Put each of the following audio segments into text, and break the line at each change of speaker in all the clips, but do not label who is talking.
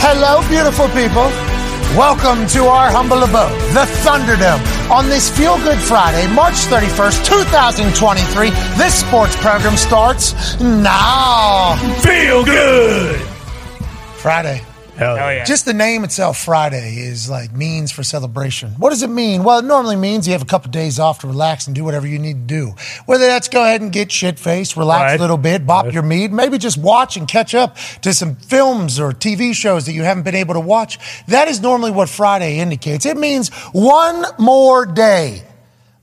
Hello, beautiful people. Welcome to our humble abode, the Thunderdome. On this Feel Good Friday, March 31st, 2023, this sports program starts now.
Feel good.
Friday.
Hell Oh, yeah.
Just the name itself, Friday, is like means for celebration. What does it mean? Well, it normally means you have a couple days off to relax and do whatever you need to do. Whether that's go ahead and get shit faced, relax
Right.
a little bit, bop your mead, maybe just watch and catch up to some films or TV shows that you haven't been able to watch. That is normally what Friday indicates. It means one more day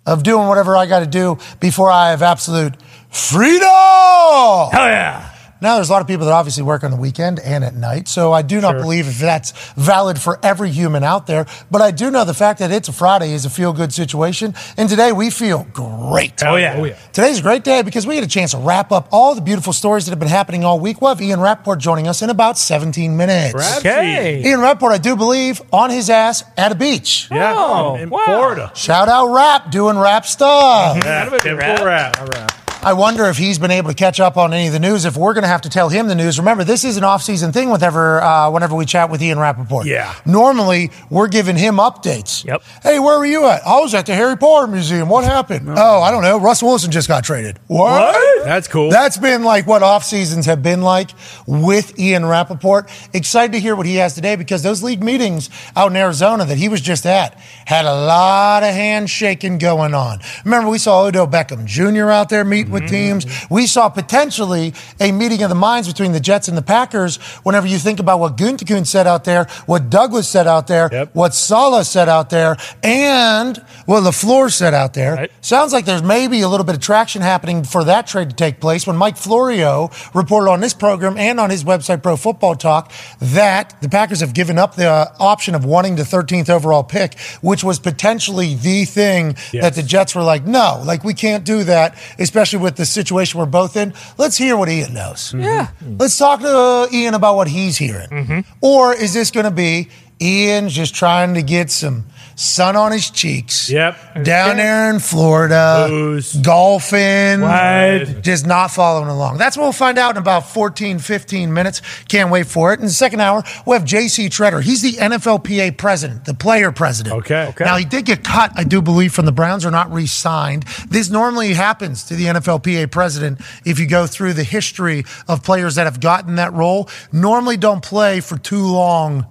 of doing whatever I got to do before I have absolute freedom.
Hell yeah.
Now, there's a lot of people that obviously work on the weekend and at night, so I do not believe if that's valid for every human out there. But I do know the fact that it's a Friday is a feel good situation, and today we feel great.
Oh,
Hell yeah.
Today's a great day because we get a chance to wrap up all the beautiful stories that have been happening all week. We'll have Ian Rapport joining us in about 17 minutes.
Okay.
Ian Rapport, I do believe, on his ass at a beach.
Yeah.
Oh,
in
wow.
Florida.
Shout out Rap doing rap stuff.
Yeah.
That'll be
Temple
wrapped.
wrap.
I wonder if he's been able to catch up on any of the news. If we're going to have to tell him the news, remember this is an off-season thing. Whenever, uh, whenever we chat with Ian Rappaport,
Yeah.
Normally we're giving him updates.
Yep.
Hey, where were you at? I was at the Harry Potter Museum. What happened? Oh, I don't know. Russell Wilson just got traded. What?
That's cool.
That's been like what off seasons have been like with Ian Rappaport. Excited to hear what he has today because those league meetings out in Arizona that he was just at had a lot of handshaking going on. Remember, we saw Odo Beckham Jr. out there meet with teams. We saw potentially a meeting of the minds between the Jets and the Packers whenever you think about what Guntakun said out there, what Douglas said out there,
Yep.
what Sala said out there, and what LaFleur said out there.
Right.
Sounds like there's maybe a little bit of traction happening for that trade to take place when Mike Florio reported on this program and on his website, Pro Football Talk, that the Packers have given up the uh, option of wanting the 13th overall pick, which was potentially the thing
Yes.
that the Jets were like, no, like we can't do that, especially with the situation we're both in. Let's hear what Ian knows.
Yeah.
Let's talk to uh, Ian about what he's hearing.
Mm-hmm.
Or is this going to be Ian just trying to get some sun on his cheeks?
Yep.
Down there in Florida,
Booze.
golfing,
What?
just not following along. That's what we'll find out in about 14, 15 minutes. Can't wait for it. In the second hour, we'll have J.C. Treader. He's the NFLPA president, the player president.
Okay. Okay.
Now, he did get cut, I do believe, from the Browns or not re signed. This normally happens to the NFLPA president if you go through the history of players that have gotten that role. Normally don't play for too long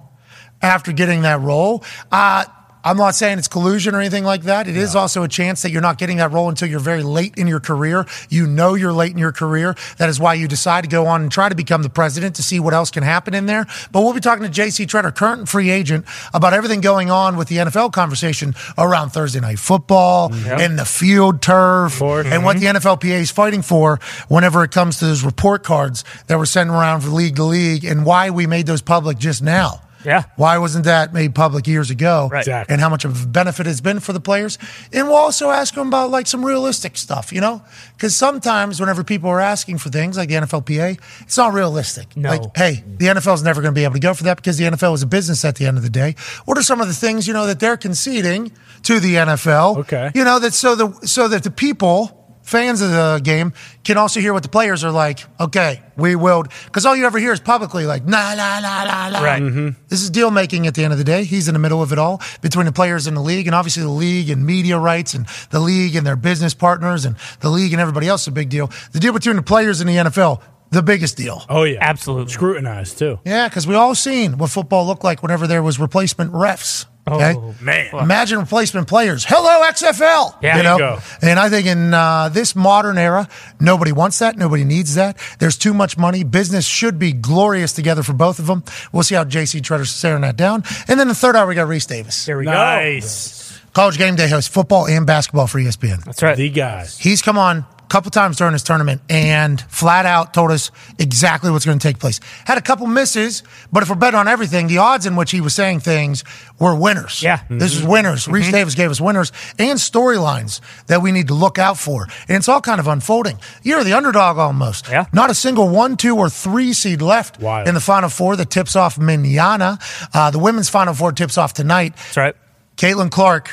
after getting that role. Uh, I'm not saying it's collusion or anything like that. It is also a chance that you're not getting that role until you're very late in your career. You know you're late in your career. That is why you decide to go on and try to become the president to see what else can happen in there. But we'll be talking to JC Treader, current and free agent, about everything going on with the NFL conversation around Thursday night football and the field turf
course.
and what the NFLPA is fighting for whenever it comes to those report cards that were sent around from league to league and why we made those public just now.
Yeah.
Why wasn't that made public years ago?
Right.
Exactly.
And how much of a benefit it's been for the players. And we'll also ask them about like some realistic stuff, you know? Because sometimes whenever people are asking for things like the NFLPA, it's not realistic.
No.
Like, hey, the NFL is never going to be able to go for that because the NFL is a business at the end of the day. What are some of the things, you know, that they're conceding to the NFL?
Okay.
You know, that so the so that the people fans of the game can also hear what the players are like okay we will because all you ever hear is publicly like nah nah nah nah nah
Right.
this is deal making at the end of the day. He's in the middle of it all between the players and the league, and obviously the league and media rights, and the league and their business partners, and the league and everybody else is a big deal. The deal between the players and the NFL, the biggest deal.
Oh yeah.
Absolutely.
Scrutinized too.
Yeah, because we all seen what football looked like whenever there was replacement refs. Okay?
Oh,
man.
fuck.
Imagine replacement players. Hello, XFL.
Yeah.
you
There you
know?
go.
And I think in uh, this modern era, nobody wants that. Nobody needs that. There's too much money. Business should be glorious together for both of them. We'll see how JC Treader's staring that down. And then the third hour, we got Reese Davis,
There we go.
Nice.
college game day host, football and basketball for E ESPN.
That's right.
The guys.
He's come on a couple times during this tournament and flat out told us exactly what's going to take place. Had a couple misses, but if we're betting on everything, the odds in which he was saying things were winners.
Yeah.
This is winners.
Mm-hmm.
Reese Davis gave us winners and storylines that we need to look out for. And it's all kind of unfolding. You're the underdog almost.
Yeah.
Not a single one, two, or three seed left
Wild.
in the Final Four that tips off Minyana. Uh, the women's Final Four tips off tonight.
That's right.
Caitlin Clark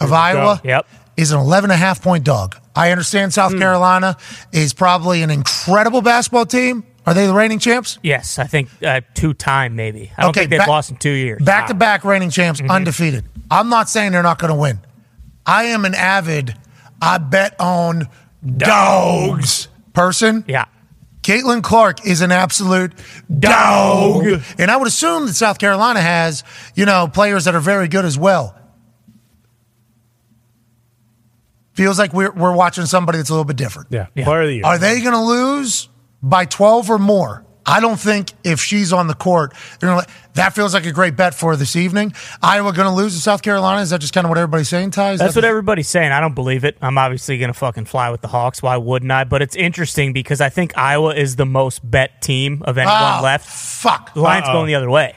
of Iowa
Yep. Hmm.
is an 11 and a half point dog. I understand South Carolina is probably an incredible basketball team. Are they the reigning champs?
Yes, I think uh, two time maybe. I don't
Okay,
think they've
back-
lost in two years.
Back to back reigning champs, undefeated. I'm not saying they're not going to win. I am an avid, I bet on dogs person.
Yeah.
Caitlin Clark is an absolute dog. And I would assume that South Carolina has, you know, players that are very good as well. Feels like we're, we're watching somebody that's a little bit different.
Yeah. Player of the year.
Are they going to lose by 12 or more? I don't think if she's on the court, they're gonna, that feels like a great bet for this evening. Iowa going to lose to South Carolina? Is that just kind of what everybody's saying, Ty? Is
That's
that
what everybody's saying. I don't believe it. I'm obviously going to fucking fly with the Hawks. Why wouldn't I? But it's interesting because I think Iowa is the most bet team of anyone
Ah,
left.
Fuck.
The Lions
Uh-oh.
going the other way.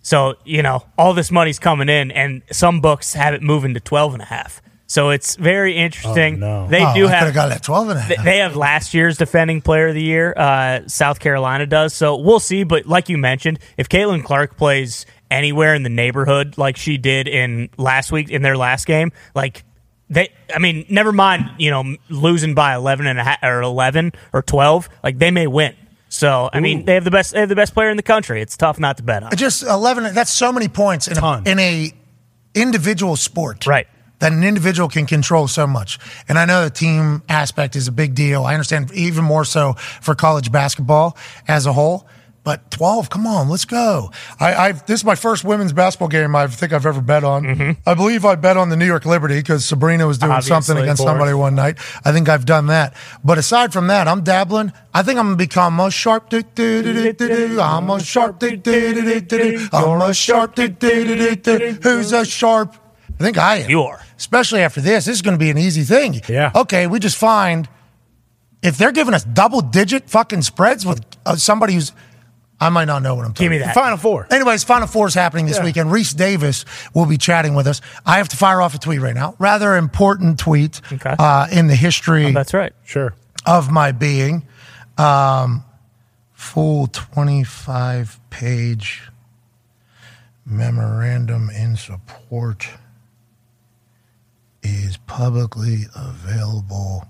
So, you know, all this money's coming in, and some books have it moving to 12 and a half. So it's very interesting.
Oh, no.
They
Oh,
do
I could
have
got that 12 and a half.
Th- They have last year's defending player of the year. Uh, South Carolina does. So we'll see. But like you mentioned, if Caitlin Clark plays anywhere in the neighborhood like she did in last week in their last game, like they, I mean, never mind, you know, m- losing by 11 and a half or 11 or 12, like they may win. So, I mean, they have the best, they have the best player in the country. It's tough not to bet on.
just 11 that's so many points in a,
Ton.
in a individual sport
Right.
that an individual can control so much and i know the team aspect is a big deal i understand even more so for college basketball as a whole but 12 come on let's go i I've, this is my first women's basketball game i think i've ever bet on i believe i bet on the new york liberty because sabrina was doing something
Mm-hmm. Obviously,
against
of course.
somebody one night i think i've done that but aside from that i'm dabbling i think i'm gonna become most sharp do, do, do, do, do, do. i'm a sharp do, do, do, do, do, do. I'm a sharp. do, do, do, do, do. Who's a sharp? I think I am.
You are.
Especially after this, this is going to be an easy thing.
Yeah.
Okay, we just find if they're giving us double digit fucking spreads with uh, somebody who's, I might not know what I'm talking.
Give me that.
Final four.
Anyways, Final Four is happening this
Yeah.
weekend. Reese Davis will be chatting with us. I have to fire off a tweet right now. Rather important tweet
Okay.
uh, in the
Oh,
history
That's right.
Sure.
of my being. Um, full 25 page memorandum in support is publicly available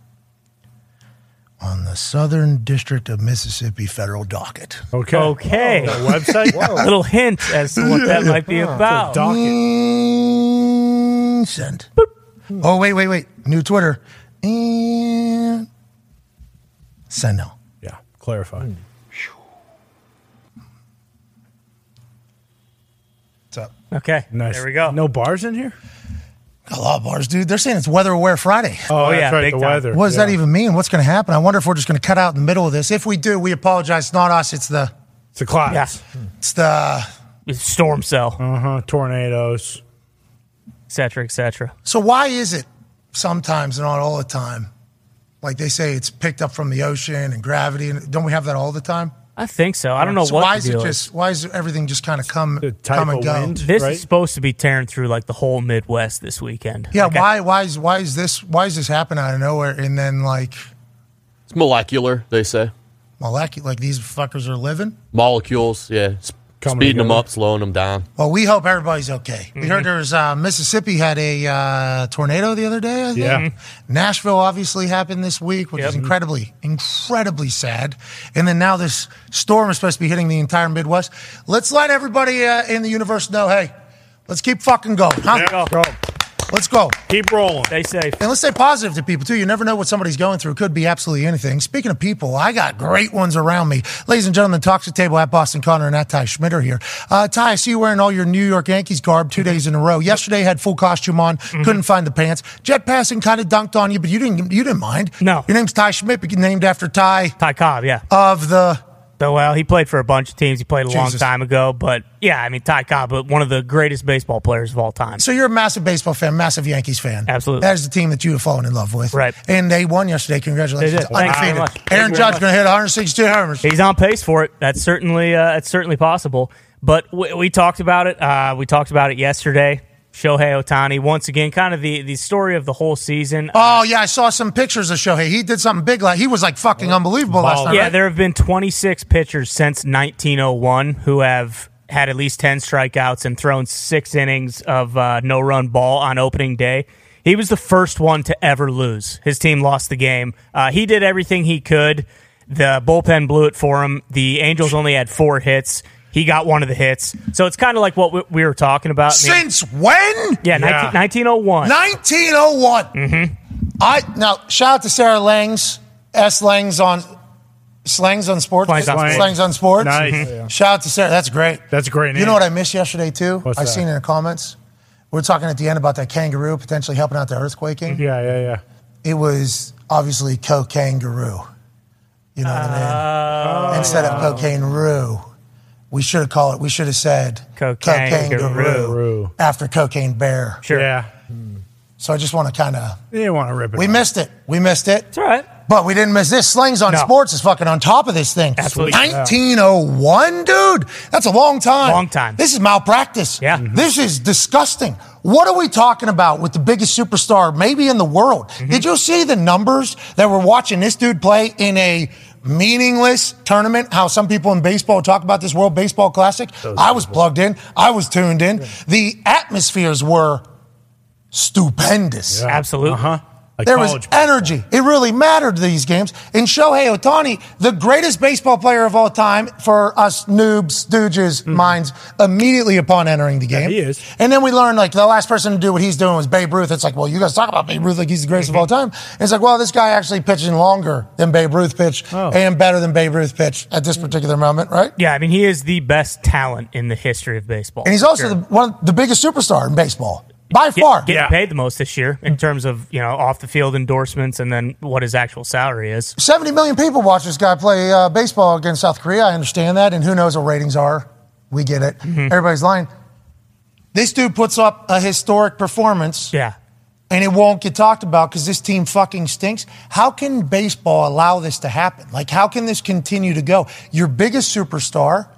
on the Southern District of Mississippi federal docket.
Okay.
Okay.
The website.
A little hint as to what that might be about.
Docket.
And send. Oh, wait, wait, wait. New Twitter. And send Hmm. now.
Yeah. Clarify.
What's up?
Okay.
Nice.
There we go.
No bars in here.
A lot of bars, dude. They're saying it's weather aware Friday.
Oh,
that's
yeah,
right.
big
the
time.
weather.
What does that
Yeah.
even mean? What's going to happen? I wonder if we're just going to cut out in the middle of this. If we do, we apologize. It's not us. It's the
It's the clouds.
Yeah.
it's the.
Storm cell.
Uh huh. Tornadoes.
et cetera, et cetera.
So why is it sometimes and not all the time? Like they say, it's picked up from the ocean and gravity. And don't we have that all the time?
I think so. I don't know
So
what
why
the
is it
deal
just? Why is everything just kind of come
The type
come and
of
go?
wind.
This
right?
is supposed to be tearing through like the whole Midwest this weekend.
Yeah.
Like,
Why?
I-
Why is? Why is this? Why is this happen out of nowhere? And then like
It's molecular, they say.
molecular, like these fuckers are living.
Molecules, yeah. s-
Coming
speeding them
together.
up, slowing them down.
Well, we hope everybody's okay. We
Mm-hmm.
heard there's uh, Mississippi had a uh, tornado the other day. I think.
Yeah. Mhm.
Um, Nashville obviously happened this week, which is
Yep.
incredibly, incredibly sad. And then now this storm is supposed to be hitting the entire Midwest. Let's let everybody uh, in the universe know, hey, let's keep fucking going. Huh?
Yeah.
Bro,
Let's go.
keep rolling.
they say
And let's stay positive to people too. You never know what somebody's going through. Could be absolutely anything. Speaking of people, I got great ones around me. Ladies and gentlemen, talks to table at Boston Connor and at Ty Schmidt are here. Uh, Ty, I see you wearing all your New York Yankees garb
Mm-hmm.
two days in a row. Yesterday had full costume on, couldn't find the pants. Jet passing kind of dunked on you, but you didn't you didn't mind.
No.
your name's Ty Schmidt, but you're named after Ty
Ty Cobb, yeah.
of the.
So, well, he played for a bunch of teams. He played a long
Jesus.
time ago, but yeah, I mean Ty Cobb, but one of the greatest baseball players of all time.
So you're a massive baseball fan, massive Yankees fan.
Absolutely.
that is the team that you have fallen in love with.
Right.
and they won yesterday. Congratulations,
They did. Thank you very
undefeated.
much. Thank
Aaron
you very
Judge
much.
going to hit 162 homers.
He's on pace for it. That's certainly uh, it's certainly possible. But we, we talked about it. Uh, we talked about it yesterday. Shohei Otani, once again, kind of the, the story of the whole season.
Oh yeah, I saw some pictures of Shohei. He did something big. Like he was like fucking unbelievable last night.
Yeah,
right?
there have been 26 pitchers since 1901 who have had at least 10 strikeouts and thrown six innings of uh, no run ball on opening day. He was the first one to ever lose. His team lost the game. Uh, he did everything he could. The bullpen blew it for him. The Angels only had four hits. He got one of the hits. So it's kind of like what we, we were talking about. I mean,
Since when?
yeah, oh 19- 1901.
1901.
Mm-hmm.
I now shout out to Sarah Langs, S Langs on Slangs on Sports.
Slangs on Sports. Mm-hmm.
Slangs on Sports.
Nice. Mhm. Yeah.
Shout out to Sarah. That's great.
That's a great
You
name.
know what I missed yesterday too?
What's
I
that?
seen in the comments. We We're talking at the end about that kangaroo potentially helping out the earthquaking.
Yeah, yeah, yeah.
It was obviously cocaine guru. You know what I
Oh.
mean? Instead of cocaine roo. We should have called it, we should have said
Cocaine
Guru.
after cocaine bear.
sure.
Yeah.
So I just want to kind of
You didn't want to rip it.
we
off.
missed it. We missed it.
It's all right.
But we didn't miss this. Slings on
No.
Sports is fucking on top of this thing.
Absolutely.
1901, dude. That's a long time.
Long time.
This is malpractice. Mm-hmm.
Yeah. Mhm.
This is disgusting. What are we talking about with the biggest superstar maybe in the world?
Mm-hmm.
Did you see the numbers that we're watching this dude play in a meaningless tournament? How some people in baseball talk about this World Baseball Classic? I was plugged in. I was tuned in. The atmospheres were stupendous.
Absolutely.
Uh-huh. Like
There was
college ball.
energy. It really mattered to these games. And Shohei Otani, the greatest baseball player of all time for us noobs, stooges, minds, immediately upon entering the game.
Mm-hmm. he is.
And then we learned, like, the last person to do what he's doing was Babe Ruth. It's like, well, you guys talk about Babe Ruth like he's the greatest of all
Mm-hmm.
time. And it's like, well, this guy actually pitching longer than Babe Ruth pitched
Oh. Mm.
and better than Babe Ruth pitched at this particular moment, right?
Yeah, I mean, he is the best talent in the history of baseball.
And he's also
Sure.
the, one of the biggest superstar in baseball by far.
getting
Yeah.
paid the most this year in terms of you know off the field endorsements and then what his actual salary is.
70 million people watch this guy play uh, baseball against South Korea. I understand that. And who knows what ratings are. We get it. Everybody's lying. This dude puts up a historic performance
Yeah,
and it won't get talked about because this team fucking stinks. How can baseball allow this to happen? Like, how can this continue to go? Your biggest superstar,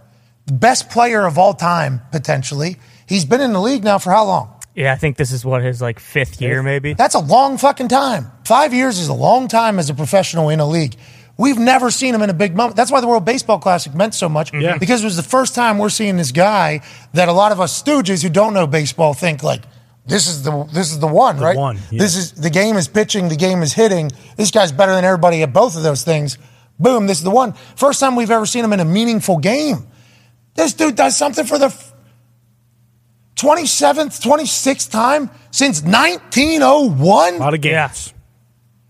the best player of all time, potentially. He's been in the league now for how long?
yeah. I think this is what his like fifth year, maybe.
That's a long fucking time. Five years is a long time as a professional in a league. We've never seen him in a big moment. That's why the World Baseball Classic meant so much
Yeah.
because it was the first time we're seeing this guy that a lot of us stooges who don't know baseball think like this is the this is the one, right?
one, yeah.
This is the game is pitching, the game is hitting. This guy's better than everybody at both of those things. Boom, this is the one. First time we've ever seen him in a meaningful game. This dude does something for the f- 27th, 26th time since 1901.
A lot of
Yeah.
games.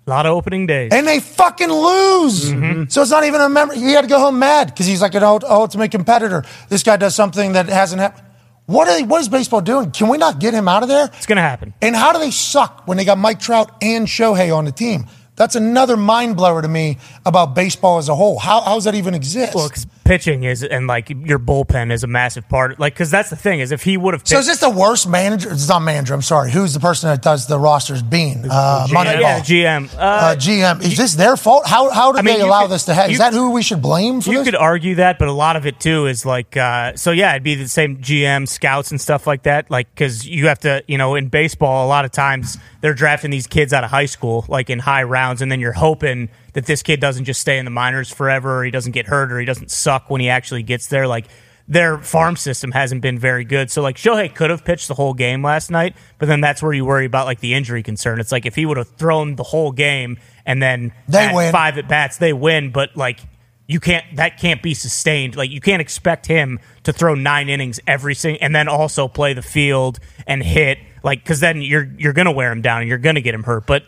A lot of opening days.
and they fucking lose.
Mm-hmm.
So it's not even a memory. He had to go home mad because he's like an ult- ultimate competitor. This guy does something that hasn't happened. What, are they, what is baseball doing? Can we not get him out of there?
it's gonna happen.
And how do they suck when they got Mike Trout and Shohei on the team? That's another mind blower to me about baseball as a whole. How, how does that even exist?
Well, 'cause pitching is and like your bullpen is a massive part. Like, because that's the thing is if he would have pitched,
so is this the worst manager? It's not manager. I'm sorry. Who's the person that does the rosters? Bean. Uh,
yeah,
Moneyball.
yeah, GM. Uh,
uh, GM. Is this their fault? How how did
I mean,
they
you
allow
could-
this to happen? Is
you-
that who we should blame for
you
this?
could argue that, but a lot of it too is like, uh, so yeah, it'd be the same GM scouts and stuff like that. Like, because you have to, you know, in baseball, a lot of times they're drafting these kids out of high school, like in high rounds, and then you're hoping that this kid doesn't just stay in the minors forever, or he doesn't get hurt, or he doesn't suck when he actually gets there. Like, their farm system hasn't been very good. So, like, Shohei could have pitched the whole game last night, but then that's where you worry about, like, the injury concern. It's like if he would have thrown the whole game and then
They
had
win.
five at bats, they win, but, like, you can't that can't be sustained like you can't expect him to throw nine innings every single and then also play the field and hit like because then you're you're gonna wear him down and you're gonna get him hurt but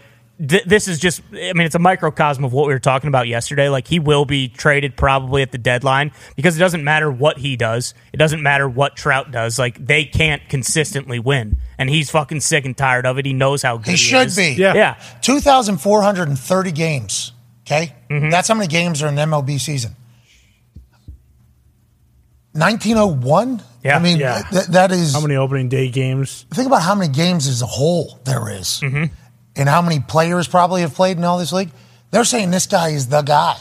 th- this is just i mean it's a microcosm of what we were talking about yesterday like he will be traded probably at the deadline because it doesn't matter what he does it doesn't matter what trout does like they can't consistently win and he's fucking sick and tired of it he knows how good
He
he,
should
is.
be.
Yeah.
yeah
2,430 games. Okay?
Mm-hmm.
That's how many games are in an MLB season. 1901?
Yeah,
I mean,
yeah.
th- that is.
How many opening day games?
think about how many games as a whole there is
Mm-hmm.
and how many players probably have played in all this league. They're saying this guy is the guy,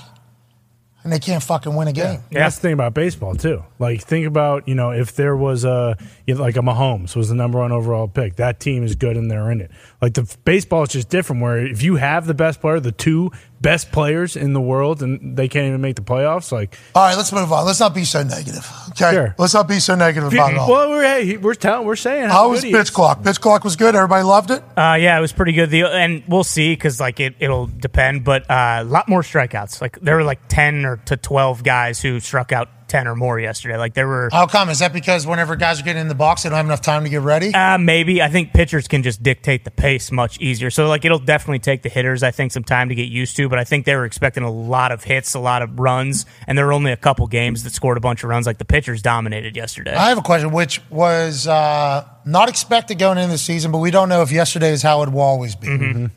and they can't fucking win a game.
And That's the thing about baseball too. Like think about you know if there was a you know, like a Mahomes was the number one overall pick. That team is good and they're in it. Like the f- baseball is just different. Where if you have the best player, the two best players in the world and they can't even make the playoffs. Like,
All right, let's move on. Let's not be so negative. Okay,
Sure.
let's not be so negative about it all.
well, we're hey, we're telling, we're saying how
How was
good he is.
pitch clock? Pitch clock was good. Everybody loved it.
Uh, yeah, it was pretty good. The and we'll see because like it it'll depend, but uh, a lot more strikeouts. Like there were like ten or to twelve guys who struck out ten or more yesterday. Like there were
How come? Is that because whenever guys are getting in the box, they don't have enough time to get ready?
uh, maybe I think pitchers can just dictate the pace much easier. So like it'll definitely take the hitters I think some time to get used to. But I think they were expecting a lot of hits, a lot of runs, and there were only a couple games that scored a bunch of runs. Like the pitchers dominated yesterday.
I have a question, which was uh, not expected going into the season, but we don't know if yesterday is how it will always be.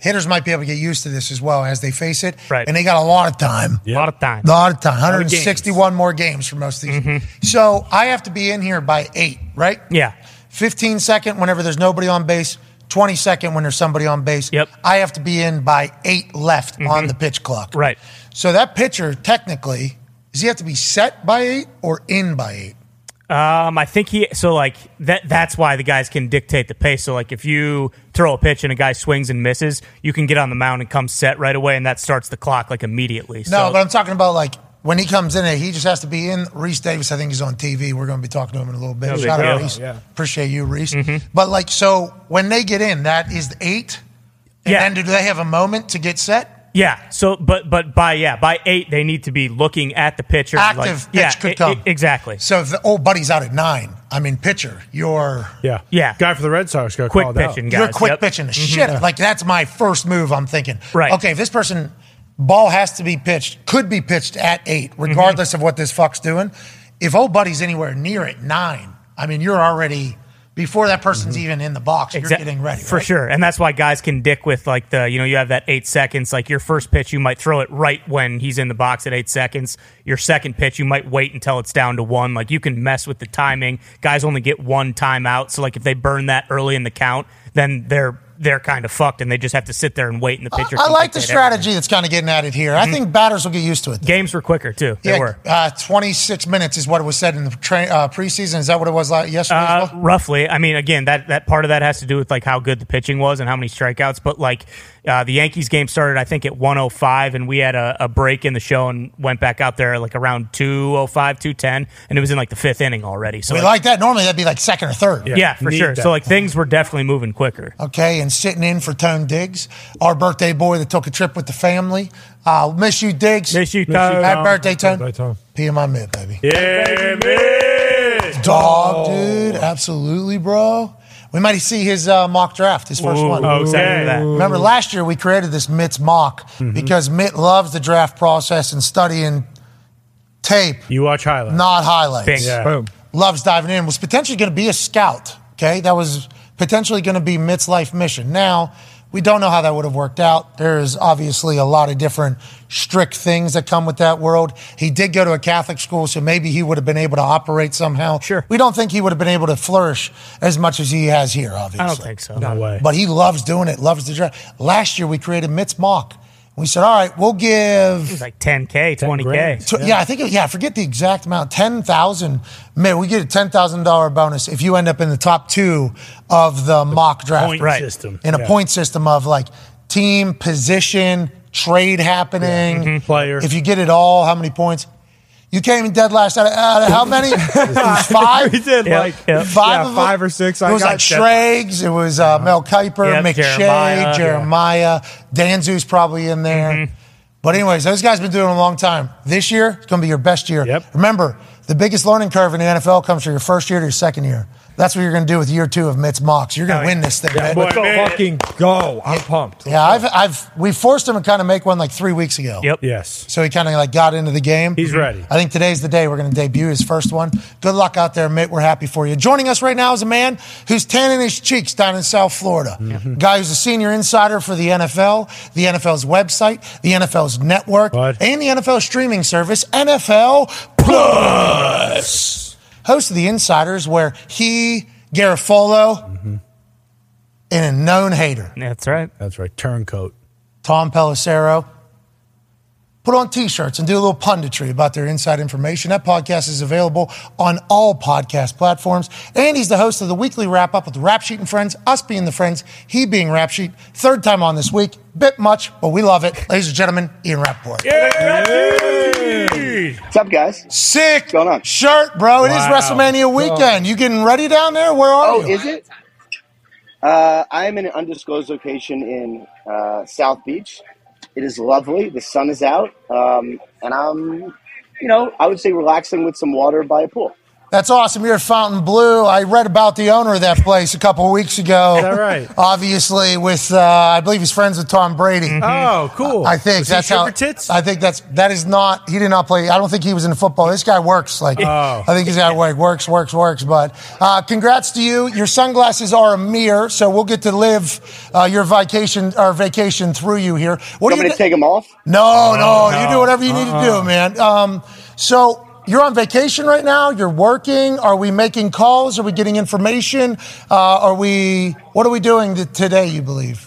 Hitters might be able to get used to this as well as they face it.
Mm-hmm. Right.
And they got a lot of time.
A lot of time.
A lot of time.
of games.
161 more games for most of these. So I have to be in here by eight, right?
Mm-hmm. Yeah.
15 second whenever there's nobody on base, 20 second when there's somebody on base.
Yep. Mm-hmm.
I have to be in by eight left on the pitch clock.
Right.
So that pitcher, technically, does he have to be set by eight or in by eight?
Um, I think he so like that. That's why the guys can dictate the pace. So like if you throw a pitch and a guy swings and misses, you can get on the mound and come set right away, and that starts the clock like immediately.
No,
so,
but I'm talking about like when he comes in, he just has to be in. Reese Davis, I think he's on TV. We're going to be talking to him in a little bit.
big
Shout out
deal.
Reese.
Yeah.
Appreciate you, Reese.
Mm-hmm.
But like, so when they get in, that is the eight. And
Yeah.
then do they have a moment to get set?
yeah. So but but by yeah by eight they need to be looking at the pitcher.
Active
like,
pitch
yeah,
could
e- e-
come.
exactly.
So if the old buddy's out at nine, I mean, pitcher, you're.
Yeah,
Yeah.
Guy for the Red Sox got
Quick
called
pitching,
out.
guys.
You're quick
Yep. Mm-hmm.
pitching the shit. Like that's my first move. I'm thinking,
Right.
Okay, if this person ball has to be pitched, could be pitched at eight,
Mm-hmm.
regardless of what this fuck's doing. If old buddy's anywhere near at nine, I mean, you're already before that person's even in the box. You're
Exact-
getting ready
Mm-hmm. for
right?
sure, and that's why guys can dick with like the you know you have that eight seconds. Like your first pitch, you might throw it right when he's in the box at eight seconds. Your second pitch, you might wait until it's down to one. Like you can mess with the timing. Guys only get one timeout, so like if they burn that early in the count, then they're they're kind of fucked, and they just have to sit there and wait. And the pitcher,
I
can
like the
dictate everything.
strategy that's kind of getting at it here. I think batters will get used to it. though.
Mm-hmm. Games were quicker too. They were.
uh, 26 minutes is what it was said in the tra- uh, preseason. Is that what it was like yesterday? as
Uh,
well?
roughly. I mean, again, that, that part of that has to do with like how good the pitching was and how many strikeouts. But like uh, the Yankees game started, I think at 105, and we had a, a break in the show and went back out there like around 205, 210, and it was in like the fifth inning already. So
We
like,
like that. Normally that'd be like second or third.
yeah, for
Need
sure.
that.
So like things were definitely moving quicker.
okay, and sitting in for Tone Diggs, our birthday boy that took a trip with the family. Uh, miss you, Diggs.
Miss you, Miss you,
Happy
Tone.
birthday, Tone.
Birthday, Tone.
PMI mid, baby.
Yeah, man.
Dog, dude. Absolutely, bro. We might see his uh, mock draft, his first
Ooh,
one.
oh, excited for that.
Remember last year we created this Mitt's mock because Mitt loves the draft process and studying tape,
You watch highlights.
not highlights.
Bing.
Yeah.
Boom.
loves diving in, was potentially going to be a scout. Okay, that was potentially going to be Mitt's life mission. Now we don't know how that would have worked out. There's obviously a lot of different strict things that come with that world. He did go to a Catholic school, so maybe he would have been able to operate somehow.
Sure.
we don't think he would have been able to flourish as much as he has here. Obviously,
I don't think so.
No way.
but he loves doing it. Loves the draft. Last year we created Mitt's mock. We said, all right, we'll give.
It's like 10K, 20K.
grand.
Tw- yeah. I think it- yeah, I forget the exact amount. Ten thousand. Man, we get a ten thousand dollar bonus if you end up in the top two of the, mock draft,
point
right?
system.
In a
Yeah.
point system of like team position, trade happening,
Player.
If you get it all, how many points? You came in dead last. Out of, out of how many? It was five.
He did
Yeah,
like
yeah.
Five,
yeah,
of
five
them.
or six.
It
I
was
got
like
that.
Shrags. It was uh, Mel Kiper,
Yep,
McShay, Jeremiah,
Jeremiah.
Danzu's probably in there. But anyways, those guys been doing it a long time. This year, it's going to be your best year.
Yep.
Remember, the biggest learning curve in the NFL comes from your first year to your second year. That's what you're going to do with year two of Mitts Mox. You're going to win this thing, man.
boy.
Let's
I made it.
fucking go. I'm pumped.
Yeah, I've, I've, we forced him to kind of make one like three weeks ago.
Yep.
Yes.
So he kind of like got into the game. Mm-hmm.
He's ready.
I think today's the day we're going to debut his first one. Good luck out there, Mitt. We're happy for you. Joining us right now is a man who's tanning his cheeks down in South Florida.
Mm-hmm.
Guy who's a senior insider for the NFL, the NFL's website, the NFL's network,
What?
and the NFL streaming service, NFL Plus. Host of the Insiders, where he, Garofolo, and a known hater,
Yeah, that's right.
That's right. Turncoat.
Tom Pelissero, put on t-shirts and do a little punditry about their inside information. That podcast is available on all podcast platforms. And he's the host of the weekly wrap-up with Rap Sheet and Friends, us being the friends, he being Rap Sheet. Third time on this week. Bit much, but we love it. Ladies and gentlemen, Ian Rapport.
What's up, guys?
Sick
going on?
shirt, bro. It is
Wow.
WrestleMania weekend. You getting ready down there? Where are
Oh,
you?
is it? Uh, I'm in an undisclosed location in uh, South Beach. It is lovely. The sun is out, um, and I'm, you know, I would say relaxing with some water by a pool.
That's awesome. You're at Fountain Blue. I read about the owner of that place a couple of weeks ago.
that right?
Obviously, with uh, I believe he's friends with Tom Brady.
Oh, cool.
I think
Was he
that's
sugar
how.
Tits?
I think that's that is not. He did not play. I don't think he was in football. This guy works like.
Oh.
I think he's got like works, works, works. But uh, congrats to you. Your sunglasses are a mirror, so we'll get to live uh, your vacation or vacation through you here. What do you
You want me
do-
to take them off?
No, Oh, no,
Oh, no. Uh-uh.
You do whatever you need to do, man. Um, so you're on vacation right now. You're working. Are we making calls? Are we getting information? Uh, are we? What are we doing th- today? You believe?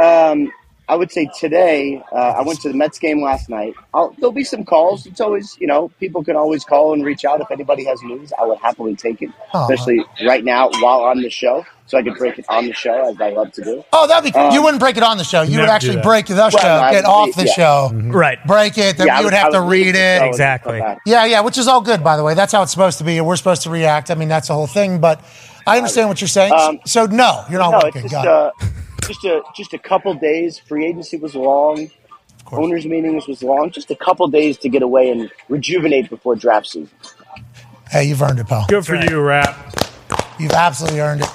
Um, I would say today, uh, I went to the Mets game last night. I'll, there'll be some calls. It's always, you know, people can always call and reach out if anybody has news. I would happily take it, especially right now while on the show, so I could break it on the show as I love to do.
Oh, that'd be cool. you wouldn't break it on the show. You would
Never do
actually
that. Mm-hmm.
break the show,
Um, I
get
would
off
leave-
the
yeah.
show,
Right.
break it. Then
I
you would
I
have to
leave
read
the show
it.
and
Exactly.
come back.
Yeah, yeah, which is all good, by the way. That's how it's supposed to be. We're supposed to react. I mean, that's the whole thing. But I understand what you're saying.
Um,
so no, you're not
No, it's
working.
just
Got it.
uh, just a just a couple days. Free agency was long. Owners meetings was long. Just a couple days to get away and rejuvenate before draft season.
Hey, you've earned it, pal.
Good for you, Rap.
You've absolutely earned it.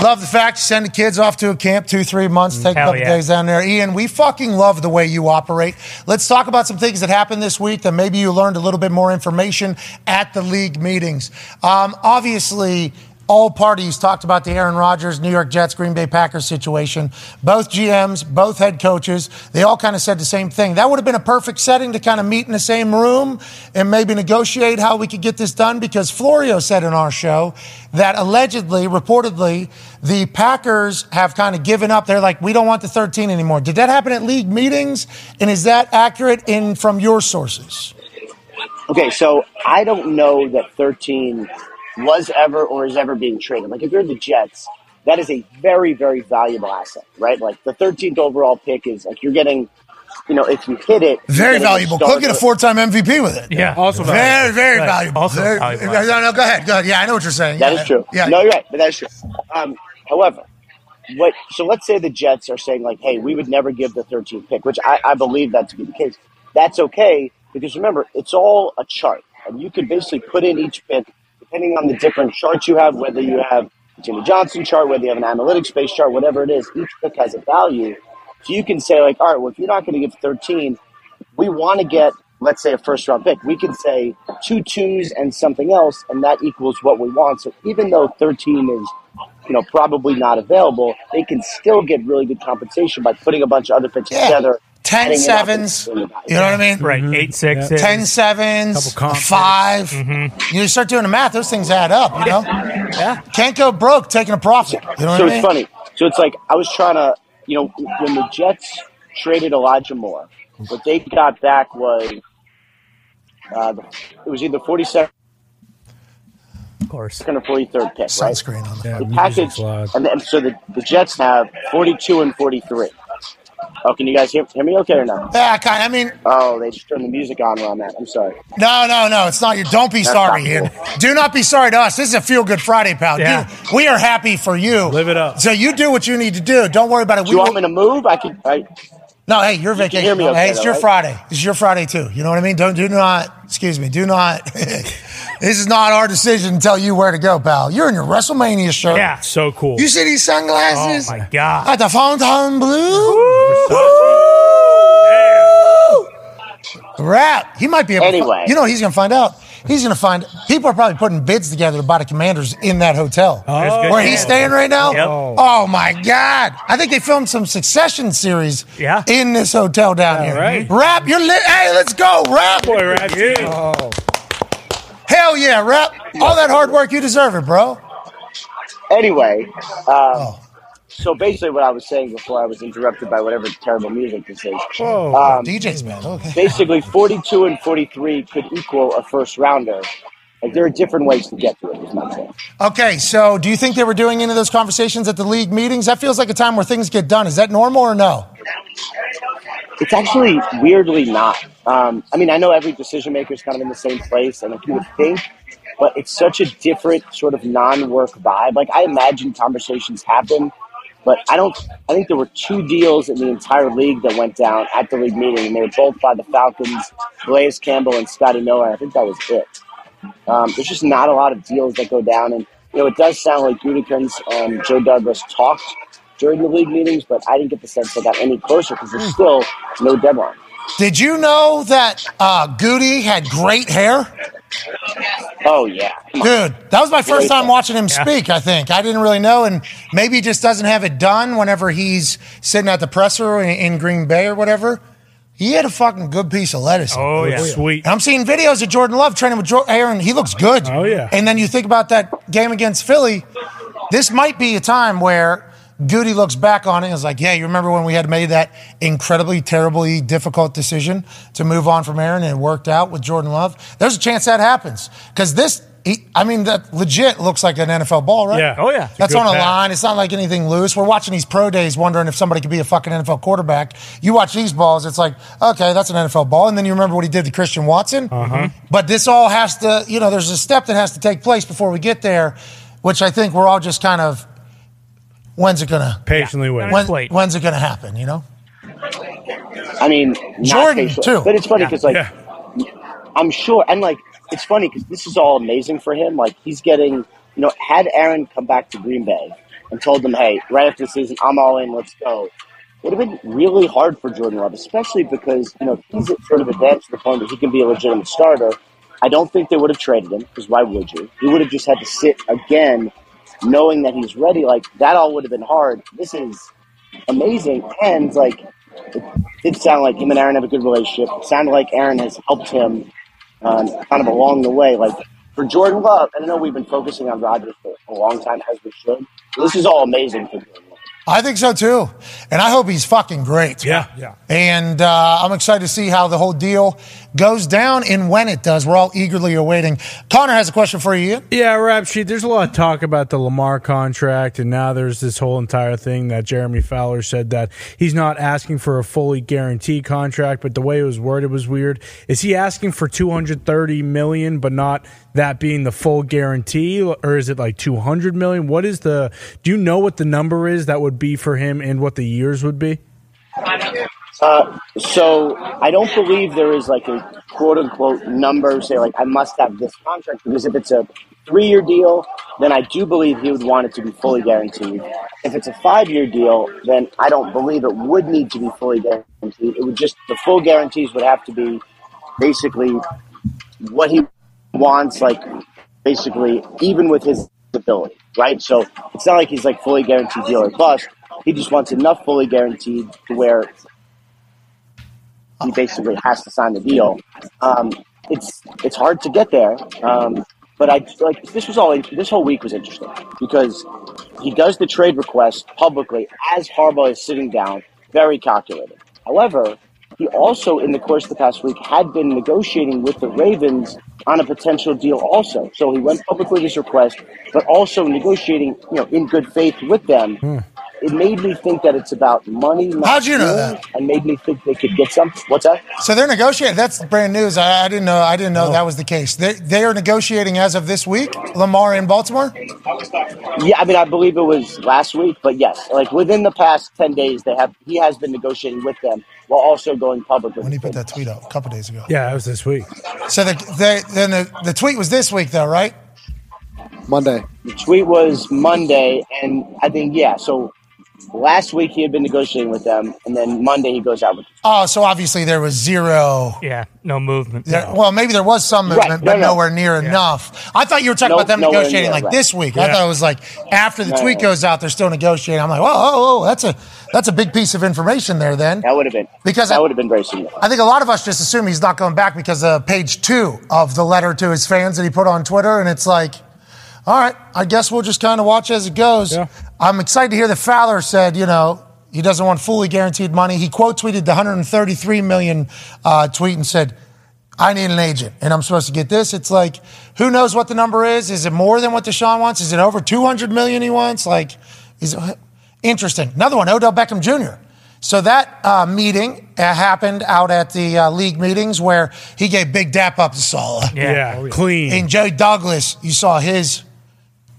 Love the fact you send the kids off to a camp two, three months, take a
Hell
couple
yeah.
days down there. Ian, we fucking love the way you operate. Let's talk about some things that happened this week that maybe you learned a little bit more information at the league meetings. Um, obviously, all parties talked about the Aaron Rodgers, New York Jets, Green Bay Packers situation. Both GMs, both head coaches, they all kind of said the same thing. That would have been a perfect setting to kind of meet in the same room and maybe negotiate how we could get this done because Florio said in our show that allegedly, reportedly, the Packers have kind of given up. They're like, we don't want the 13 anymore. Did that happen at league meetings? And is that accurate in from your sources?
Okay, so I don't know that 13 was ever or is ever being traded. Like, if you're the Jets, that is a very, very valuable asset, right? Like, the 13th overall pick is like you're getting, you know, if you hit it, you're
Very
getting a
valuable.
starter.
Go get a four-time MVP with it.
Yeah.
Also
Very, very
Right.
valuable.
Also
very,
valuable.
No, no, go ahead. Go ahead. Yeah, I know what you're saying.
That
yeah.
is true.
Yeah.
No, you're right, but that is true. Um, however, what? So let's say the Jets are saying like, "Hey, we would never give the 13th pick," which I, I believe that to be the case. That's okay because remember, it's all a chart, and you can basically put in each pick depending on the different charts you have, whether you have a Jimmy Johnson chart, whether you have an analytics based chart, whatever it is. Each pick has a value, so you can say like, "All right, well, if you're not going to give 13, we want to get, let's say, a first round pick. We can say two twos and something else, and that equals what we want. So even though 13 is, you know, probably not available, they can still get really good compensation by putting a bunch of other picks
Yeah.
together.
Ten
adding it up and
sevens. You know
doing that.
what I mean?
Right. Eight six. Mm-hmm. is-
Ten sevens,
Mm-hmm. Couple
a
comps.
5 You start doing the math; those things add up. You know, yeah. Can't go broke taking a profit. You know what
so
I
it's
mean?
funny. So it's like I was trying to, you know, when the Jets traded Elijah Moore, what they got back was uh, the, it was either 42nd
Of course.
or 43rd pick, right?
Sunscreen on the
Yeah,
the
music's
package,
loud.
and, and so the, the Jets have 42 and 43. Oh, can you guys hear, hear me okay or not?
Yeah, kind. I mean,
Oh, they just turned the music on while I'm at. I'm sorry.
no, no, no. It's not your. Don't be sorry,
not
Ian. Do not be sorry to us. This is a feel good Friday, pal.
Yeah.
You- we are happy for you.
Live it up.
So you do what you need to do. Don't worry about it.
Do you want me to move? I could. I,
No, hey, your vacation.
hear me okay,
hey, it's
though,
your
right?
Friday. It's your Friday too. You know what I mean? Don't do not. Excuse me. Do not. this is not our decision to tell you where to go, pal. You're in your WrestleMania shirt.
Yeah.
So cool.
You see these sunglasses?
Oh My God.
At the Fountain Blue. Rap. He might be able to.
Anyway.
fi- You know, what he's going to find out. He's going to find. People are probably putting bids together to buy the commanders in that hotel.
Oh.
Where he's staying right now?
Yep.
Oh, my God. I think they filmed some Succession series
Yeah.
in this hotel down here.
right.
Rap, you're lit. Hey, let's go. Rap.
Boy, Rap. Yeah.
Oh,
Hell yeah, Rap. All that hard work, you deserve it, bro.
anyway, um,
Oh.
so basically, what I was saying before I was interrupted by whatever terrible music this is.
Whoa.
Um,
DJ's man. Okay.
basically, 42 and 43 could equal a first rounder. Like there are different ways to get to it. Is my point.
Okay, so do you think they were doing any of those conversations at the league meetings? That feels like a time where things get done. Is that normal or no?
It's actually weirdly not. Um, I mean, I know every decision maker is kind of in the same place, and like you would think, but it's such a different sort of non-work vibe. Like I imagine conversations happen, but I don't. I think there were two deals in the entire league that went down at the league meeting, and they were both by the Falcons, Blaze Campbell and Scotty Miller. and I think that was it. Um, there's just not a lot of deals that go down, and you know, it does sound like Gutekunst and Joe Douglas talked during the league meetings, but I didn't get the sense they got any closer because there's still no deadline.
Did you know that uh, Goody had great hair?
Oh yeah, Come on.
Dude, that was my first
Great
time
hair.
watching him speak, I think. I didn't really know, and maybe he just doesn't have it done whenever he's sitting at the presser in, in Green Bay or whatever. He had a fucking good piece of lettuce.
Oh, yeah. Sweet.
And I'm seeing videos of Jordan Love training with Jor- Aaron. He looks good.
Oh, yeah.
And then you think about that game against Philly. This might be a time where Goody looks back on it and is like, yeah, you remember when we had made that incredibly, terribly difficult decision to move on from Aaron and it worked out with Jordan Love? There's a chance that happens because this, he, I mean, that legit looks like an NFL ball, right?
Yeah.
Oh, yeah. It's a
That's
good
on a
pass.
line. It's not like anything loose. We're watching these pro days wondering if somebody could be a fucking NFL quarterback. You watch these balls, it's like, okay, that's an NFL ball. And then you remember what he did to Christian Watson.
Uh-huh.
Mm-hmm. But this all has to, you know, there's a step that has to take place before we get there, which I think we're all just kind of, when's it going to,
Patiently waiting.
when,
Wait.
when's it going to happen, you know?
I mean, not
Jordan,
facial-
too.
But it's funny because like
Yeah.
I'm sure, and like it's funny because this is all amazing for him. Like he's getting, you know, had Aaron come back to Green Bay and told them, "Hey, right after the season, I'm all in. Let's go." It would have been really hard for Jordan Love, especially because you know he's at sort of advanced to the point that he can be a legitimate starter. I don't think they would have traded him because why would you? He would have just had to sit again, knowing that he's ready. Like that all would have been hard. This is amazing. And like, it did sound like him and Aaron have a good relationship. It sounded like Aaron has helped him um, kind of along the way. Like for Jordan Love, and I know we've been focusing on Rodgers for a long time, as we should. This is all amazing for Jordan Love.
I think so too. And I hope he's fucking great.
Yeah. Yeah.
And uh, I'm excited to see how the whole deal goes down and when it does. We're all eagerly awaiting. Connor has a question for you. Ian.
Yeah, rap sheet. There's a lot of talk about the Lamar contract, and now there's this whole entire thing that Jeremy Fowler said that he's not asking for a fully guaranteed contract, but the way it was worded was weird. Is he asking for 230 million, but not that being the full guarantee, or is it like 200 million? What is the? Do you know what the number is that would be for him, and what the years would be?
Uh, so I don't believe there is like a quote unquote number say like I must have this contract because if it's a three year deal, then I do believe he would want it to be fully guaranteed. If it's a five year deal, then I don't believe it would need to be fully guaranteed. It would just the full guarantees would have to be basically what he wants, like basically even with his ability, right? So it's not like he's like fully guaranteed deal or bust. He just wants enough fully guaranteed to where he basically has to sign the deal. Um, it's it's hard to get there, um, but I like this was all this whole week was interesting because he does the trade request publicly as Harbaugh is sitting down, very calculated. However, he also in the course of the past week had been negotiating with the Ravens on a potential deal also. So he went publicly with his request, but also negotiating, you know, in good faith with them. It made me think that it's about money. not
Hmm. How'd you know
deals,
that?
And made me think they could get some. What's that?
So they're negotiating. That's brand news. I, I didn't know. I didn't know
Oh.
that was the case. They, they are negotiating as of this week. Lamar in Baltimore.
Yeah, I mean, I believe it was last week, but yes, like within the past ten days, they have he has been negotiating with them while also going public. with
When he
the
put that
Ravens.
tweet out a couple days ago.
Yeah, that was this week.
So the, the, then the, the tweet was this week though, right?
Monday.
The tweet was Monday, and I think yeah. So last week he had been negotiating with them, and then Monday he goes out with.
Oh, so obviously there was zero.
Yeah, no movement.
There, Well, maybe there was some movement,
Right, no,
but
no.
nowhere near enough. I thought you were talking
Nope,
about them
nowhere
negotiating
near,
like
right.
this week. I
Yeah.
thought it was like after the
No,
tweet
no.
goes out, they're still negotiating. I'm like, whoa, whoa, whoa, that's a that's a big piece of information there. Then
That would have been
Because I-
that would have been very similar.
I think a lot of us just assume he's not going back because of page two of the letter to his fans that he put on Twitter, and it's like, all right, I guess we'll just kind of watch as it goes.
Yeah.
I'm excited to hear that Fowler said, you know, he doesn't want fully guaranteed money. He quote tweeted the 133 million uh, tweet and said, I need an agent, and I'm supposed to get this. It's like, who knows what the number is? Is it more than what Deshaun wants? Is it over 200 million he wants? Like, is it, interesting. Another one, Odell Beckham Jr. So that uh, meeting uh, happened out at the uh, league meetings where he gave big dap up to Sala.
Yeah. Yeah,
Oh, yeah. clean.
And Joe Douglas, you saw his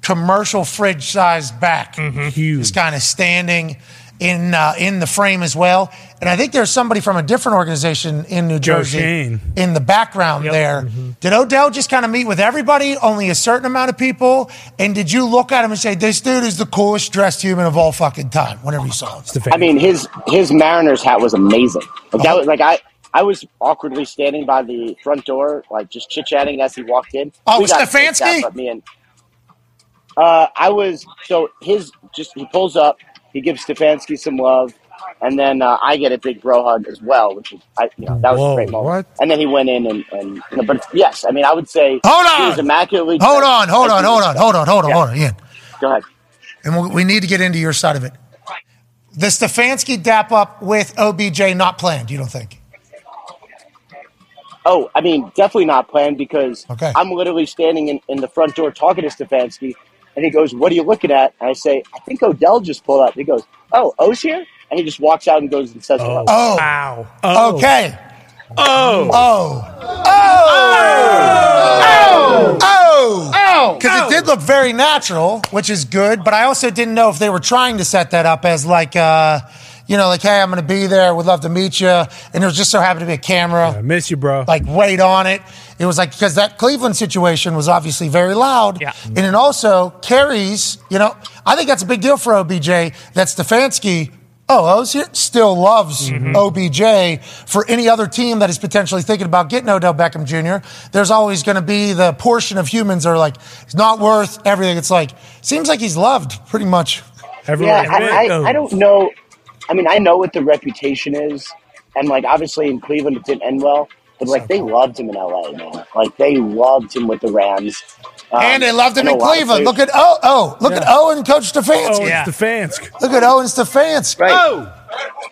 commercial fridge sized back.
Mm-hmm. Huge.
Just kind of standing in uh, in the frame as well. And I think there's somebody from a different organization in New
Joe
Jersey
Shane. Mm-hmm.
in the background there. Did Odell just kind of meet with everybody, only a certain amount of people? And did you look at him and say, this dude is the coolest dressed human of all fucking time whenever you saw him?
I mean, his his Mariners hat was amazing. Like
Uh-huh.
that was like I. I was awkwardly standing by the front door, like just chit chatting as he walked in.
Oh,
We got
Stefanski?
picked up, Me and uh, I was so his just he pulls up, he gives Stefanski some love, and then uh, I get a big bro hug as well, which is I, you know, that was
Whoa,
a great moment.
what?
And then he went in and, and but yes, I mean I would say
Hold
he was
on!
immaculately
Hold
dressed.
on, hold
Like,
on,
he was-
hold on, hold on, hold on,
Yeah.
hold on, Ian.
Go ahead.
And we- we need to get into your side of it. The Stefanski dap up with OBJ not planned, you don't think?
Oh, I mean, definitely not planned because
Okay.
I'm literally standing in, in the front door talking to Stefanski, and he goes, "What are you looking at?" And I say, "I think Odell just pulled up." He goes, "Oh, O's here," and he just walks out and goes and says, "Hello."
Oh.
Wow.
Okay. Oh. Oh. Oh. Oh. Oh. Because it did look very natural, which is good. But I also didn't know if they were trying to set that up as like, uh, you know, like, hey, I'm going to be there. Would love to meet you. And there was just so happened to be a camera,
I miss you, bro.
like wait on it. It was like because that Cleveland situation was obviously very loud.
Yeah.
And then also carries. You know, I think that's a big deal for OBJ. That Stefanski. Oh, I was here. Still loves OBJ for any other team that is potentially thinking about getting Odell Beckham Jr. There's always going to be the portion of humans that are like, it's not worth everything. It's like, seems like he's loved pretty much.
Everyone,
Yeah, I, I, I don't know. I mean, I know what the reputation is, and like obviously in Cleveland it didn't end well, but like they loved him in LA, man. Like they loved him with the Rams, Um,
and they loved him
I know
in
a lot of
Cleveland.
players-
Look at, oh, oh, look at Owen and Coach Stefanski.
Oh,
Yeah.
it's Stefansk.
Look at Owen Stefanski.
right.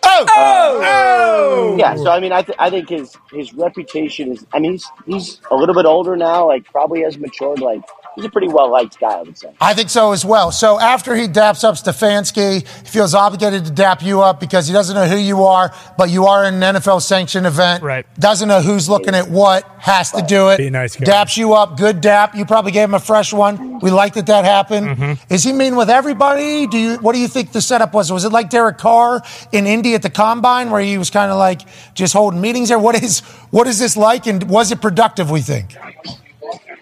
Oh,
Yeah, so I mean, I, th- I think his his reputation is. I mean, he's he's a little bit older now. Like, probably has matured. Like, he's a pretty well liked guy. I would say.
I think so as well. So after he daps up Stefanski, he feels obligated to dap you up because he doesn't know who you are, but you are in an NFL sanctioned event.
Right.
Doesn't know who's looking at what, has to do it.
Be a nice guy.
Daps you up, good dap. You probably gave him a fresh one. We like that that happened.
Mm-hmm.
Is he mean with everybody? Do you what do you think the setup was? Was it like Derek Carr in Indy at the combine where he was kind of like just holding meetings there? What is what is this like and was it productive, we think?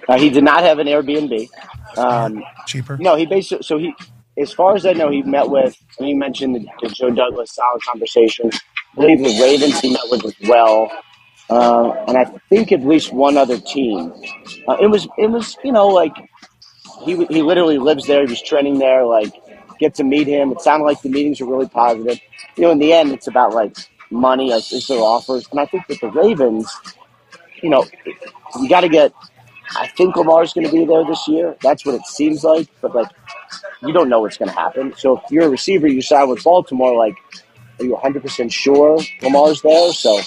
Uh, he did not have an Airbnb. Um,
Cheaper.
no, he basically. So he, as far as I know, he met with. And you mentioned the, the Joe Douglas solid conversation. I believe the Ravens he met with as well, uh, and I think at least one other team. Uh, it was it was you know like he he literally lives there. He was training there. Like, get to meet him. It sounded like the meetings were really positive. You know, in the end, it's about like money. Like, is there offers? And I think with the Ravens, you know, you got to get. I think Lamar's going to be there this year. That's what it seems like. But like, you don't know what's going to happen. So if you're a receiver, you sign with Baltimore. Like, are you 100 percent sure Lamar's there? So I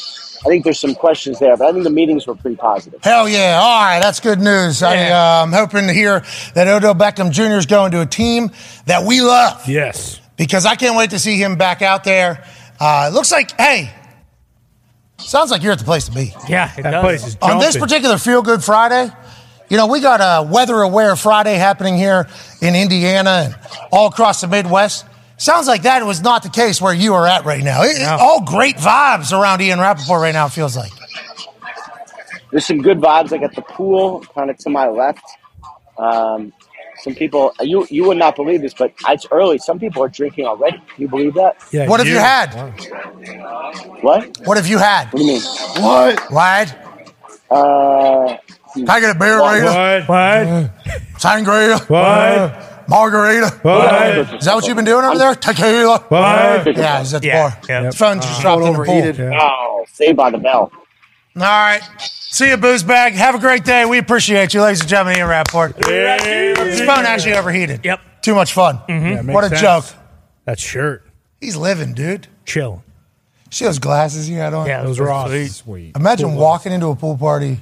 think there's some questions there. But I think the meetings were pretty positive.
Hell yeah. All right. That's good news. I, uh, I'm hoping to hear that Odell Beckham Jr. is going to a team that we love
Yes.
because I can't wait to see him back out there. Uh, it looks like, hey, sounds like you're at the place to be.
Yeah, it
That
does.
place is
On this
jumping.
particular Feel Good Friday, you know, we got a weather aware Friday happening here in Indiana and all across the Midwest. Sounds like that was not the case where you are at right now. It- it- all great vibes around Ian Rappaport right now, it feels like.
There's some good vibes. I got the pool kind of to my left. Um, some people, you you would not believe this, but it's early. Some people are drinking already. Can you believe that?
Yeah,
What have you had?
What? What
What have you had?
do you mean?
Wide?
Uh,
Can I get a beer right here?
What? What?
Sangria, Uh,
What?
margarita.
What?
Is that what you've been doing over there? Tequila.
What?
Yeah, he's at the
Yeah,
bar.
yeah.
His phone
Uh,
just dropped in the pool.
overheated.
oh, saved by the bell.
All right. See you, booze bag. Have a great day. We appreciate you, ladies and gentlemen. Ian Rapport. His phone actually overheated.
Yep.
Too much fun.
Mm-hmm. makes
what a
sense.
joke.
That shirt.
He's living, dude.
Chill.
See those glasses he had on?
yeah,
Those are awesome.
sweet.
Imagine walking into a pool party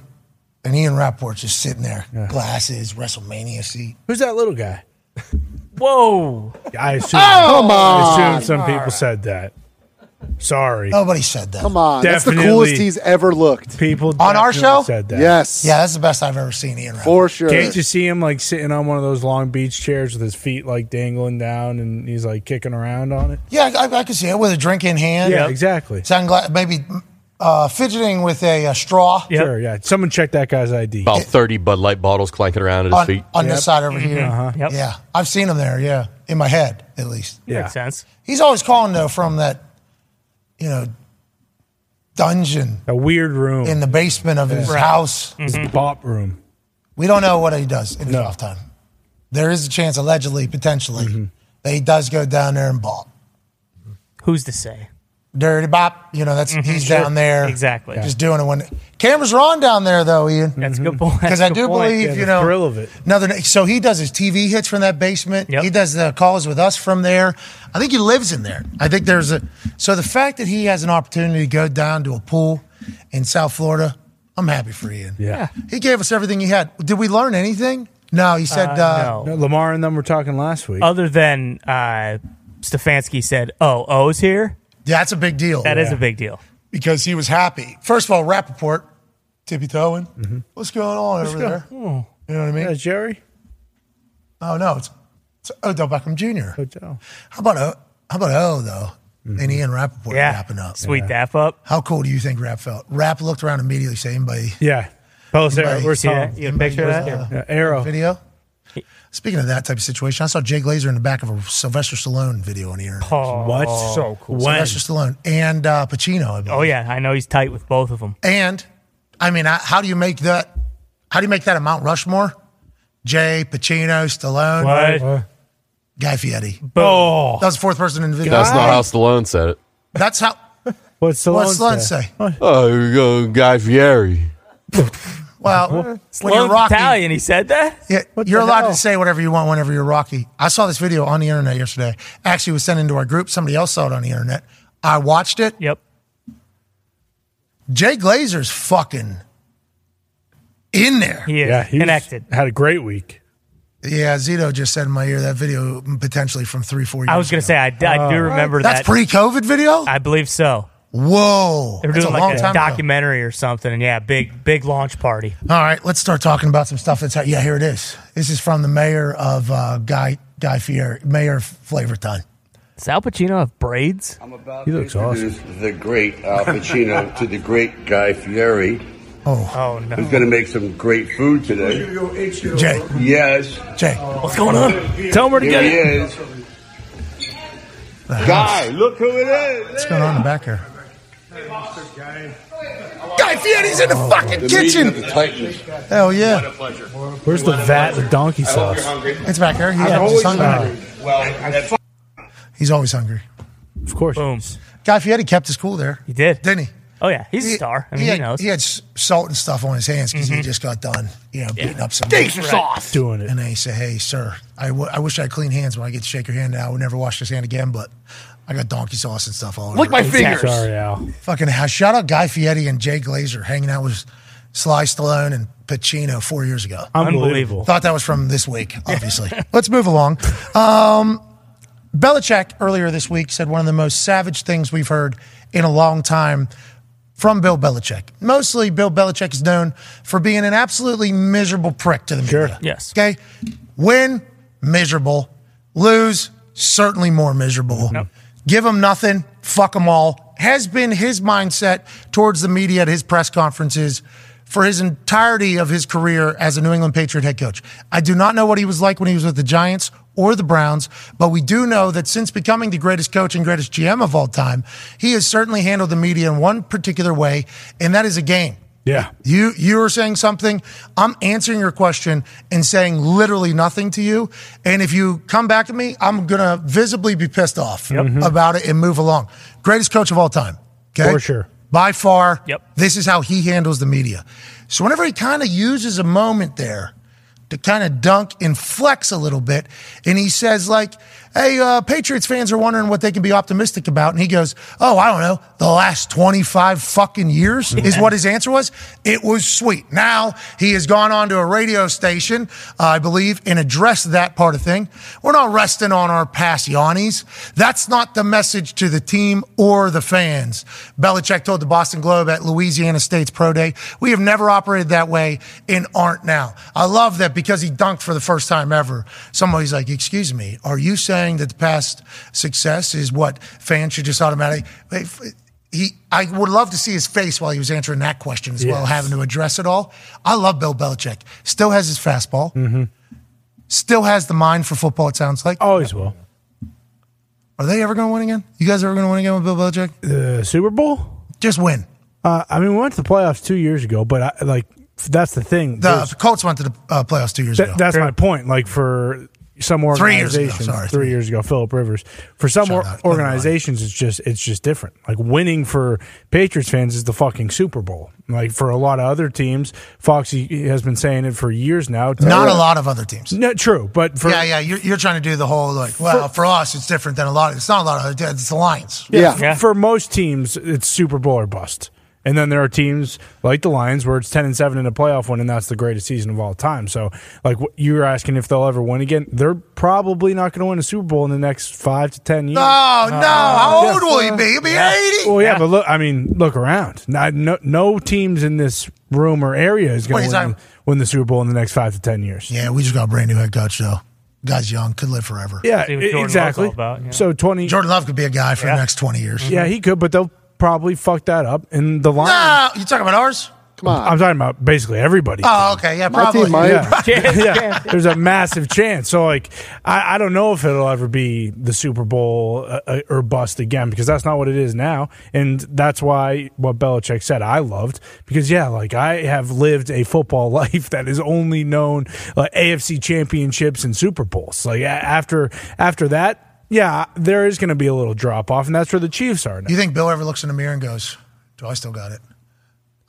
and Ian Rapport's just sitting there, glasses, WrestleMania seat.
Who's that little guy?
Oh,
Whoa.
I assume, I assume some people said that. Sorry.
Nobody said that.
Come on, that's the coolest
Definitely.
he's ever looked.
People
On our
definitely
show?
said that.
Yes,
Yeah, that's the best I've ever seen Ian. Rappaport.
for sure.
Can't you see him like sitting on one of those long beach chairs with his feet like dangling down and he's like kicking around on it?
Yeah, I, I could see it with a drink in hand.
Yeah, exactly.
Sungla- maybe uh, fidgeting with a, uh straw
Yep.
Sure, yeah. Someone check that guy's ID.
About 30 Bud Light bottles clanking around at his
on,
feet.
on this side over here.
Mm-hmm.
Yep.
Yeah, I've seen him there. Yeah, in my head at least.
Yeah.
Makes sense.
He's always calling though from that, you know, dungeon
A weird room.
in the basement of his
Right. Mm-hmm.
house. Mm-hmm.
It's the bop room.
We don't know what he does in his
No. Mm-hmm.
off time. There is a chance, allegedly, potentially, that he does go down there and bop.
Who's to say? Mm-hmm.
Dirty bop, you know that's he's down there
Exactly.
just doing it when cameras are on down there though, Ian.
That's a good point.
Because
That's
I
a good
do
point.
believe
Yeah,
you
the
know
thrill of it.
Another so he does his TV hits from that basement.
Yep.
He does the calls with us from there. I think he lives in there. I think there's a so the fact that he has an opportunity to go down to a pool in South Florida, I'm happy for Ian.
Yeah.
He gave us everything he had. Did we learn anything? No, he said. Uh,
Uh, no.
No, Lamar and them were talking last week.
Other than uh, Stefanski said, "Oh, O's here."
That's a big deal.
That is a big deal.
because he was happy. First of all, Rappaport, tippy toeing. What's going on over there? You know what I mean?
Yeah, Jerry?
Oh no, it's, it's Odell Beckham Jr.
Hotel.
How about O? How about O though? And Ian Rappaport
Yeah.
wrapping up.
Sweet dap up.
How cool do you think Rap felt? Rap looked around immediately, saying, "Buddy,
Yeah. Tell us, Eric,
Right.
where's
See
Tom?
that? You got a picture of
Yeah.
that?
Yeah, Arrow.
video." Speaking of that type of situation, I saw Jay Glazer in the back of a Sylvester Stallone video on the internet.
Oh,
What?
So cool.
When?
Sylvester Stallone and uh, Pacino. I believe.
Oh yeah, I know he's tight with both of them.
And I mean, I, how do you make that? How do you make that a Mount Rushmore? Jay, Pacino, Stallone,
What?
Guy Fieri.
Oh.
That was the fourth person in the video.
That's not how Stallone said it.
That's how.
What's Stallone,
What does Stallone
say?
say?
Oh, here we go, Guy Fieri.
Well, when
Well,
you're Rocky,
Italian, he said that.
Yeah,
What
you're
the
allowed
hell?
to say whatever you want whenever you're Rocky. I saw this video on the internet yesterday. Actually, it was sent into our group. Somebody else saw it on the internet. I watched it.
Yep.
Jay Glazer's fucking in there.
He is
Yeah, he was-
connected.
Had a great week.
Yeah, Zito just said in my ear that video potentially from three, four years.
I was going to say I,
Oh,
I do remember
that's
that.
pre-COVID video.
I believe so.
Whoa,
They're
that's
doing
a long
like a
time ago.
documentary or something, and yeah, big big launch party.
All right, let's start talking about some stuff that's yeah. Here it is. This is from the mayor of uh, Guy Guy Fieri, Mayor of Flavortown.
Does Al Pacino have braids?
I'm about
He
to
looks awesome.
introduce the great Al Pacino to the great Guy Fieri,
Oh
who's
no!
going to make some great food today.
Jay,
Yes,
Jay,
What's going on? Tell him where to
here
get
he
it.
is. Guy, look who it is.
what's going on in the back here? Guy Fieri's in the fucking
The meeting of
kitchen.
the Titans.
Hell yeah,
Where's the vat of donkey sauce?
it's back here. He- he's
always
hungry.
hungry. Well,
He's always hungry.
Of course.
Boom.
Guy Fieri kept his cool there,
He did.
didn't he?
Oh yeah, he's a star. I mean,
he
he,
had,
knows. Mm-hmm.
he had s- salt and stuff on his hands because he just got done, you know, beating up some.
Sauce. Doing it.
And they say, "Hey, sir, I, w- I wish I had clean hands when I get to shake your hand. And I would never wash this hand again, but I got donkey sauce and stuff all over."
Lick my
it."
fingers.
Sorry, Al.
fucking house. Shout out Guy Fieri and Jay Glazer hanging out with Sly Stallone and Pacino four years ago.
Unbelievable.
Thought that was from this week, obviously. Let's move along. Um, Belichick earlier this week said one of the most savage things we've heard in a long time from Bill Belichick. Mostly, Bill Belichick is known for being an absolutely miserable prick to the media.
Yes.
Okay. Win, miserable. Lose, certainly more miserable. Give them nothing. Fuck them all. Has been his mindset towards the media at his press conferences for his entirety of his career as a New England Patriot head coach. I do not know what he was like when he was with the Giants or the Browns, but we do know that since becoming the greatest coach and greatest GM of all time, he has certainly handled the media in one particular way, and that is a game.
Yeah.
You you are saying something. I'm answering your question and saying literally nothing to you. And if you come back to me, I'm gonna visibly be pissed off about it and move along. Greatest coach of all time. Okay.
Mm-hmm. For sure.
By far.
Yep.
This is how he handles the media. So whenever he kind of uses a moment there to kind of dunk and flex a little bit. And he says, like, hey, uh, Patriots fans are wondering what they can be optimistic about. And he goes, oh, I don't know. The last 25 fucking years is
Yeah.
what his answer was. It was sweet. Now he has gone on to a radio station, uh, I believe, and addressed that part of thing. We're not resting on our past yawnies. That's not the message to the team or the fans. Belichick told the Boston Globe at Louisiana State's Pro Day, we have never operated that way and aren't now. I love that because he dunked for the first time ever. Somebody's like, excuse me, are you saying that the past success is what fans should just automatically? Wait, f- He, I would love to see his face while he was answering that question as well,
Yes.
having to address it all. I love Bill Belichick. Still has his fastball.
Mm-hmm.
Still has the mind for football. It sounds like
always will.
Are they ever going to win again? You guys ever going to win again with Bill Belichick?
The Uh, Super Bowl?
Just win.
Uh, I mean, we went to the playoffs two years ago, but I, like that's the thing.
The
There's-
Colts went to the uh, playoffs two years
Th-
ago.
that's my point. Like for some
Three years ago,
organizations,
sorry,
three years ago, Philip Rivers. For some or- organizations, it's just it's just different. Like winning for Patriots fans is the fucking Super Bowl. Like for a lot of other teams, Foxy has been saying it for years now.
Not a lot of other teams.
No, true, but for
yeah, yeah, you're, you're trying to do the whole like, well, for, us, it's different than a lot. Of, it's not a lot of it's the Lions.
Yeah. f- For most teams, it's Super Bowl or bust. And then there are teams like the Lions where it's 10 and 7 in a playoff win, and that's the greatest season of all time. So, like, what you're asking if they'll ever win again. They're probably not going to win a Super Bowl in the next five to 10 years.
No, no. How old will he be? He'll be eighty.
Well, yeah, but look, I mean, look around. Not, no, no teams in this room or area is
Wait,
going
is
to win,
that-
win the Super Bowl in the next five to 10 years.
Yeah, we just got a brand new head coach though. Guy's young, could live forever.
Yeah, See what Jordan Love's exactly. all about, yeah. So 20
Jordan Love could be a guy for the next twenty years.
Yeah, he could, but they'll probably fuck that up. And the Lions.
No, Oh, you talking about ours?
Come on. I'm talking about basically everybody.
Oh, okay, yeah, probably.
Yeah. yeah. There's a massive chance. So, like, I, I don't know if it'll ever be the Super Bowl uh, uh, or bust again because that's not what it is now. And that's why what Belichick said I loved because, yeah, like, I have lived a football life that is only known like AFC championships and Super Bowls. Like, a- after after that, yeah, there is going to be a little drop off, and that's where the Chiefs are now.
You think Bill ever looks in the mirror and goes, "Do I still got it?"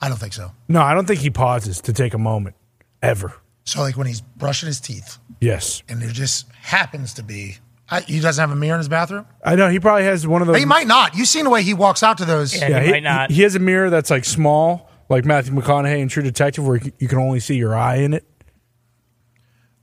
I don't think so.
No, I don't think he pauses to take a moment ever.
So like when he's brushing his teeth,
Yes.
and there just happens to be, I, he doesn't have a mirror in his bathroom.
I know he probably has one of those.
He might not. You've seen the way he walks out to those.
he, He, he has a mirror that's like small, like Matthew McConaughey in True Detective, where you can only see your eye in it.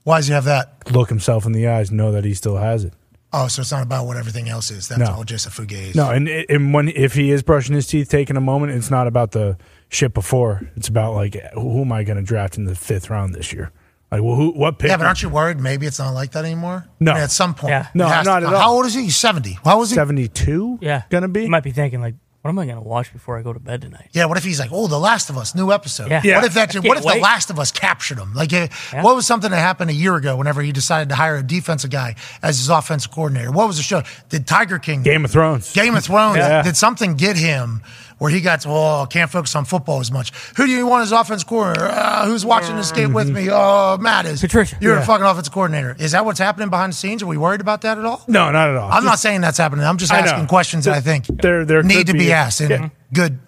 Why does he have that?
Look himself in the eyes, know that he still has it.
Oh, so it's not about what everything else is. That's
No.
all just a fugazi.
No, and and when if he is brushing his teeth, taking a moment, it's not about the shit before. It's about like who am I going to draft in the fifth round this year? Like, well, who? What pick?
Yeah, but aren't you worried? Maybe it's not like that anymore.
No.
I mean, at some point.
Yeah. No,
It has
not
to-
at all.
How old is he? He's seventy. How old is he?
Seventy-two.
Yeah.
Gonna be?
You might be thinking, like, what am I going to watch before I go to bed tonight?
Yeah. What if he's like, oh, The Last of Us, new episode.
Yeah. Yeah.
What if that?
I
What if
can't
The
wait.
Last of Us captured him? Like, eh, what was something that happened a year ago? Whenever he decided to hire a defensive guy as his offensive coordinator, what was the show? Did Tiger King?
Game of Thrones.
Game of Thrones.
Yeah.
Did something get him where he got? Oh, can't focus on football as much. Who do you want as offensive coordinator? Uh, who's watching this game with
Mm-hmm.
me? Oh, Matt is Patricia. You're a
Yeah.
fucking offensive coordinator. Is that what's happening behind the scenes? Are we worried about that at all?
No, not at all.
I'm not saying that's happening. I'm just
I know.
asking questions that I think
There- there
need
could
to be,
be-
asked in
Yeah.
good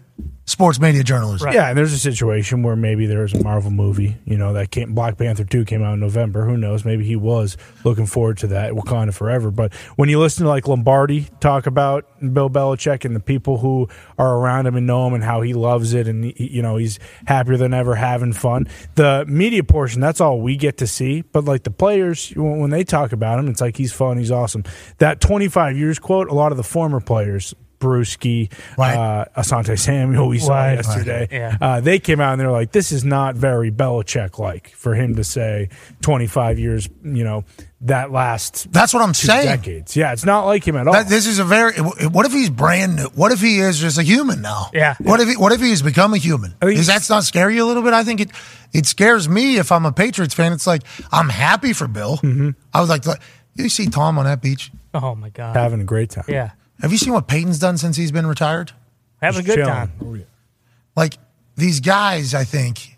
sports media journalism.
Yeah, and there's a situation where maybe there is a Marvel movie, you know, that came, Black Panther 2 came out in November. Who knows? Maybe he was looking forward to that, Wakanda Forever. But when you listen to like Lombardi talk about Bill Belichick and the people who are around him and know him and how he loves it and, he, you know, he's happier than ever having fun, the media portion, that's all we get to see. But like the players, when when they talk about him, it's like he's fun, he's awesome. That 25 years quote, a lot of the former players, Brewski, uh, Asante Samuel, we saw
Right.
yesterday.
Right. Yeah.
Uh, they came out and they're like, "This is not very Belichick like for him to say 25 years, you know, that last
That's what I'm
two
saying.
decades. Yeah, it's not like him at all.
That- this is a very. What if he's brand new? What if he is just a human now?
Yeah.
What if he, What if he's become a human? Is that's not scare you a little bit? I think it. It scares me if I'm a Patriots fan. It's like I'm happy for Bill. I was like, you see Tom on that beach
Mm-hmm. Oh, my God.
having a great time.
Yeah.
Have you seen what Peyton's done since he's been retired?
Having a good time.
Oh,
Like these guys, I think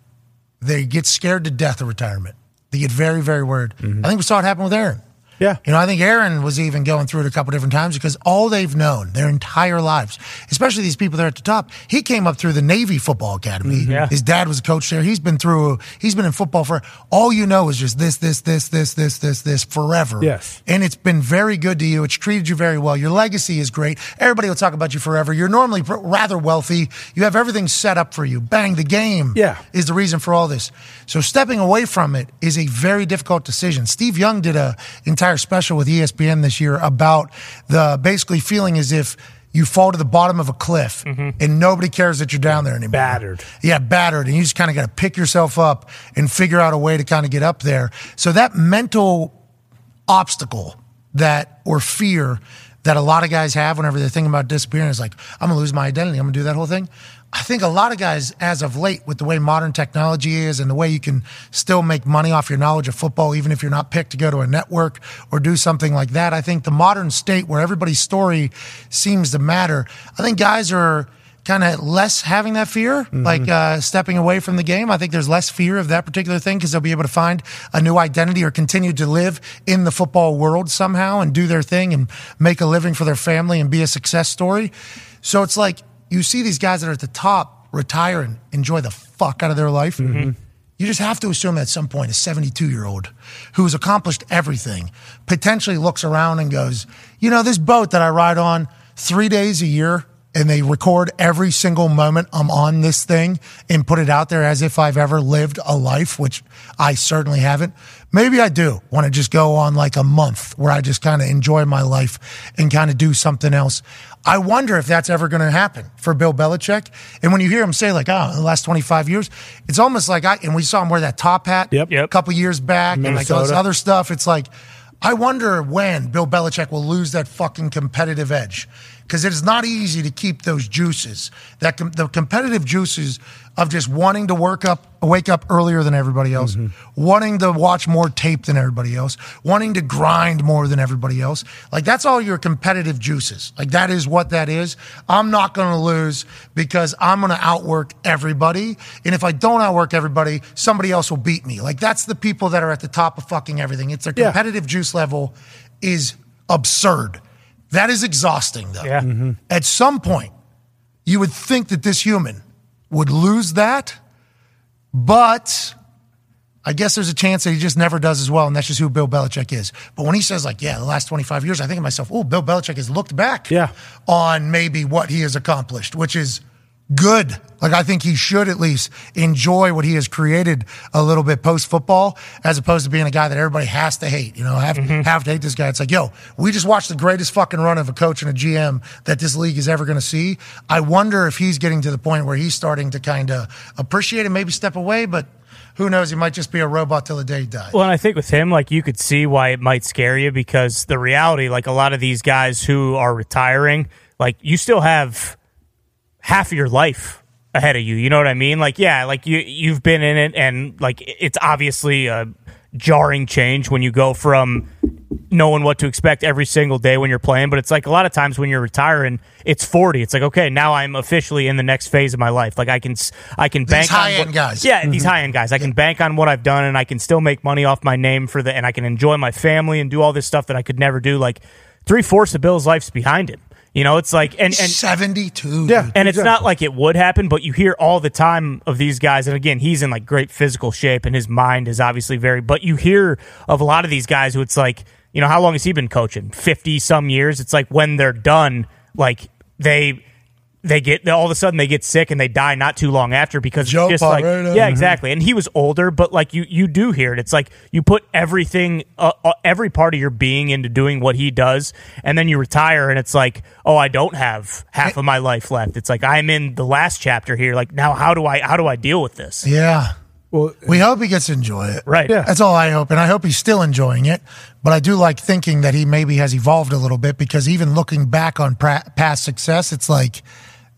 they get scared to death of retirement. They get very, very worried. I think we saw it happen with Aaron.
Mm-hmm. Yeah.
You know, I think Aaron was even going through it a couple different times because all they've known their entire lives, especially these people that are at the top, he came up through the Navy Football Academy.
Mm-hmm.
Mhm. Yeah.
His dad was a coach there. He's been through, he's been in football for, all you know is just this, this, this, this, this, this, this forever.
Yes.
And it's been very good to you. It's treated you very well. Your legacy is great. Everybody will talk about you forever. You're normally pr- rather wealthy. You have everything set up for you. Bang, the game
Yeah.
is the reason for all this. So stepping away from it is a very difficult decision. Steve Young did a entire special with E ESPN this year about the basically feeling as if you fall to the bottom of a cliff and nobody cares that you're down there anymore. Battered. Yeah, battered. And you just kind of got to pick yourself up and figure out a way to kind of get up there. So that mental obstacle that or fear that a lot of guys have whenever they're thinking about disappearing is like, I'm gonna lose my identity. I'm gonna do that whole thing. I think a lot of guys, as of late, with the way modern technology is and the way you can still make money off your knowledge of football, even if you're not picked to go to a network or do something like that, I think the modern state where everybody's story seems to matter, I think guys are kind of less having that fear, like uh, stepping away from the game. I think there's less fear of that particular thing because they'll be able to find a new identity or continue to live in the football world somehow and do their thing and make a living for their family and be a success story. So it's like you see these guys that are at the top retire and enjoy the fuck out of their life. You just have to assume at some point a 72 year old who's accomplished everything potentially looks around and goes, you know, this boat that I ride on three days a year and they record every single moment I'm on this thing and put it out there as if I've ever lived a life, which I certainly haven't. Maybe I do want to just go on like a month where I just kind of enjoy my life and kind of do something else. I wonder if that's ever going to happen for Bill Belichick. And when you hear him say like, "Oh, the last 25 years," it's almost like I and we saw him wear that top hat a couple years back and like all this
Minnesota.
other stuff. It's like I wonder when Bill Belichick will lose that fucking competitive edge because it is not easy to keep those juices that com- the competitive juices of just wanting to work up, wake up earlier than everybody else, wanting to watch more tape than everybody else, wanting to grind more than everybody else. Like that's all your competitive juices. Like that is what that is. I'm not going to lose because I'm going to outwork everybody. And if I don't outwork everybody, somebody else will beat me. Like that's the people that are at the top of fucking everything. It's their competitive juice level is absurd. That is exhausting though. At some point, you would think that this human would lose that, but I guess there's a chance that he just never does as well, and that's just who Bill Belichick is. But when he says, like, yeah, the last 25 years, I think to myself, oh, Bill Belichick has looked back on maybe what he has accomplished, which is good. Like, I think he should at least enjoy what he has created a little bit post football, as opposed to being a guy that everybody has to hate. You know, have, have to hate this guy. It's like, yo, we just watched the greatest fucking run of a coach and a GM that this league is ever going to see. I wonder if he's getting to the point where he's starting to kind of appreciate and maybe step away, but who knows? He might just be a robot till the day he dies.
Well, and I think with him, like you could see why it might scare you because the reality, like a lot of these guys who are retiring, like you still have half of your life ahead of you. You know what I mean? Like, yeah, like you you've been in it, and like it- it's obviously a jarring change when you go from knowing what to expect every single day when you're playing. But it's like a lot of times when you're retiring, it's 40. It's like okay, now I'm officially in the next phase of my life. Like I can s- I can bank on
high-end
what-
guys.
Yeah, these high end guys. I can bank on what I've done, and I can still make money off my name for the, and I can enjoy my family and do all this stuff that I could never do. Like three fourths of Bill's life's behind him. You know, it's like and and
72.
Yeah.
and it's
exactly.
not like it would happen, but you hear all the time of these guys. And again, he's in like great physical shape and his mind is obviously very, but you hear of a lot of these guys who it's like, you know, how long has he been coaching? 50 some years. It's like when they're done, like they. They get all of a sudden they get sick and they die not too long after because
Joe
it's just like
Pareto.
yeah
Mhm.
exactly and he was older but like you you do hear it it's like you put everything uh, uh, every part of your being into doing what he does and then you retire and it's like oh I don't have half of my life left it's like I'm in the last chapter here like now how do I how do I deal with this
Yeah.
Well,
we hope he gets to enjoy it.
Right. Yeah.
That's all I hope. And I hope he's still enjoying it. But I do like thinking that he maybe has evolved a little bit because even looking back on pra- past success, it's like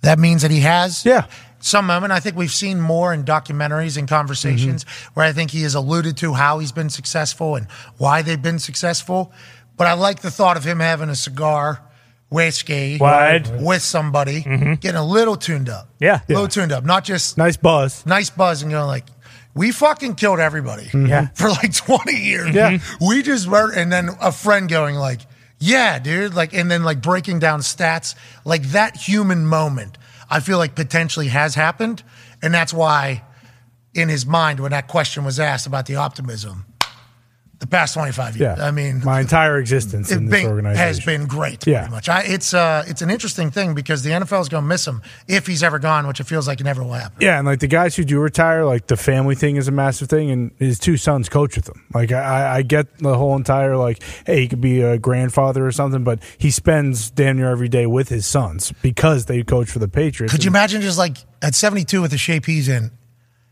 that means that he has. Yeah. Some moment, I think we've seen more in documentaries and conversations where I think he has alluded to how he's been successful and why they've been successful. But I like the thought of him having a cigar, whiskey,
Wide.
with somebody, getting a little tuned up.
Yeah.
A little tuned up, not just
nice buzz.
nice buzz and going like, we fucking killed everybody
Yeah.
for like 20 years.
Yeah.
We just were, and then a friend going like, yeah, dude, like, and then like breaking down stats, like that human moment, I feel like potentially has happened. And that's why in his mind, when that question was asked about the optimism, the past 25 years, I mean,
my entire existence in
it
this
been-
organization
has been great.
Yeah.
Pretty much. I, it's uh, it's an interesting thing because the NFL is going to miss him if he's ever gone, which it feels like it never will happen.
Yeah, and like the guys who do retire, like the family thing is a massive thing, and his two sons coach with him. Like I, I- I get the whole entire like, hey, he could be a grandfather or something, but he spends damn near every day with his sons because they coach for the Patriots.
Could you
And-
imagine just like at 72 with the shape he's in,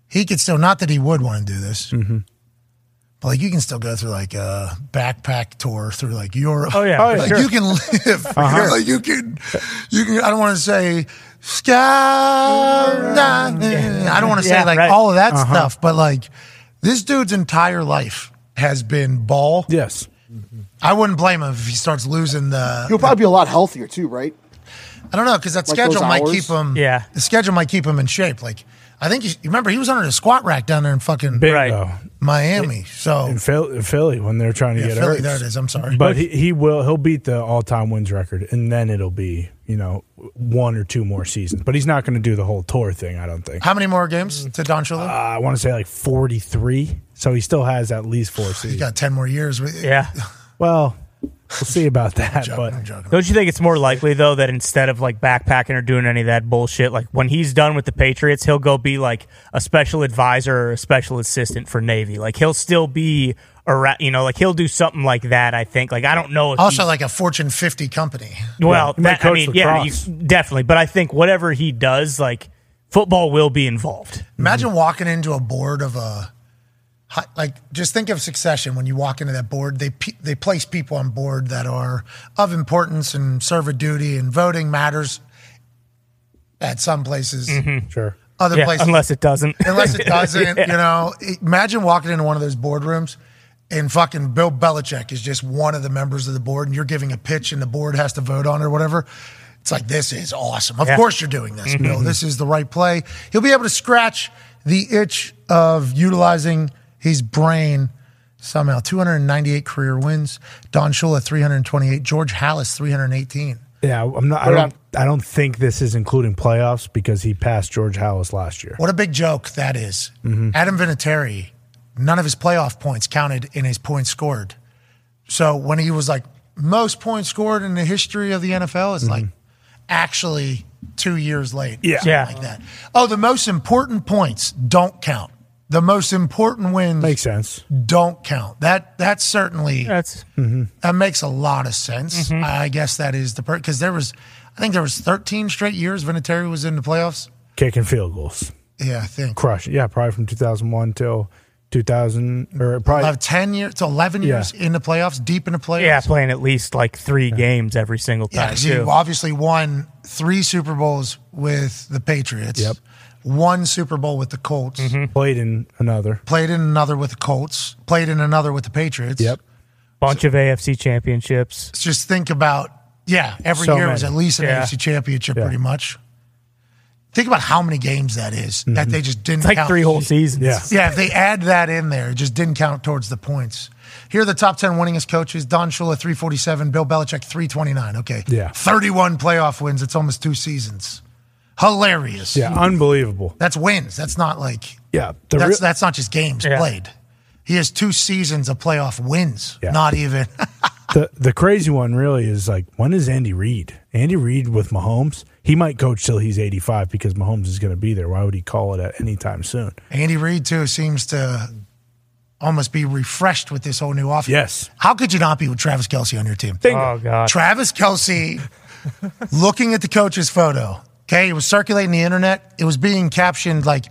he could still not that he would want to do this,
Mm-hmm.
but like you can still go through like a backpack tour through like Europe.
Oh, yeah, Oh, yeah,
like
sure.
you can live.
Uh-huh.
Like, you can, you can. I don't want to say sky. nah, nah. I don't want to say
Yeah,
like
right. Uh-huh.
all of that stuff, but like this dude's entire life has been ball.
Yes.
I wouldn't blame him if he starts losing the.
He'll probably be a lot healthier too, right?
I don't know because that
Like
schedule
those
might
hours?
keep him.
Yeah.
the schedule might keep him in shape. Like I think he, remember he was under the squat rack down there in fucking
Bingo.
Right.
Miami. so
In Phil- Philly, when they're trying to
yeah,
get
Philly,
Ertz.
there it is. I'm sorry,
But he, he will he'll beat the all time wins record, and then it'll be you know one or two more seasons. But he's not going to do the whole tour thing, I don't think.
how many more games to Don Shula?
Uh, I want to say like forty three, so he still has at least four
He's
seasons.
got ten more years. We-
Yeah.
Well, we'll see about that.
joking,
but
I'm joking.
Don't you think it's more likely though that instead of like backpacking or doing any of that bullshit, like when he's done with the Patriots, he'll go be like a special advisor or a special assistant for Navy. Like he'll still be around, you know, like he'll do something like that. I think. Like I don't know. If
Also,
he's-
like a Fortune 50 company.
well,
he might
that, I
coach
mean, yeah, you,
lacrosse.
definitely. But I think whatever he does, like football will be involved.
Imagine walking into a board of a hi- like just think of succession when you walk into that board they pe- they place people on board that are of importance and serve a duty and voting matters at some places
sure.
other
Mm-hmm. Yeah,
places
unless it doesn't.
unless it doesn't. You know, imagine walking into one of those boardrooms and fucking Bill Belichick is just one of the members of the board, and you're giving a pitch, and the board has to vote on it or whatever. It's like this is awesome. Of
Yeah. Mm-hmm.
course you're doing this, Bill. This is the right play. He'll be able to scratch the itch of utilizing his brain. Somehow, 298 career wins. Don Shula, 328. George Hallis, 318.
Yeah, I'm not. I don't. I don't think this is including playoffs because he passed George Hallis last year.
What a big joke that is.
Mm-hmm.
Adam Vinatieri, none of his playoff points counted in his points scored. So when he was like most points scored in the history of the NFL, it's like actually two years late.
Mm-hmm. Yeah.
something
Yeah.
Like that. Oh, the most important points don't count. The most important wins
Makes sense. Mm-hmm.
don't count. That that certainly
That's Mm-hmm.
that makes a lot of sense. I guess that is the per because there was I think there was 13 straight years Vinatieri was in the playoffs.
Kicking field goals,
Yeah, I think.
crush. Yeah, probably from 2001 till 2000, or probably
Of 10 years to 11 years in the playoffs, deep in the playoffs.
yeah, playing at least like three games every single
Yeah,
time
'cause
too.
you obviously won three Super Bowls with the Patriots.
Yep.
One Super Bowl with the Colts.
Mm-hmm.
played in another.
Played in another with the Colts. Played in another with the Patriots.
Yep.
Bunch of AFC championships.
Let's just think about, yeah, every
So
year was at
many.
least an
Yeah.
AFC championship
Yeah.
pretty much. Think about how many games that is,
Mm-hmm.
that they just didn't
Mm-hmm. It's like
count.
three whole seasons.
Yeah.
Yeah, if they add that in there, it just didn't count towards the points. Here are the top 10 winningest coaches Don Shula, 347, Bill Belichick, 329. Okay.
Yeah.
31 playoff wins. It's almost two seasons. Hilarious.
Yeah, unbelievable.
That's wins. That's not like,
Yeah, the
that's,
real-
that's not just games
Yeah.
played. He has two seasons of playoff wins.
Yeah.
Not even.
the the crazy one really is like when is Andy Reid? Andy Reid with Mahomes, he might coach till he's 85 because Mahomes is going to be there. Why would he call it at any time soon?
Andy Reid, too, seems to almost be refreshed with this whole new offense.
Yes.
How could you not be with Travis Kelsey on your team?
Oh god.
Travis Kelsey looking at the coach's photo. Okay, it was circulating the internet. It was being captioned like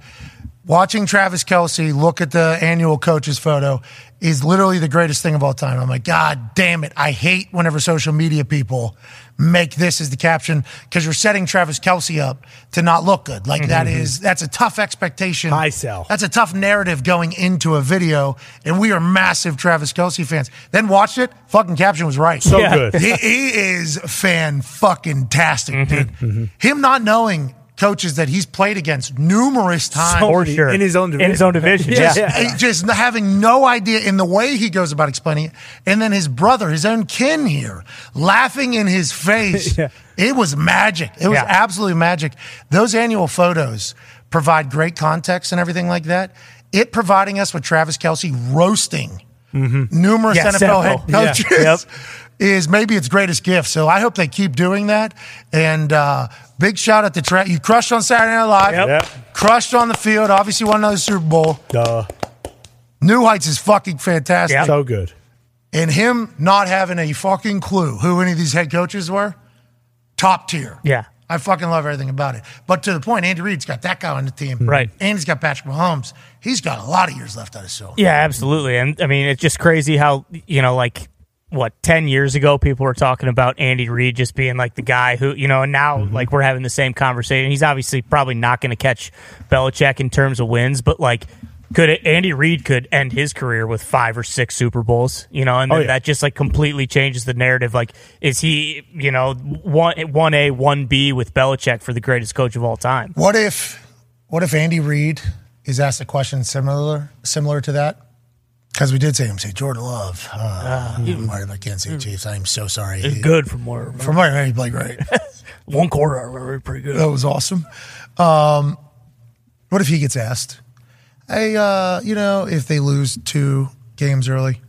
watching Travis Kelsey look at the annual coach's photo is literally the greatest thing of all time. I'm like, God damn it. I hate whenever social media people make this as the caption because you're setting Travis Kelsey up to not look good. Like that is that's a tough expectation.
Mm-hmm. High sell.
That's a tough narrative going into a video, and we are massive Travis Kelsey fans. Then watched it, fucking caption was right
So
Yeah.
good.
Mm-hmm.
he, he is fan fucking tastic, dude. Him not knowing coaches that he's played against numerous times.
for sure.
in his own
In his
division.
own division.
Yeah.
yeah.
just, eh, just having no idea in the way he goes about explaining it. And then his brother, his own kin here, laughing in his face.
Yeah.
It was magic. It was
Yeah.
absolutely magic. Those annual photos provide great context and everything like that. It providing us with Travis Kelsey roasting
Mm-hmm.
numerous
Yeah,
NFL head
several. Yeah.
coaches
Yep.
is maybe its greatest gift. So I hope they keep doing that. And uh, big shout out to Travis. You crushed on Saturday Night Live.
Yep.
Yep.
Crushed on the field. Obviously won another Super Bowl.
Duh.
New Heights is fucking fantastic.
Yeah.
So good.
And him not having a fucking clue who any of these head coaches were, top tier.
Yeah.
I fucking love everything about it. But to the point, Andy Reid's got that guy on the team.
Right.
And he's got Patrick Mahomes. He's got a lot of years left on his shoulder.
Yeah, absolutely. And I mean, it's just crazy how, you know, like, what, 10 years ago, people were talking about Andy Reid just being like the guy who, you know, and now, like, we're having the same conversation. He's obviously probably not going to catch Belichick in terms of wins, but like, could it, Andy Reid could end his career with five or six Super Bowls, you know, and then
yeah.
that just like completely changes the narrative. Like, is he, you know, one one A, one B with Belichick for the greatest coach of all time?
What if what if Andy Reid is asked a question similar similar to that? Because we did say him say Jordan Love. Uh, I'm worried about Kansas City Chiefs. I'm so sorry.
Ah, Good from where
From what I remember, Blake Wright.
one quarter, I remember pretty good.
That was awesome. Um, what if he gets asked, hey, uh, you know, if they lose two games early,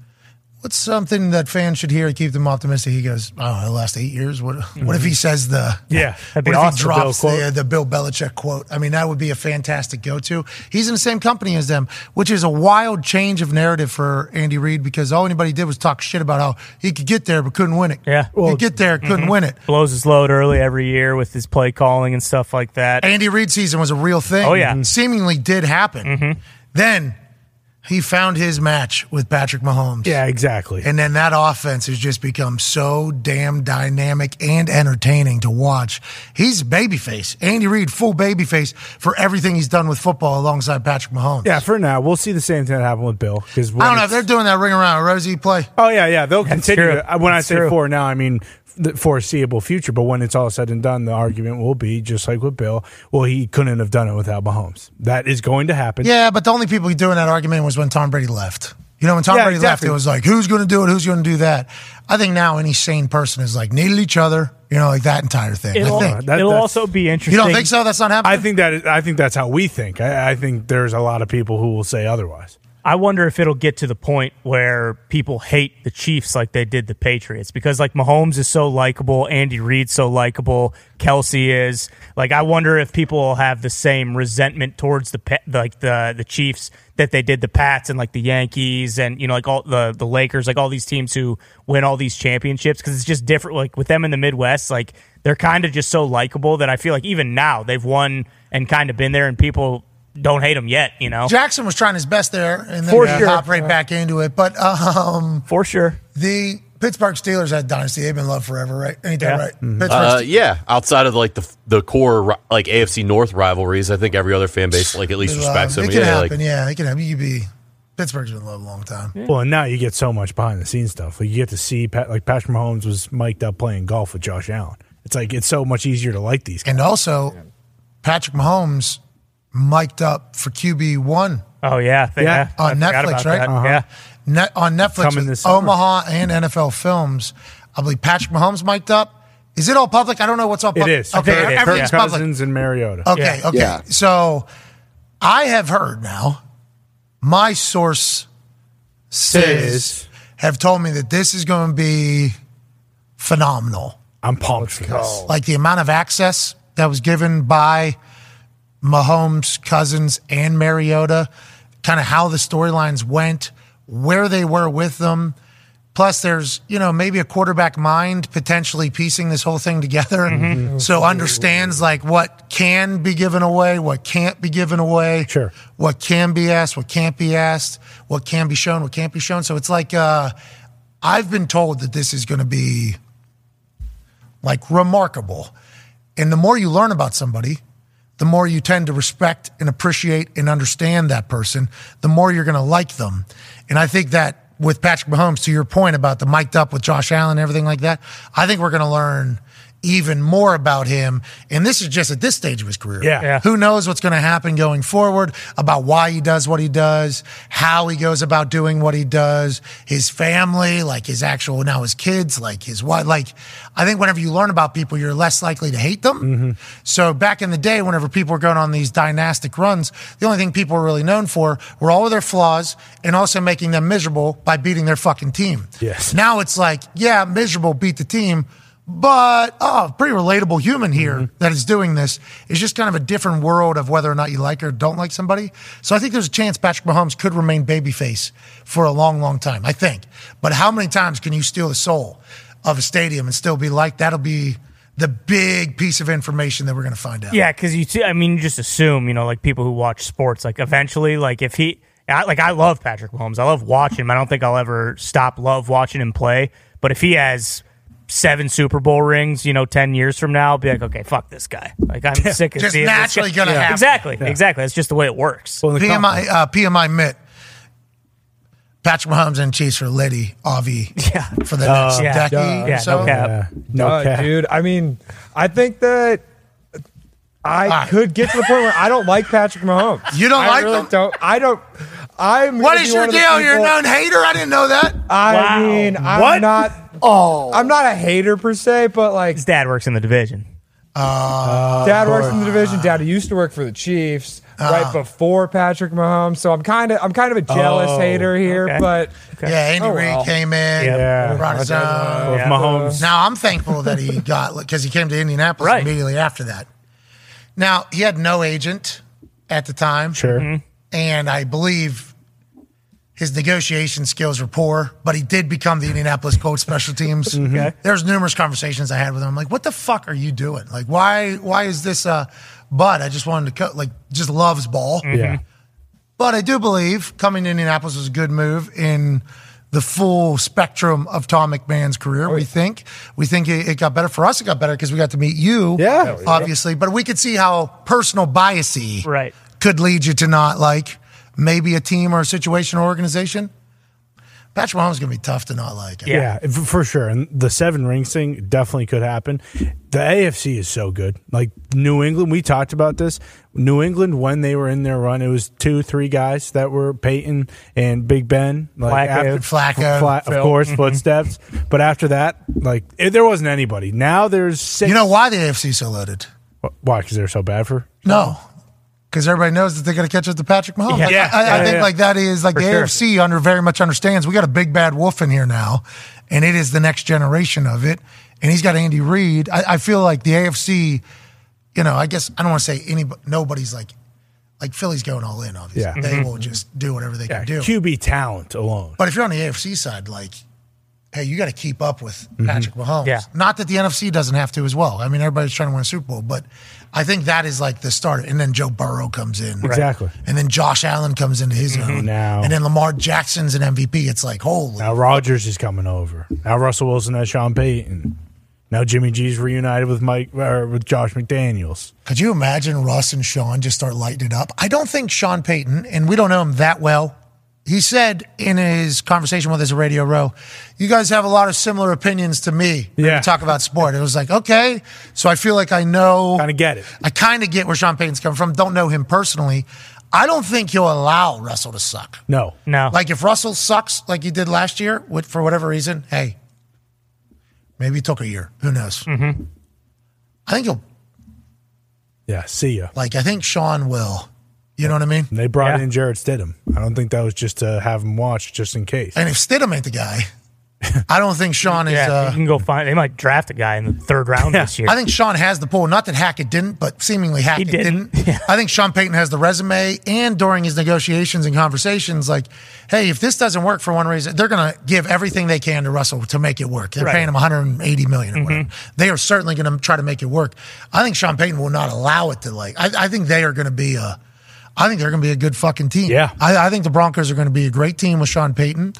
what's something that fans should hear to keep them optimistic? He goes, I don't know, Oh, the last eight years. What, what
Mm-hmm.
if he says the,
Yeah, that'd be
what if
awesome,
he
the
drops
Bill
the,
quote.
the Bill Belichick quote? I mean, that would be a fantastic go to. He's in the same company as them, which is a wild change of narrative for Andy Reid because all anybody did was talk shit about how he could get there but couldn't win it.
Yeah.
He could get there,
Mm-hmm.
couldn't win it.
mm-hmm. blows his load early every year with his play calling and stuff like that.
Andy Reid season was a real thing. Mm-hmm.
Oh, yeah. Mhm.
seemingly did happen.
Mm-hmm.
Then he found his match with Patrick Mahomes.
Yeah, exactly.
And then that offense has just become so damn dynamic and entertaining to watch. He's babyface. Andy Reid, full babyface for everything he's done with football alongside Uh, Patrick Mahomes.
yeah, for now, we'll see the same thing that happened with Bill. Because
I don't know if they're doing that ring around Rosie play.
Oh yeah, yeah. They'll continue.
true.
Uh, When
That's
I say
true.
for now, I mean the foreseeable future. But when it's all said and done, the argument will be just like with Bill. Well, he couldn't have done it without Mahomes. That is going to happen.
Yeah, but the only people doing that argument was when Tom Brady left. You know, when Tom
Yeah,
Brady
exactly.
left, it was like, who's going to do it? Who's going to do that? I think now any sane person is like, needed each other, you know, like that entire thing. I
It'll,
think.
that-
it'll
that's-
also be interesting.
You don't think so? That's not happening.
I think that is, I think that's how we think. I, I think there's a lot of people who will say otherwise.
I wonder if it'll get to the point where people hate the Chiefs like they did the Patriots because like Mahomes is so likable, Andy Reid's so likable, Kelsey is. Like I wonder if people will have the same resentment towards the Pa- like the the Chiefs that they did the Pats and like the Yankees and you know like all the the Lakers, like all these teams who win all these championships because it's just different like with them in the Midwest like they're kind of just so likable that I feel like even now they've won and kind of been there and people don't hate them yet, you know.
Jackson was trying his best there, and then
For
he
sure.
hopped right back into it. But um,
For sure.
the Pittsburgh Steelers had dynasty. They've been loved forever, right? Ain't that
Yeah.
right? Pittsburgh
Uh,
Steelers.
yeah, outside of like the the core ri- like AFC North rivalries, I think every other fan base like at least respects
it
him.
can
Yeah,
happen.
like,
yeah, it can happen. You could be Pittsburgh's been loved a long time.
Well, and now you get so much behind the scenes stuff. Like you get to see Pat, like Patrick Mahomes was mic'd up playing golf with Josh Allen. It's like it's so much easier to like these. guys.
And also, Patrick Mahomes mic'd up for QB one
Oh yeah, They-
Yeah, Uh-huh.
I
on
forgot
Netflix,
about
right?
that. Yeah,
Net, on Netflix,
Coming
with
this summer.
Omaha and NFL Films. I believe Patrick Mahomes mic'd up. Is it all public? I don't know what's all
It
public.
is
Okay,
Kirk,
everything's
Kirk
public.
Cousins and Mariota.
Okay, okay.
Yeah.
So I have heard now, my source says,
Says.
have told me that this is going to be phenomenal.
I'm pumped for this.
Like the amount of access that was given by Mahomes, Cousins, and Mariota, kind of how the storylines went, where they were with them. Plus, there's, you know, maybe a quarterback mind potentially piecing this whole thing together. So understands like what can be given away, what can't be given away.
Sure.
What can be asked, what can't be asked, what can be shown, what can't be shown. So it's like, uh, I've been told that this is going to be like remarkable. And the more you learn about somebody, the more you tend to respect and appreciate and understand that person, the more you're going to like them. And I think that with Patrick Mahomes, to your point about the mic'd up with Josh Allen and everything like that, I think we're going to learn even more about him. And this is just at this stage of his career.
Yeah. Yeah.
Who knows what's going to happen going forward about why he does what he does, how he goes about doing what he does, his family, like his actual, now his kids, like his wife. Like, I think whenever you learn about people, you're less likely to hate them. So back in the day, whenever people were going on these dynastic runs, the only thing people were really known for were all of their flaws and also making them miserable by beating their fucking team.
Yes.
Now it's like, yeah, miserable beat the team, but oh, pretty relatable human here that is doing this. It's just kind of a different world of whether or not you like or don't like somebody. So I think there's a chance Patrick Mahomes could remain babyface for a long, long time. I think. But how many times can you steal the soul of a stadium and still be like that'll be the big piece of information that we're going to find out.
Yeah, because you see, I mean, you just assume, you know, like people who watch sports, like eventually, like if he, I, like I love Patrick Mahomes, I love watching him. I don't think I'll ever stop love watching him play. But if he has seven Super Bowl rings, you know, ten years from now, I'll be like, okay, fuck this guy. Like I'm sick of
Just
seeing this
naturally
guy.
gonna happen.
Exactly, exactly. That's just the way it works.
Well, in the com-
PMI uh, PMI Mitt. Patrick Mahomes and Chiefs for Liddy, Avi
Yeah. Uh,
for the next
yeah.
decade.
Duh.
or
Yeah,
so.
no cap.
Yeah. No
Uh,
cap.
dude. I mean, I think that I
right.
could get to the point where I don't like Patrick Mahomes.
Ah. You don't
I
like
really
him?
Don't. I don't. I'm.
What
gonna
is
be
your
one of the
deal? You're a
people-
known hater. I didn't know that.
I
Wow.
mean, I'm
What?
not.
Oh,
I'm not a hater per se, but like,
His dad works in the division.
Uh,
Dad works in the division. Dad used to work for the Chiefs
Ah.
right before Patrick Mahomes, so I'm kind of I'm kind of a jealous
Oh,
hater here.
okay.
But
Yeah, Andy
Oh,
Reid
well.
came in,
Yeah.
brought his own.
Well, if Mahomes.
Now I'm thankful that he got because he came to Indianapolis
Right.
immediately after that. Now he had no agent at the time,
Sure.
and I believe his negotiation skills were poor. But he did become the Indianapolis Colts special teams.
Mm-hmm.
There's numerous conversations I had with him. I'm like, what the fuck are you doing? Like, why? Why is this? Uh, but I just wanted to co- like just loves ball.
Yeah.
But I do believe coming to Indianapolis was a good move in the full spectrum of Tom McMahon's career.
Oh,
We think we think it, it got better for us. It got better because we got to meet you,
Yeah.
obviously. But we could see how personal biasy
Right.
could lead you to not like maybe a team or a situation or organization. Patrick Mahomes is going to be tough to not like.
Yeah.
Yeah, f- for sure. And the seven rings thing definitely could happen. The AFC is so good. Like New England, we talked about this. New England, when they were in their run, it was two, three guys that were Peyton and Big Ben. Like
Flacco.
Flacco, Mm-hmm.
of course, footsteps. But after that, like it, there wasn't anybody. Now there's six.
You know why the AFC is so loaded?
why? Because they're so bad for.
No. Because everybody knows that they're going to catch up to Patrick Mahomes.
Yeah.
Like,
Yeah.
I, I
Yeah,
think
yeah.
like that is like the
sure.
AFC under very much understands we got a big bad wolf in here now, and it is the next generation of it. And he's got Andy Reid. I, I feel like the AFC, you know, I guess I don't want to say anybody, nobody's like, like Philly's going all in. Obviously,
Yeah. Mm-hmm.
they will just do whatever they can do.
QB talent alone.
But if you're on the AFC side, like, hey, you got to keep up with
Mm-hmm.
Patrick Mahomes.
Yeah.
Not that the NFC doesn't have to as well. I mean, everybody's trying to win a Super Bowl, but I think that is like the start. And then Joe Burrow comes in.
Exactly. Mm-hmm.
And then Josh Allen comes into his own.
Now-
And then Lamar Jackson's an MVP. It's like, holy.
Now Rodgers is coming over. Now Russell Wilson has Sean Payton. Now Jimmy G's reunited with Mike or with Josh McDaniels.
Could you imagine Russ and Sean just start lighting it up? I don't think Sean Payton, and we don't know him that well. He said in his conversation with us at Radio Row, you guys have a lot of similar opinions to me when
Yeah.
you talk about sport. It was like, okay, so I feel like I know.
Kind of get it.
I kind of get where Sean Payton's coming from. Don't know him personally. I don't think he'll allow Russell to suck.
No.
No,
Like if Russell sucks like he did last year, with, for whatever reason, hey, maybe it took a year. Who knows?
Mm-hmm.
I think he'll
Yeah. See ya.
like. I think Sean will. You know what I mean?
And They brought
Yeah.
in Jared Stidham. I don't think that was just to have him watch, just in case.
And if Stidham ain't the guy, I don't think Sean is.
yeah, you
Uh,
can go find. They might draft a guy in the third round this year.
I think Sean has the pull. Not that Hackett didn't, but seemingly Hackett
didn't.
didn't. I think Sean Payton has the resume, and during his negotiations and conversations, like, hey, if this doesn't work for one reason, they're going to give everything they can to Russell to make it work. They're
Right. Mm-hmm.
paying him 180 million or whatever. They are certainly going to try to make it work. I think Sean Payton will not allow it to. Like, I, I think they are going to be a. I think they're going to be a good fucking team.
Yeah.
I, I think the Broncos are going to be a great team with Sean Payton.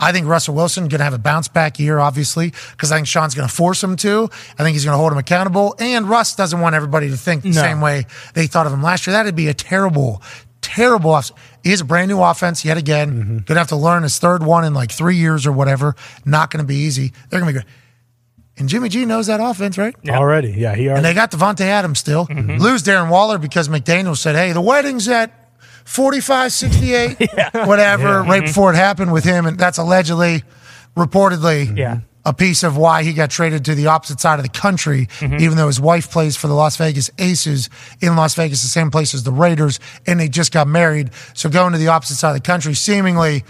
I think Russell Wilson going to have a bounce back year, obviously, because I think Sean's going to force him to. I think he's going to hold him accountable. And Russ doesn't want everybody to think the same way they thought of him last year. That'd be a terrible, terrible offense. He has a brand new offense yet again. Going to have to learn his third one in like three years or whatever. Not going to be easy. They're going to be good. And Jimmy G knows that offense, right?
already. Yeah, he
And
already.
they got Devontae Adams still. Lose Darren Waller because McDaniel said, hey, the wedding's at 45, 68, whatever, right before it happened with him. And that's allegedly, reportedly,
Yeah.
a piece of why he got traded to the opposite side of the country, even though his wife plays for the Las Vegas Aces in Las Vegas, the same place as the Raiders, and they just got married. So going to the opposite side of the country, seemingly,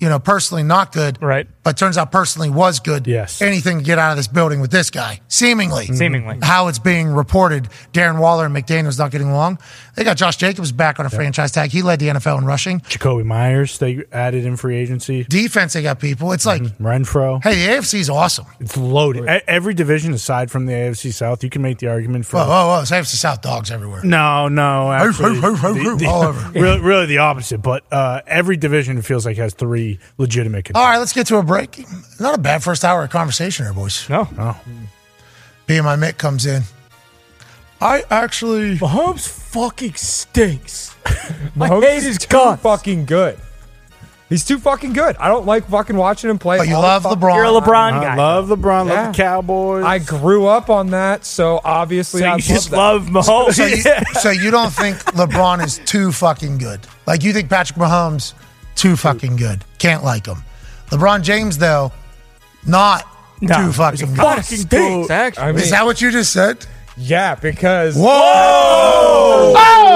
you know, personally not good.
Right.
But turns out personally was good.
Yes.
Anything to get out of this building with this guy, seemingly
Mm-hmm. Seemingly.
how it's being reported. Darren Waller and McDaniel's not getting along. They got Josh Jacobs back on a franchise tag. He led the NFL in rushing.
Jacoby Myers, they added in free agency. Mm-hmm.
Defense, they got people. It's like,
Renfro.
hey, the AFC's awesome.
It's loaded. E- Every division aside from the AFC South, you can make the argument for.
Oh, oh, oh, it's AFC South dogs everywhere.
No, no, actually,
ho, ho,
the-
ho,
the-
all over.
really, really the opposite. But uh, every division feels like has three legitimate.
All
Contenders.
right, let's get to a break. Not a bad first hour of conversation here, boys.
No.
BMI Mick comes in. I actually.
Mahomes fucking stinks. My
Mahomes
hate
is
his
too
guts.
fucking good. He's too fucking good. I don't like fucking watching him play.
But you
all
love
the fuck-
LeBron.
You're a LeBron
I
guy.
love LeBron,
Yeah.
love the Cowboys.
I grew up on that, so obviously
so
I
you just
that.
love Mahomes.
So you,
Yeah.
so you don't think LeBron is too fucking good? Like you think Patrick Mahomes too fucking good? Can't like him. LeBron James though, not
No,
too fucking good.
fucking stinks.
I mean,
Is that what you just said?
yeah, because
Whoa! Oh!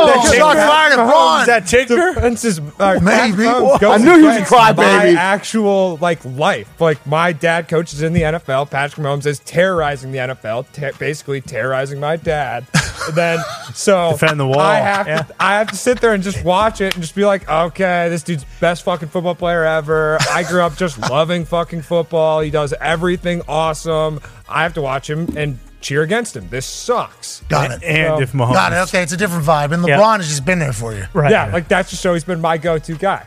That
Shots
kicker-
fired at
Mahomes,
Braun.
that Tigger.
Defense is,
Oh,
uh,
Maybe.
Mahomes goes
I knew he was a
against
crybaby.
My actual like life, like my dad coaches in the NFL. Patrick Mahomes is terrorizing the NFL, ter- basically terrorizing my dad. And then so
Defend the wall.
I have to, I have to sit there and just watch it and just be like, okay, this dude's best fucking football player ever. I grew up just loving fucking football. He does everything awesome. I have to watch him and cheer against him. This sucks.
Got it.
And if Mahomes,
Got it. Okay, it's a different vibe, and
Yeah.
LeBron has just been there for you.
Right.
Yeah, like that's just always been my go-to guy.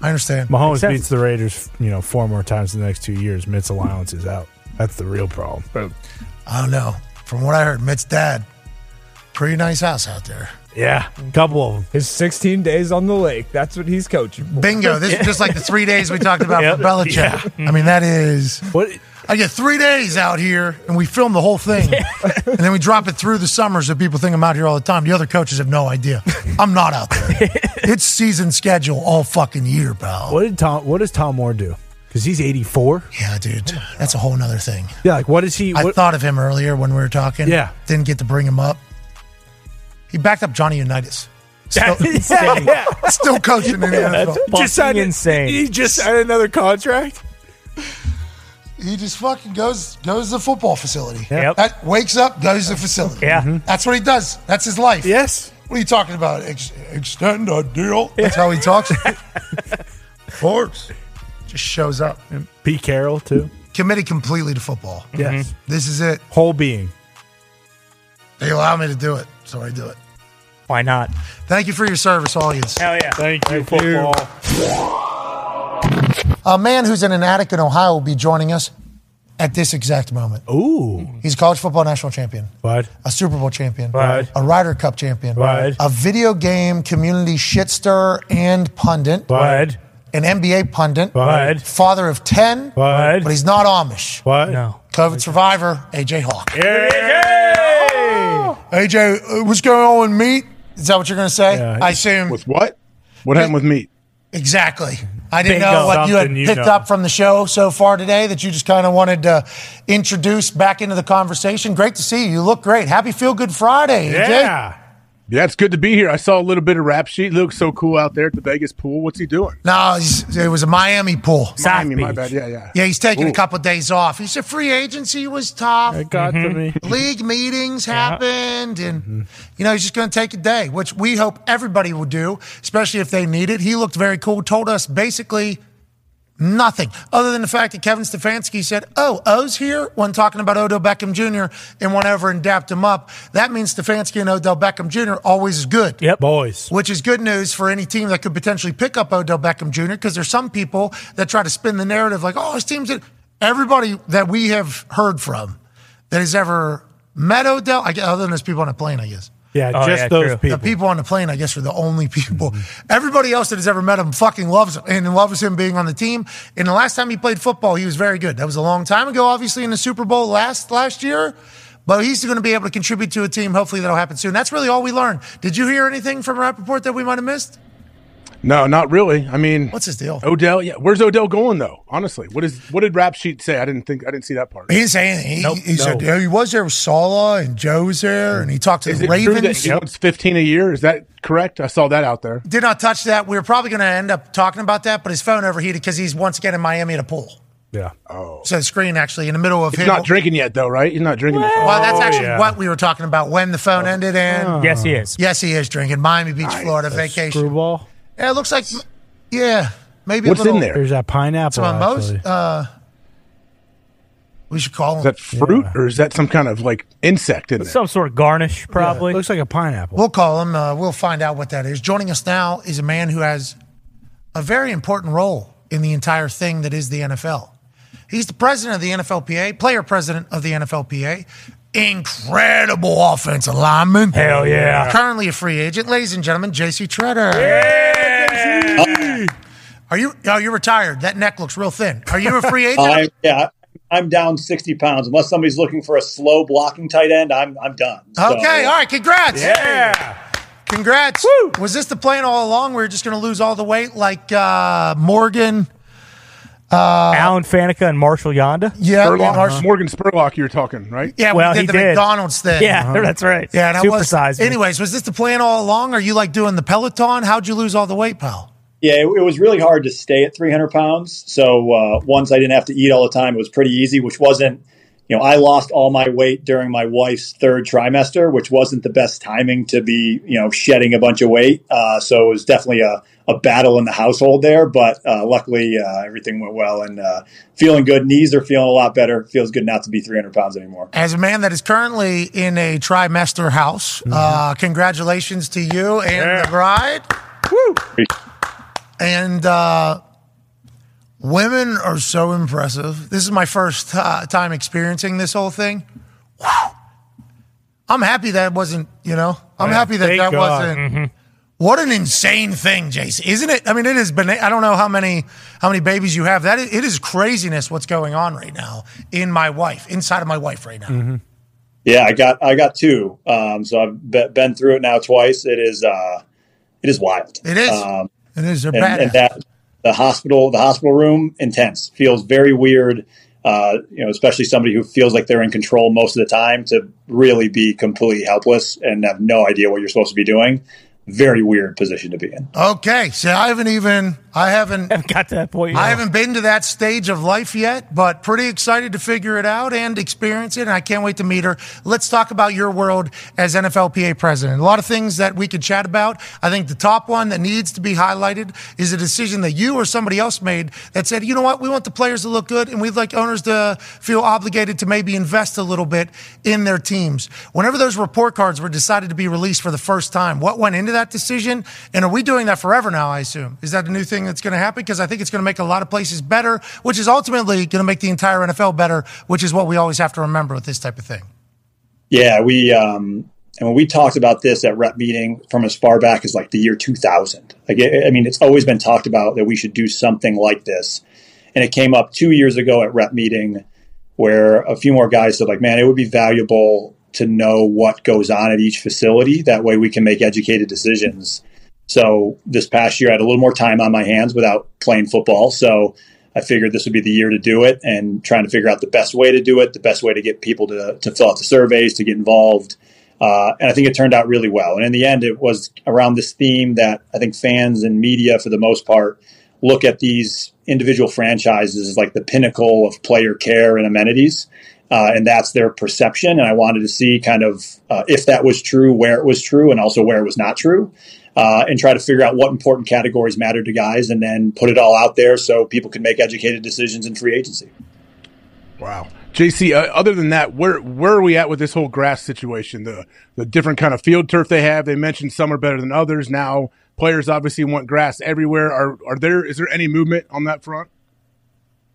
I understand.
Mahomes
Except-
beats the Raiders, you know, four more times in the next two years, Mitt's allowance is out. That's the real problem.
Oh. I don't know. From what I heard, Mitt's dad, pretty nice house out there.
Yeah, couple of them.
His 16 days on the lake. That's what he's coaching. for.
Bingo. This is just like the three days we talked about
Yep.
for Belichick. I mean, that is.
What?
I get three days out here, and we film the whole thing, and then we drop it through the summers so people think I'm out here all the time. The other coaches have no idea. I'm not out there. it's season schedule all fucking year, pal.
What did Tom? What does Tom Moore do? Because he's eighty four.
Yeah, dude, that's a whole nother thing.
Yeah, like what is he?
I
What,
thought of him earlier when we were talking.
Yeah.
didn't get to bring him up. He backed up Johnny Unitas. Still,
insane.
still coaching in the NFL.
Just fucking insane.
He just signed another contract.
He just fucking goes goes to the football facility.
Yep.
That wakes up, goes to the facility.
Yeah.
Mm-hmm.
Mhm.
That's what he does. That's his life.
Yes.
What are you talking about? Ex- extend a deal? That's how he talks. of course. Just shows up.
Pete Carroll too.
Committed completely to football.
Yes.
This is it.
Whole being.
They allow me to do it, so I do it.
Why not?
Thank you for your service, audience.
Hell yeah.
Thank you, football.
A man who's in an attic in Ohio will be joining us at this exact moment.
Ooh.
He's a college football national champion,
But
a Super Bowl champion,
Right.
a Ryder Cup champion,
Right.
a video game community shitster and pundit,
but
an NBA pundit,
Right.
father of 10,
Right.
but he's not Amish.
but
No.
COVID survivor, AJ Hawk.
Yeah.
AJ, uh, what's going on with meat? Is that what you're going to say?
Yeah.
I assume.
With what? What happened with meat?
Exactly. I didn't
Bingo.
know what you had
Something you
picked
know.
up from the show so far today that you just kind of wanted to introduce back into the conversation. Great to see you. You look great. Happy Feel Good Friday. AJ.
Yeah.
Yeah, it's good to be here. I saw a little bit of rap sheet. Looks so cool out there at the Vegas pool. What's he doing?
No, he's- it was a Miami pool.
South
Miami, my
Beach.
bad. Yeah, yeah.
Yeah, he's taking a
Ooh.
couple days off. He said free agency was tough.
It got to me.
League meetings happened, and you know he's just going to take a day, which we hope everybody will do, especially if they need it. He looked very cool. Told us basically nothing other than the fact that Kevin Stefanski said, "Oh, O's here," when talking about Odell Beckham Jr. and went over and dapped him up. That means Stefanski and Odell Beckham Jr. always is good.
Yep.
Boys.
Which is good news for any team that could potentially pick up Odell Beckham Jr. Because there's some people that try to spin the narrative like, oh, his team's in. Everybody that we have heard from that has ever met Odell, I guess, other than those people on a plane, I guess,
Yeah,
Oh,
just
yeah,
those
true.
people.
The people Mm-hmm. on the plane, I guess, are the only people. Everybody else that has ever met him fucking loves him and loves him being on the team. And the last time he played football, he was very good. That was a long time ago, obviously, in the Super Bowl last last year. But he's going to be able to contribute to a team. Hopefully, that'll happen soon. That's really all we learned. Did you hear anything from Rappaport that we might have missed?
No, not really. I mean, what's
his deal?
Odell. Yeah, where's Odell going though? Honestly, what is what did Rap Sheet say? I didn't think I didn't see that part.
He didn't say anything. He, he said yeah, he was there with Sala and Joe was there, and he talked to
Is
the
it true
Ravens.
that he wants fifteen a year? Is that correct? I saw that out there.
Did not touch that. We were probably going to end up talking about that, but his phone overheated because he's once again in Miami at a pool.
Yeah.
Oh.
So the screen actually in the middle of
He's
him.
not drinking yet though, right? He's not drinking. this
Well, that's actually
yeah.
what we were talking about when the
Oh.
phone ended. And
Yes, he is.
yes, he is drinking Miami Beach, Florida vacation.
Screwball.
Yeah, it looks like, yeah, maybe
What's
a
in
little,
there?
There's that pineapple.
Some
actually.
most, uh, we should call him.
Is that fruit or is that some kind of like insect in there?
Some sort of garnish, probably.
Looks like a pineapple.
We'll call him. Uh, we'll find out what that is. Joining us now is a man who has a very important role in the entire thing that is the NFL. He's the president of the NFLPA, player president of the NFLPA, incredible offensive lineman.
Hell yeah.
Currently a free agent, ladies and gentlemen, JC Treader. Are you? Oh, you're retired. That neck looks real thin. Are you a free agent?
I, yeah, I'm down 60 pounds. Unless somebody's looking for a slow blocking tight end, I'm I'm done. So-
Okay. All right. Congrats.
yeah.
Congrats. Was this the plan all along? We were just going to lose all the weight, like uh, Morgan. uh,
Alan Faneca and Marshall Yonda.
Yeah.
Spurlock, Uh-huh.
Marsh-
Morgan Spurlock, you were talking right?
Yeah,
Well,
we did
he
the
did.
McDonald's thing. Uh-huh.
Yeah, that's right.
Yeah, and I was.
Supersized me.
Anyways, was this the plan all along? Are you like doing the Peloton? How'd you lose all the weight, pal?
Yeah, it, it was really hard to stay at 300 pounds. So uh, once I didn't have to eat all the time, it was pretty easy, which wasn't, you know, I lost all my weight during my wife's third trimester, which wasn't the best timing to be, you know, shedding a bunch of weight. Uh, so it was definitely a, a battle in the household there. But uh, luckily, uh, everything went well and uh, feeling good. Knees are feeling a lot better. Feels good not to be 300 pounds anymore.
As a man that is currently in a trimester house,
Mm-hmm.
uh, congratulations to you and the bride. Woo! And uh, women are so impressive. This is my first uh, time experiencing this whole thing. Whew. I'm happy that wasn't, you know, I'm happy that
thank
that
God. Mm-hmm.
wasn't. What an insane thing, Jason, isn't it? I mean, it is. Bana- I don't know how many how many babies you have. That is, it is craziness. What's going on right now in my wife, inside of my wife right now.
Mm-hmm.
Yeah, I got I got two. Um, so I've be- been through it now twice. It is uh, it is wild.
It is.
Um,
It is. They're
and,
bad.
and that the hospital the hospital room intense feels very weird uh, you know especially somebody who feels like they're in control most of the time to really be completely helpless and have no idea what you're supposed to be doing very weird position to be in
okay, so I haven't even I haven't
Got to that point.
I haven't been to that stage of life yet, but pretty excited to figure it out and experience it. And I can't wait to meet her. Let's talk about your world as NFLPA president. A lot of things that we could chat about. I think the top one that needs to be highlighted is a decision that you or somebody else made that said, you know what, we want the players to look good and we'd like owners to feel obligated to maybe invest a little bit in their teams. Whenever those report cards were decided to be released for the first time, what went into that decision? And are we doing that forever now, I assume? Is that a new thing that's going to happen? Because I think it's going to make a lot of places better, which is ultimately going to make the entire NFL better, which is what we always have to remember with this type of thing.
yeah we um and when we talked about this at rep meeting from as far back as like the year 2000 like i I mean it's always been talked about that we should do something like this and it came up two years ago at rep meeting where a few more guys said like man it would be valuable to know what goes on at each facility that way we can make educated decisions so this past year i had a little more time on my hands without playing football so i figured this would be the year to do it and trying to figure out the best way to do it the best way to get people to, to fill out the surveys to get involved uh, and I think it turned out really well. And in the end, it was around this theme that I think fans and media, for the most part, look at these individual franchises as like the pinnacle of player care and amenities. Uh, and that's their perception. And I wanted to see kind of uh, if that was true, where it was true, and also where it was not true, uh, and try to figure out what important categories matter to guys and then put it all out there so people could make educated decisions in free agency.
Wow. JC, uh, other than that, where where are we at with this whole grass situation? The the different kind of field turf they have. They mentioned some are better than others. Now players obviously want grass everywhere. Are are there is there any movement on that front?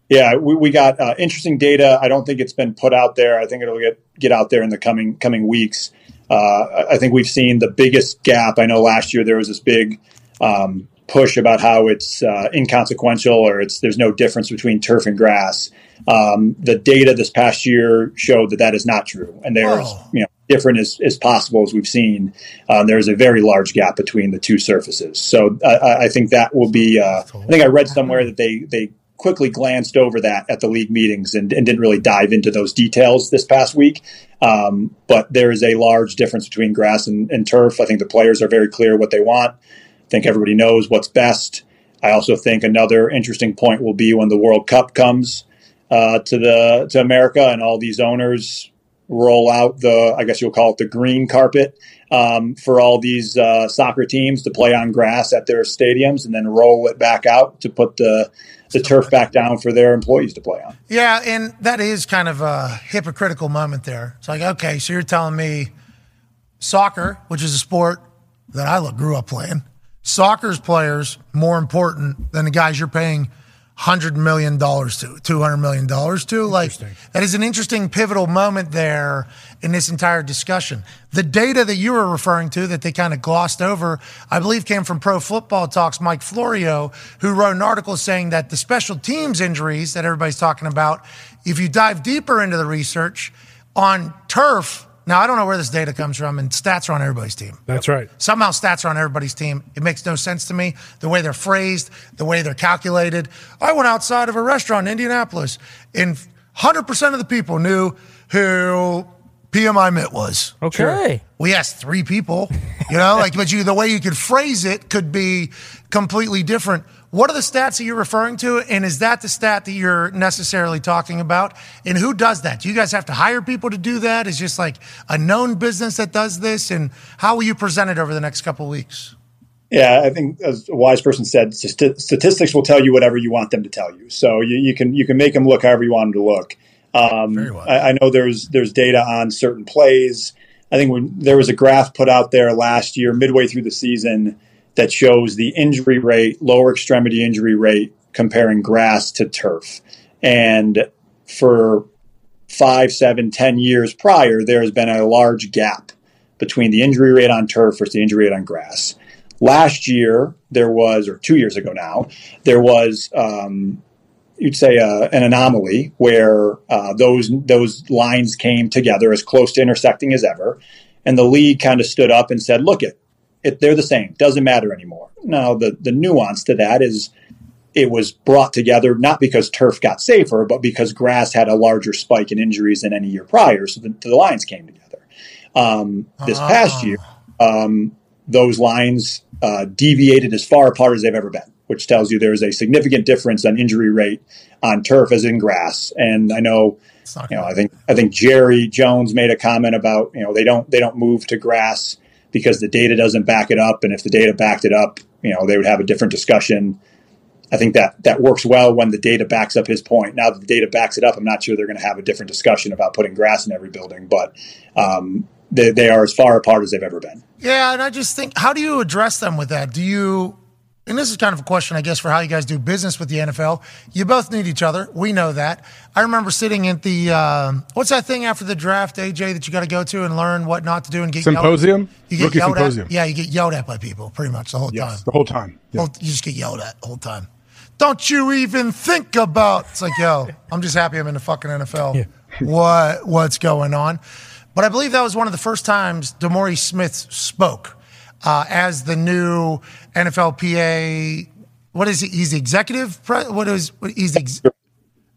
Yeah, we, we got uh, interesting data. I don't think it's been put out there. I think it'll get get out there in the coming coming weeks. Uh, I- I think we've seen the biggest gap. I know last year there was this big um, push about how it's uh, inconsequential or it's there's no difference between turf and grass. Um, the data this past year showed that that is not true, and there's
Whoa.
you know different as, as possible as we've seen. Uh, there's a very large gap between the two surfaces, so I- I, I think that will be. Uh, I think I read somewhere that they they quickly glanced over that at the league meetings and, and didn't really dive into those details this past week. Um, but there is a large difference between grass and, and turf. I think the players are very clear what they want. I think everybody knows what's best. I also think another interesting point will be when the World Cup comes uh, to the to America and all these owners roll out the I guess you'll call it the green carpet um, for all these uh, soccer teams to play on grass at their stadiums and then roll it back out to put the the turf back down for their employees to play on.
Yeah, and that is kind of a hypocritical moment there. It's like, okay, so you're telling me soccer, which is a sport that I look, grew up playing, soccer's players more important than the guys you're paying hundred million dollars to, two hundred million dollars to. Like that is an interesting pivotal moment there in this entire discussion. The data that you were referring to that they kind of glossed over, I believe came from Pro Football Talks Mike Florio, who wrote an article saying that the special teams injuries that everybody's talking about, if you dive deeper into the research on turf, now I don't know where this data comes from and stats are on everybody's team.
That's right.
Somehow stats are on everybody's team. It makes no sense to me. The way they're phrased, the way they're calculated. I went outside of a restaurant in Indianapolis and 100% of the people knew who PMI Mitt was.
Okay.
We asked three people, you know, like, but you, the way you could phrase it could be completely different. What are the stats that you're referring to? And is that the stat that you're necessarily talking about? And who does that? Do you guys have to hire people to do that? Is just like a known business that does this? And how will you present it over the next couple of weeks?
Yeah, I think as a wise person said, st- statistics will tell you whatever you want them to tell you. So you, you can you can make them look however you want them to look. Um, I, I know there's there's data on certain plays. I think when there was a graph put out there last year, midway through the season, that shows the injury rate, lower extremity injury rate, comparing grass to turf, and for five, seven, ten years prior, there has been a large gap between the injury rate on turf versus the injury rate on grass. Last year, there was, or two years ago now, there was, um, you'd say, uh, an anomaly where uh, those those lines came together as close to intersecting as ever, and the league kind of stood up and said, "Look, it, it they're the same. Doesn't matter anymore." Now, the the nuance to that is it was brought together not because turf got safer, but because grass had a larger spike in injuries than any year prior. So the, the lines came together. Um, this past year, um, those lines uh, deviated as far apart as they've ever been, which tells you there is a significant difference on injury rate on turf as in grass. And I know, you know, I think I think Jerry Jones made a comment about you know they don't they don't move to grass because the data doesn't back it up, and if the data backed it up, you know they would have a different discussion. I think that that works well when the data backs up his point. Now that the data backs it up, I'm not sure they're going to have a different discussion about putting grass in every building, but um, they, they are as far apart as they've ever been.
Yeah, and I just think, how do you address them with that? Do you, and this is kind of a question, I guess, for how you guys do business with the NFL. You both need each other. We know that. I remember sitting at the, um, what's that thing after the draft, AJ, that you got to go to and learn what not to do and get yelled-
Symposium?
You get
Rookie
yelled
symposium.
At, yeah, you get yelled at by people pretty much the whole
Yes,
time.
the whole time.
Well, Oh, you just get yelled at the whole time. Don't you even think about? It's like, yo, I'm just happy I'm in the fucking NFL. What what's going on? But I believe that was one of the first times Demore Smith spoke uh, as the new NFLPA. What is he? He's the executive. Pre- what is? What, he's the ex-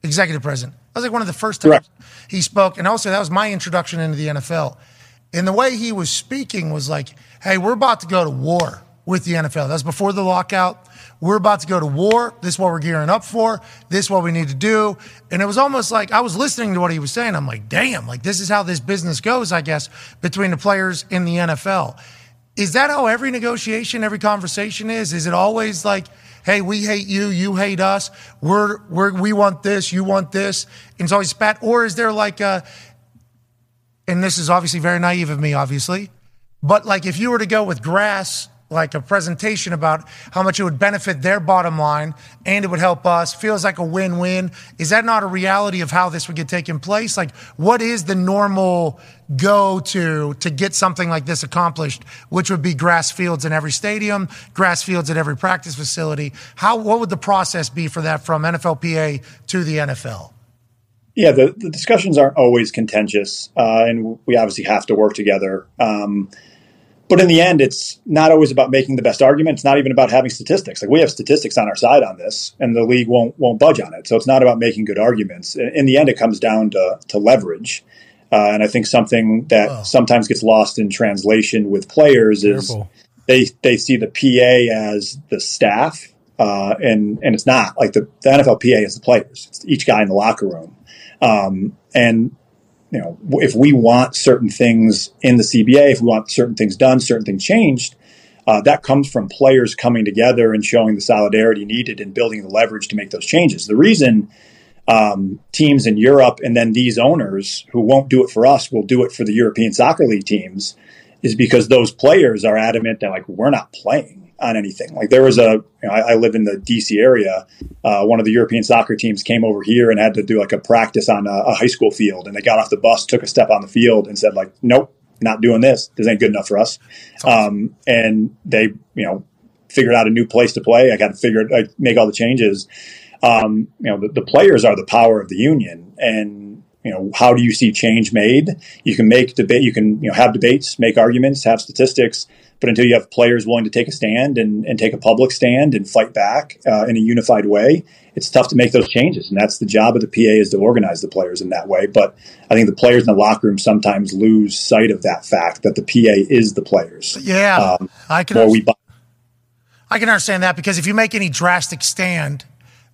executive president. That was like one of the first times he spoke, and also that was my introduction into the NFL. And the way he was speaking was like, hey, we're about to go to war with the NFL. That's before the lockout. We're about to go to war. This is what we're gearing up for. This is what we need to do. And it was almost like I was listening to what he was saying. I'm like, damn, like this is how this business goes, I guess, between the players and the NFL. Is that how every negotiation, every conversation is? Is it always like, hey, we hate you, you hate us, we're, we're we want this, you want this, and it's always spat? Or is there like a, and this is obviously very naive of me, obviously, but like if you were to go with grass like a presentation about how much it would benefit their bottom line and it would help us. Feels like a win-win. Is that not a reality of how this would get taken place? Like, what is the normal go-to to get something like this accomplished, which would be grass fields in every stadium, grass fields at every practice facility? How what would the process be for that from NFLPA to the NFL?
Yeah, the, the discussions aren't always contentious, uh, and we obviously have to work together. Um, but in the end, it's not always about making the best argument. It's not even about having statistics. Like we have statistics on our side on this, and the league won't won't budge on it. So it's not about making good arguments. In, in the end, it comes down to to leverage. Uh, and I think something that sometimes gets lost in translation with players
Careful.
is they they see the PA as the staff, uh, and and it's not like the, the NFL PA is the players. It's each guy in the locker room, um, and you know w- if we want certain things in the CBA, if we want certain things done, certain things changed, uh, that comes from players coming together and showing the solidarity needed and building the leverage to make those changes. The reason um, teams in Europe and then these owners who won't do it for us will do it for the European Soccer League teams is because those players are adamant that like we're not playing on anything. Like there was a, you know, I, I live in the DC area. Uh, one of the European soccer teams came over here and had to do like a practice on a, a high school field, and they got off the bus, took a step on the field, and said like, nope, not doing this. This ain't good enough for us. Um, and they, you know, figured out a new place to play. I got to figure, it- like, make all the changes. Um, you know, the, the players are the power of the union, and you know, how do you see change made? You can make debate, you can you know have debates, make arguments, have statistics, but until you have players willing to take a stand and, and take a public stand and fight back uh, in a unified way, it's tough to make those changes, and that's the job of the PA is to organize the players in that way. But I think the players in the locker room sometimes lose sight of that fact that the PA is the players.
Yeah,
um,
I can
or we buy
I can understand that because if you make any drastic stand,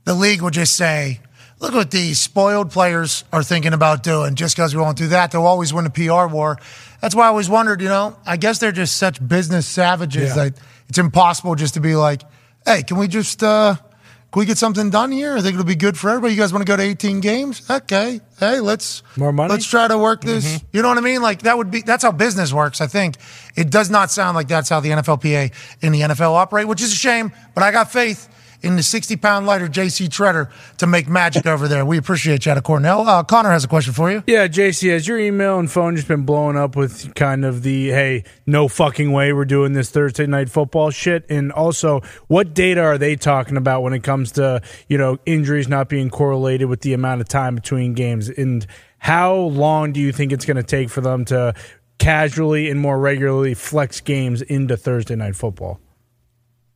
the league will just say, look what these spoiled players are thinking about doing. Just because we won't do that, they'll always win a PR war. That's why I always wondered, you know, I guess they're just such business savages
Yeah.
that it's impossible just to be like, hey, can we just, uh, can we get something done here? I think it'll be good for everybody. You guys want to go to 18 games? Okay. Hey, let's more money. Let's try to work this. You know what I mean? Like that would be that's how business works. I think it does not sound like that's how the NFLPA and the NFL operate, which is a shame. But I got faith in the 60 pound lighter JC Treader to make magic over there. We appreciate you out of Cornell. Uh, Connor has a question for you.
Yeah, JC, has your email and phone just been blowing up with kind of the hey, no fucking way we're doing this Thursday night football shit? And also, what data are they talking about when it comes to, you know, injuries not being correlated with the amount of time between games? And how long do you think it's going to take for them to casually and more regularly flex games into Thursday night football?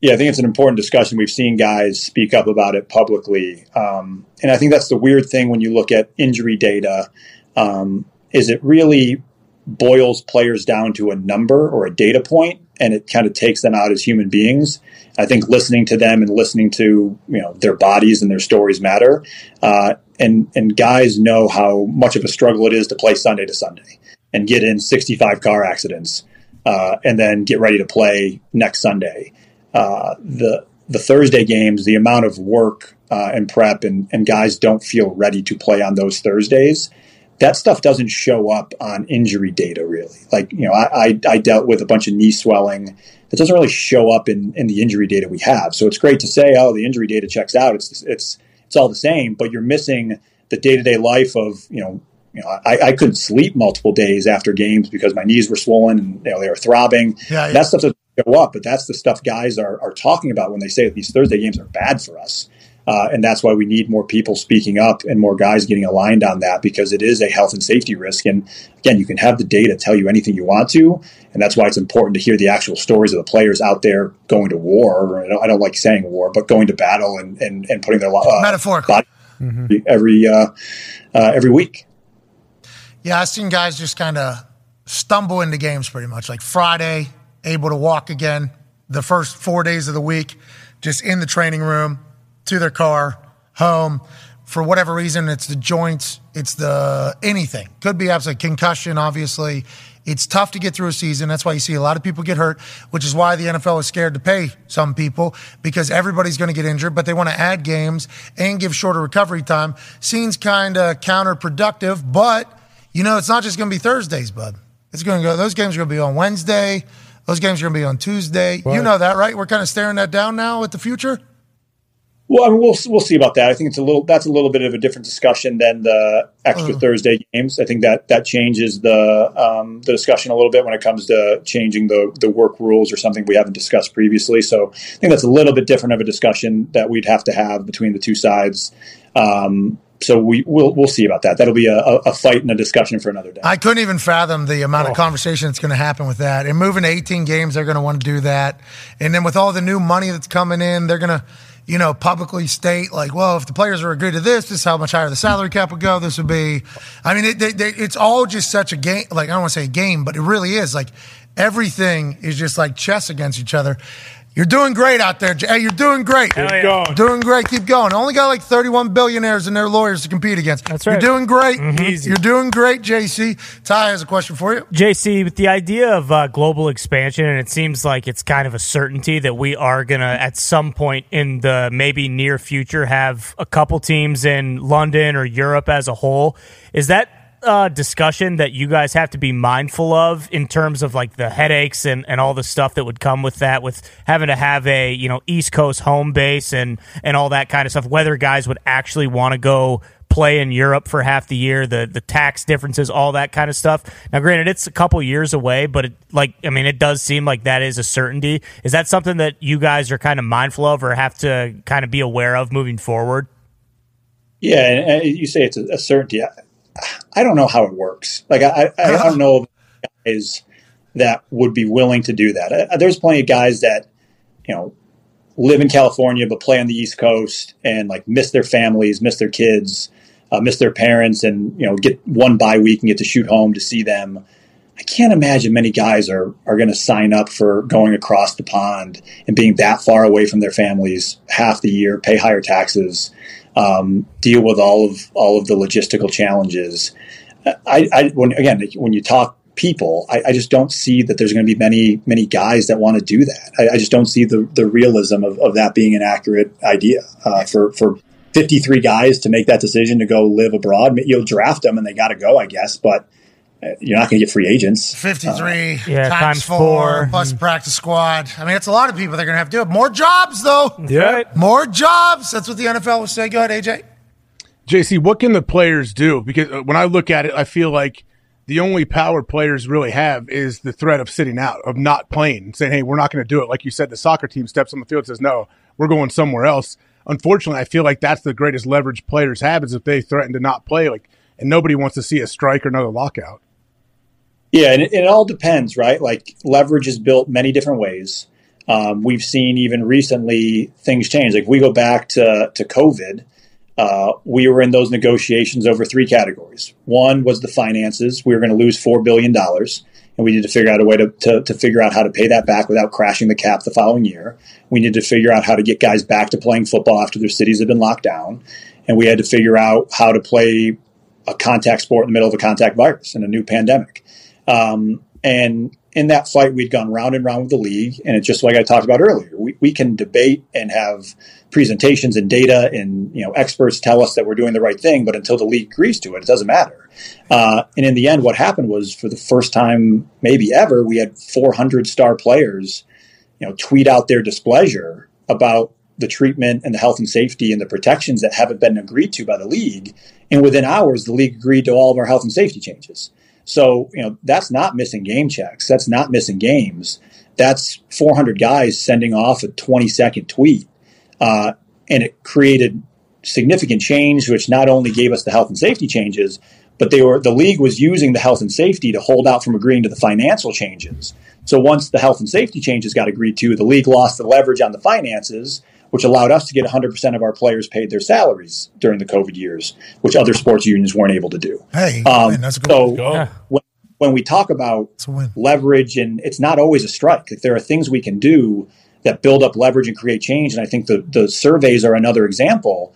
Yeah, I think it's an important discussion. We've seen guys speak up about it publicly, um, and I think that's the weird thing when you look at injury data. Um, is it really boils players down to a number or a data point, and it kind of takes them out as human beings? I think listening to them and listening to you know their bodies and their stories matter, uh, and and guys know how much of a struggle it is to play Sunday to Sunday and get in sixty five car accidents, uh, and then get ready to play next Sunday uh, the the Thursday games, the amount of work uh, and prep, and, and guys don't feel ready to play on those Thursdays. That stuff doesn't show up on injury data, really. Like you know, I, I, I dealt with a bunch of knee swelling. It doesn't really show up in, in the injury data we have. So it's great to say, oh, the injury data checks out. It's it's it's all the same, but you're missing the day to day life of you know you know, I, I couldn't sleep multiple days after games because my knees were swollen and you know, they were throbbing.
Yeah, yeah.
That stuff doesn't go up, but that's the stuff guys are, are talking about when they say that these Thursday games are bad for us. Uh, and that's why we need more people speaking up and more guys getting aligned on that because it is a health and safety risk. And again, you can have the data tell you anything you want to. And that's why it's important to hear the actual stories of the players out there going to war. I don't, I don't like saying war, but going to battle and, and, and putting their uh,
Metaphorically.
body
Mm-hmm.
every, uh, uh, every week.
Yeah, I've seen guys just kind of stumble into games pretty much. Like Friday, able to walk again. The first four days of the week, just in the training room, to their car, home. For whatever reason, it's the joints, it's the anything. Could be absolutely concussion, obviously. It's tough to get through a season. That's why you see a lot of people get hurt, which is why the NFL is scared to pay some people because everybody's going to get injured, but they want to add games and give shorter recovery time. Seems kind of counterproductive, but you know, it's not just going to be Thursdays, bud. It's going to go. Those games are going to be on Wednesday. Those games are going to be on Tuesday. You know that, right? We're kind of staring that down now with the future.
Well, I mean, we'll we'll see about that. I think it's a little that's a little bit of a different discussion than the extra
Uh.
Thursday games. I think that that changes the um, the discussion a little bit when it comes to changing the the work rules or something we haven't discussed previously. So I think that's a little bit different of a discussion that we'd have to have between the two sides. Um, so we we'll we'll see about that. That'll be a, a a fight and a discussion for another day.
I couldn't even fathom the amount of conversation that's going to happen with that. And moving to 18 games, they're going to want to do that. And then with all the new money that's coming in, they're going to, you know, publicly state like, well, if the players are agreed to this, this is how much higher the salary cap would go. This would be, I mean, it, they, they, it's all just such a game. Like I don't want to say a game, but it really is. Like everything is just like chess against each other. You're doing great out there. J- Hey, you're doing great.
Keep Hell yeah. going.
Doing great. Keep going. Only got like 31 billionaires and their lawyers to compete against. That's
right.
You're doing great.
Mhm. Easy.
You're doing great, JC. Ty has a question for you.
JC, with the idea of uh, global expansion, and it seems like it's kind of a certainty that we are going to, at some point in the maybe near future, have a couple teams in London or Europe as a whole. Is that uh, discussion that you guys have to be mindful of in terms of like the headaches and, and all the stuff that would come with that, with having to have a you know East Coast home base and and all that kind of stuff? Whether guys would actually want to go play in Europe for half the year, the the tax differences, all that kind of stuff. Now, granted, it's a couple years away, but it, like I mean, it does seem like that is a certainty. Is that something that you guys are kind of mindful of or have to kind of be aware of moving forward?
Yeah, and, and you say it's a, a certainty. I, I don't know how it works. Like I, I, I don't know of guys that would be willing to do that. Uh, There's plenty of guys that you know live in California but play on the East Coast and like miss their families, miss their kids, uh, miss their parents, and you know get one bye week and get to shoot home to see them. I can't imagine many guys are are going to sign up for going across the pond and being that far away from their families half the year, pay higher taxes, um, deal with all of all of the logistical challenges. I, I when again when you talk people, I, I just don't see that there's going to be many many guys that want to do that. I, I just don't see the the realism of, of that being an accurate idea uh, for for 53 guys to make that decision to go live abroad. You'll draft them and they got to go, I guess, but uh, you're not going to get free agents.
53
yeah,
times,
times
four,
four.
plus practice squad. I mean, it's a lot of people they're going to have to do it. More jobs, though.
Yeah. right.
More jobs. That's what the NFL would say. Go ahead, AJ.
JC, what can the players do? Because uh, when I look at it, I feel like the only power players really have is the threat of sitting out, of not playing, and saying, hey, we're not going to do it. Like you said, the soccer team steps on the field and says, no, we're going somewhere else. Unfortunately, I feel like that's the greatest leverage players have is if they threaten to not play. Like, and nobody wants to see a strike or another lockout.
Yeah, and it, it all depends, right? Like leverage is built many different ways. Um, we've seen even recently things change. Like if we go back to to COVID, uh, we were in those negotiations over three categories. One was the finances; we were going to lose four billion dollars, and we needed to figure out a way to, to to figure out how to pay that back without crashing the cap the following year. We needed to figure out how to get guys back to playing football after their cities had been locked down, and we had to figure out how to play a contact sport in the middle of a contact virus and a new pandemic. Um, and in that fight, we'd gone round and round with the league. And it's just like I talked about earlier. We, we can debate and have presentations and data and, you know, experts tell us that we're doing the right thing. But until the league agrees to it, it doesn't matter. Uh, and in the end, what happened was for the first time, maybe ever, we had 400 star players, you know, tweet out their displeasure about the treatment and the health and safety and the protections that haven't been agreed to by the league. And within hours, the league agreed to all of our health and safety changes. So, you know, that's not missing game checks. That's not missing games. That's 400 guys sending off a 20 second tweet. Uh, and it created significant change, which not only gave us the health and safety changes, but they were the league was using the health and safety to hold out from agreeing to the financial changes. So once the health and safety changes got agreed to, the league lost the leverage on the finances, which allowed us to get 100% of our players paid their salaries during the COVID years, which other sports unions weren't able to do.
Hey,
Um,
man, that's a good
so
one.
when, when we talk about leverage, and it's not always a strike. Like there are things we can do that build up leverage and create change. And I think the the surveys are another example.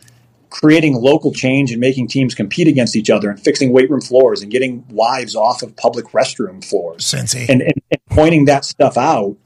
Creating local change and making teams compete against each other, and fixing weight room floors, and getting wives off of public restroom floors,
Cincy.
and, and, and pointing that stuff out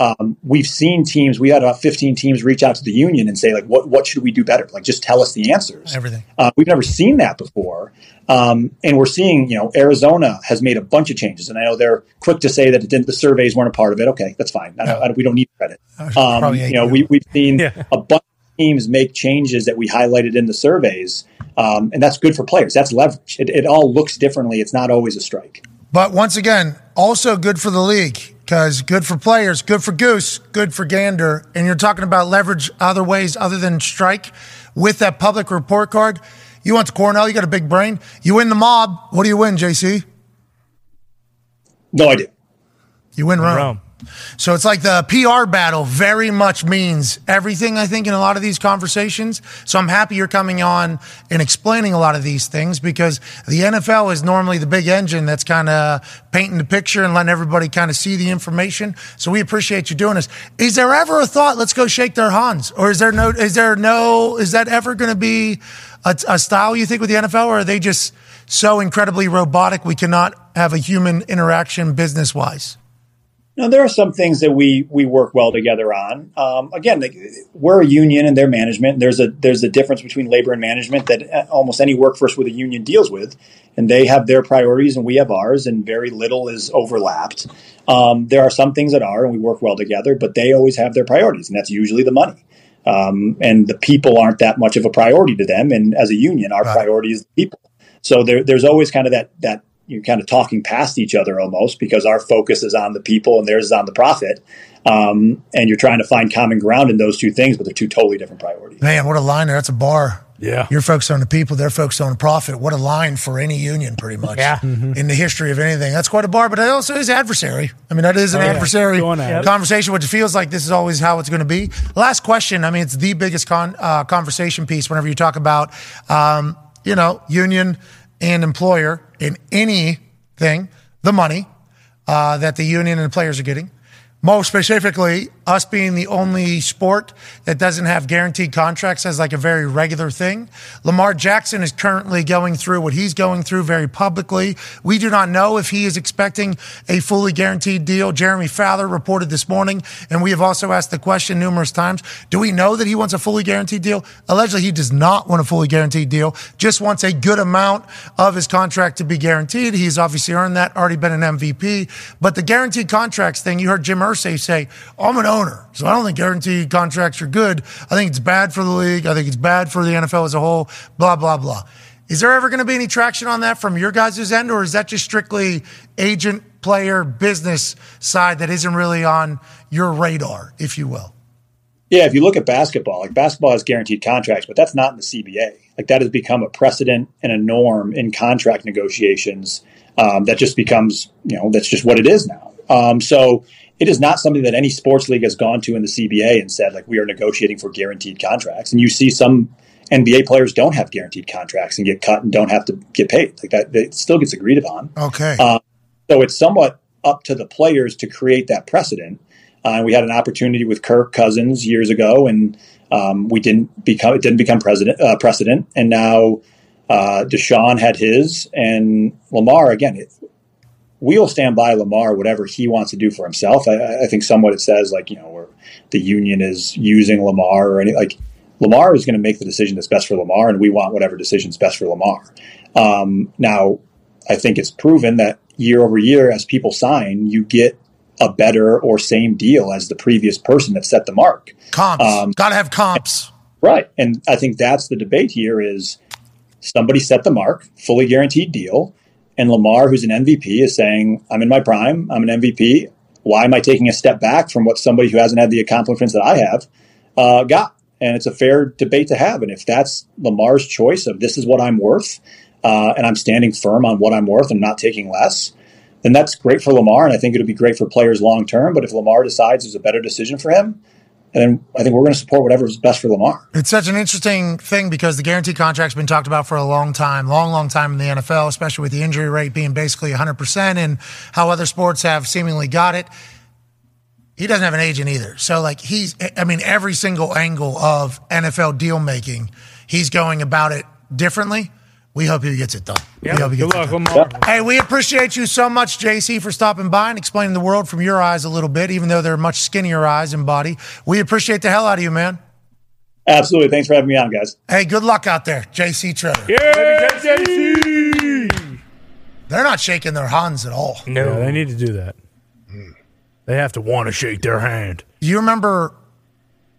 um, we've seen teams. We had about 15 teams reach out to the union and say, like, what what should we do better? Like, just tell us the answers.
Everything.
Uh, we've never seen that before, um, and we're seeing. You know, Arizona has made a bunch of changes, and I know they're quick to say that it didn't, the surveys weren't a part of it. Okay, that's fine. I don't, I don't- we don't need credit. Um,
Probably
you know,
ain't
we, we've seen a bunch of teams make changes that we highlighted in the surveys, um, and that's good for players. That's leverage. It, it all looks differently. It's not always a strike.
But once again, also good for the league because good for players, good for Goose, good for Gander. And you're talking about leverage other ways other than strike with that public report card. You went to Cornell, you got a big brain. You win the mob. What do you win, JC?
No idea.
You win Rome. So it's like the PR battle very much means everything, I think, in a lot of these conversations. So I'm happy you're coming on and explaining a lot of these things because the NFL is normally the big engine that's kind of painting the picture and letting everybody kind of see the information. So we appreciate you doing this. Is there ever a thought, let's go shake their hands? Or is there no, is there no, is that ever going to be a, a style you think with the NFL or are they just so incredibly robotic we cannot have a human interaction business wise?
Now there are some things that we we work well together on. Um, again, like, we're a union and their management. There's a there's a difference between labor and management that uh, almost any workforce with a union deals with, and they have their priorities and we have ours, and very little is overlapped. Um, there are some things that are, and we work well together, but they always have their priorities, and that's usually the money. Um, and the people aren't that much of a priority to them. And as a union, our priority is the people. So there, there's always kind of that that you're kind of talking past each other almost because our focus is on the people and theirs is on the profit. Um, and you're trying to find common ground in those two things, but they're two totally different priorities.
Man, what a line there. That's a bar.
Yeah.
You're focused on the people, they're focused on the profit. What a line for any union, pretty much.
Yeah. Mhm.
In the history of anything. That's quite a bar, but it also is adversary. I mean, that is an
Oh, yeah.
adversary
Going at it.
conversation, which feels like this is always how it's going to be. Last question. I mean, it's the biggest con- uh, conversation piece whenever you talk about, um, you know, union and employer in anything, the money uh, that the union and the players are getting. More specifically, us being the only sport that doesn't have guaranteed contracts as like a very regular thing. Lamar Jackson is currently going through what he's going through very publicly. We do not know if he is expecting a fully guaranteed deal. Jeremy Fowler reported this morning, and we have also asked the question numerous times. Do we know that he wants a fully guaranteed deal? Allegedly, he does not want a fully guaranteed deal, just wants a good amount of his contract to be guaranteed. He's obviously earned that, already been an MVP. But the guaranteed contracts thing, you heard Jim Irsay say, I'm an owner, so I don't think guaranteed contracts are good. I think it's bad for the league. I think it's bad for the NFL as a whole, blah, blah, blah. Is there ever going to be any traction on that from your guys' end, or is that just strictly agent, player, business side that isn't really on your radar, if you will?
Yeah, if you look at basketball, like basketball has guaranteed contracts, but that's not in the CBA. Like that has become a precedent and a norm in contract negotiations. Um, that just becomes, you know, that's just what it is now. Um, so it is not something that any sports league has gone to in the CBA and said, like, we are negotiating for guaranteed contracts. And you see some NBA players don't have guaranteed contracts and get cut and don't have to get paid. Like that, it still gets agreed upon.
Okay.
Uh, so it's somewhat up to the players to create that precedent. Uh, we had an opportunity with Kirk Cousins years ago, and um, we didn't become it didn't become president uh, precedent. And now uh, Deshaun had his, and Lamar again. It, we'll stand by Lamar, whatever he wants to do for himself. I- I, I think somewhat it says like you know where the union is using Lamar or any like Lamar is going to make the decision that's best for Lamar, and we want whatever decision is best for Lamar. Um, now, I think it's proven that year over year, as people sign, you get a better or same deal as the previous person that set the mark. Um,
Comps. Got to have comps.
Right. And I think that's the debate here is somebody set the mark, fully guaranteed deal, and Lamar, who's an MVP, is saying, I'm in my prime, I'm an MVP. Why am I taking a step back from what somebody who hasn't had the accomplishments that I have uh, got? And it's a fair debate to have. And if that's Lamar's choice of this is what I'm worth, uh, and I'm standing firm on what I'm worth, I'm not taking less, then that's great for Lamar. And I think it'll be great for players long term. But if Lamar decides it's a better decision for him, then I think we're going to support whatever is best for Lamar.
It's such an interesting thing because the guarantee contract's been talked about for a long time, long, long time in the NFL, especially with the injury rate being basically 100% and how other sports have seemingly got it. He doesn't have an agent either. So, like, he's, I mean, every single angle of NFL deal making, he's going about it differently, We hope he gets it done.
Yeah.
We hope he
Good
gets
luck,
it done.
Lamar.
Hey, we appreciate you so much, JC, for stopping by and explaining the world from your eyes a little bit, even though they're much skinnier eyes and body. We appreciate the hell out of you, man.
Absolutely. Thanks for having me on, guys.
Hey, good luck out there, JC Trevor. They're not shaking their hands at all.
No, they need to do that. They have to want to shake their hand.
Do you remember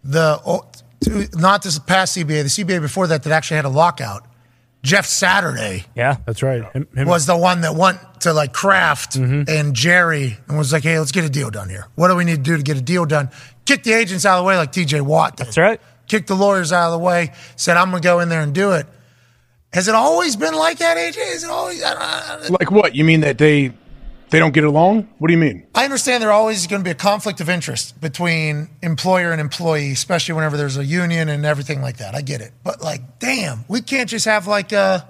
the oh, to- not this past CBA, the CBA before that that actually had a lockout? Jeff Saturday
Yeah,
that's right. Him- him-
was the one that went to like Kraft and Jerry and was like, "Hey, let's get a deal done here. What do we need to do to get a deal done? Kick the agents out of the way, like T.J. Watt. That's
right.
Kick the lawyers out of the way. Said, "I'm going to go in there and do it." Has it always been like that, AJ? Is it always? I don't- I don't-
Like what? You mean that they they don't get along? What do you mean?
I understand there always is going to be a conflict of interest between employer and employee, especially whenever there's a union and everything like that. I get it. But like, damn, we can't just have like uh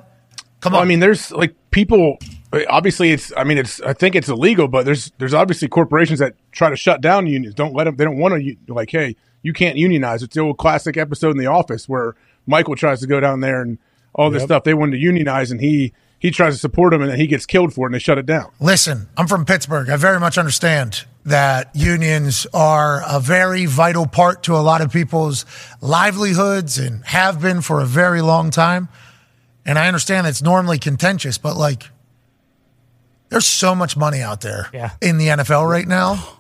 Come
on. I mean, there's like people. Obviously, it's. I mean, it's. I think it's illegal, but there's there's obviously corporations that try to shut down unions. Don't let them. They don't want to. Like, hey, you can't unionize. It's the old classic episode in The Office where Michael tries to go down there and all this
Yep.
stuff. They wanted to unionize, and he he tries to support them, and then he gets killed for it, and they shut it down.
Listen, I'm from Pittsburgh. I very much understand that unions are a very vital part to a lot of people's livelihoods and have been for a very long time. And I understand it's normally contentious, but like there's so much money out there in the NFL right now.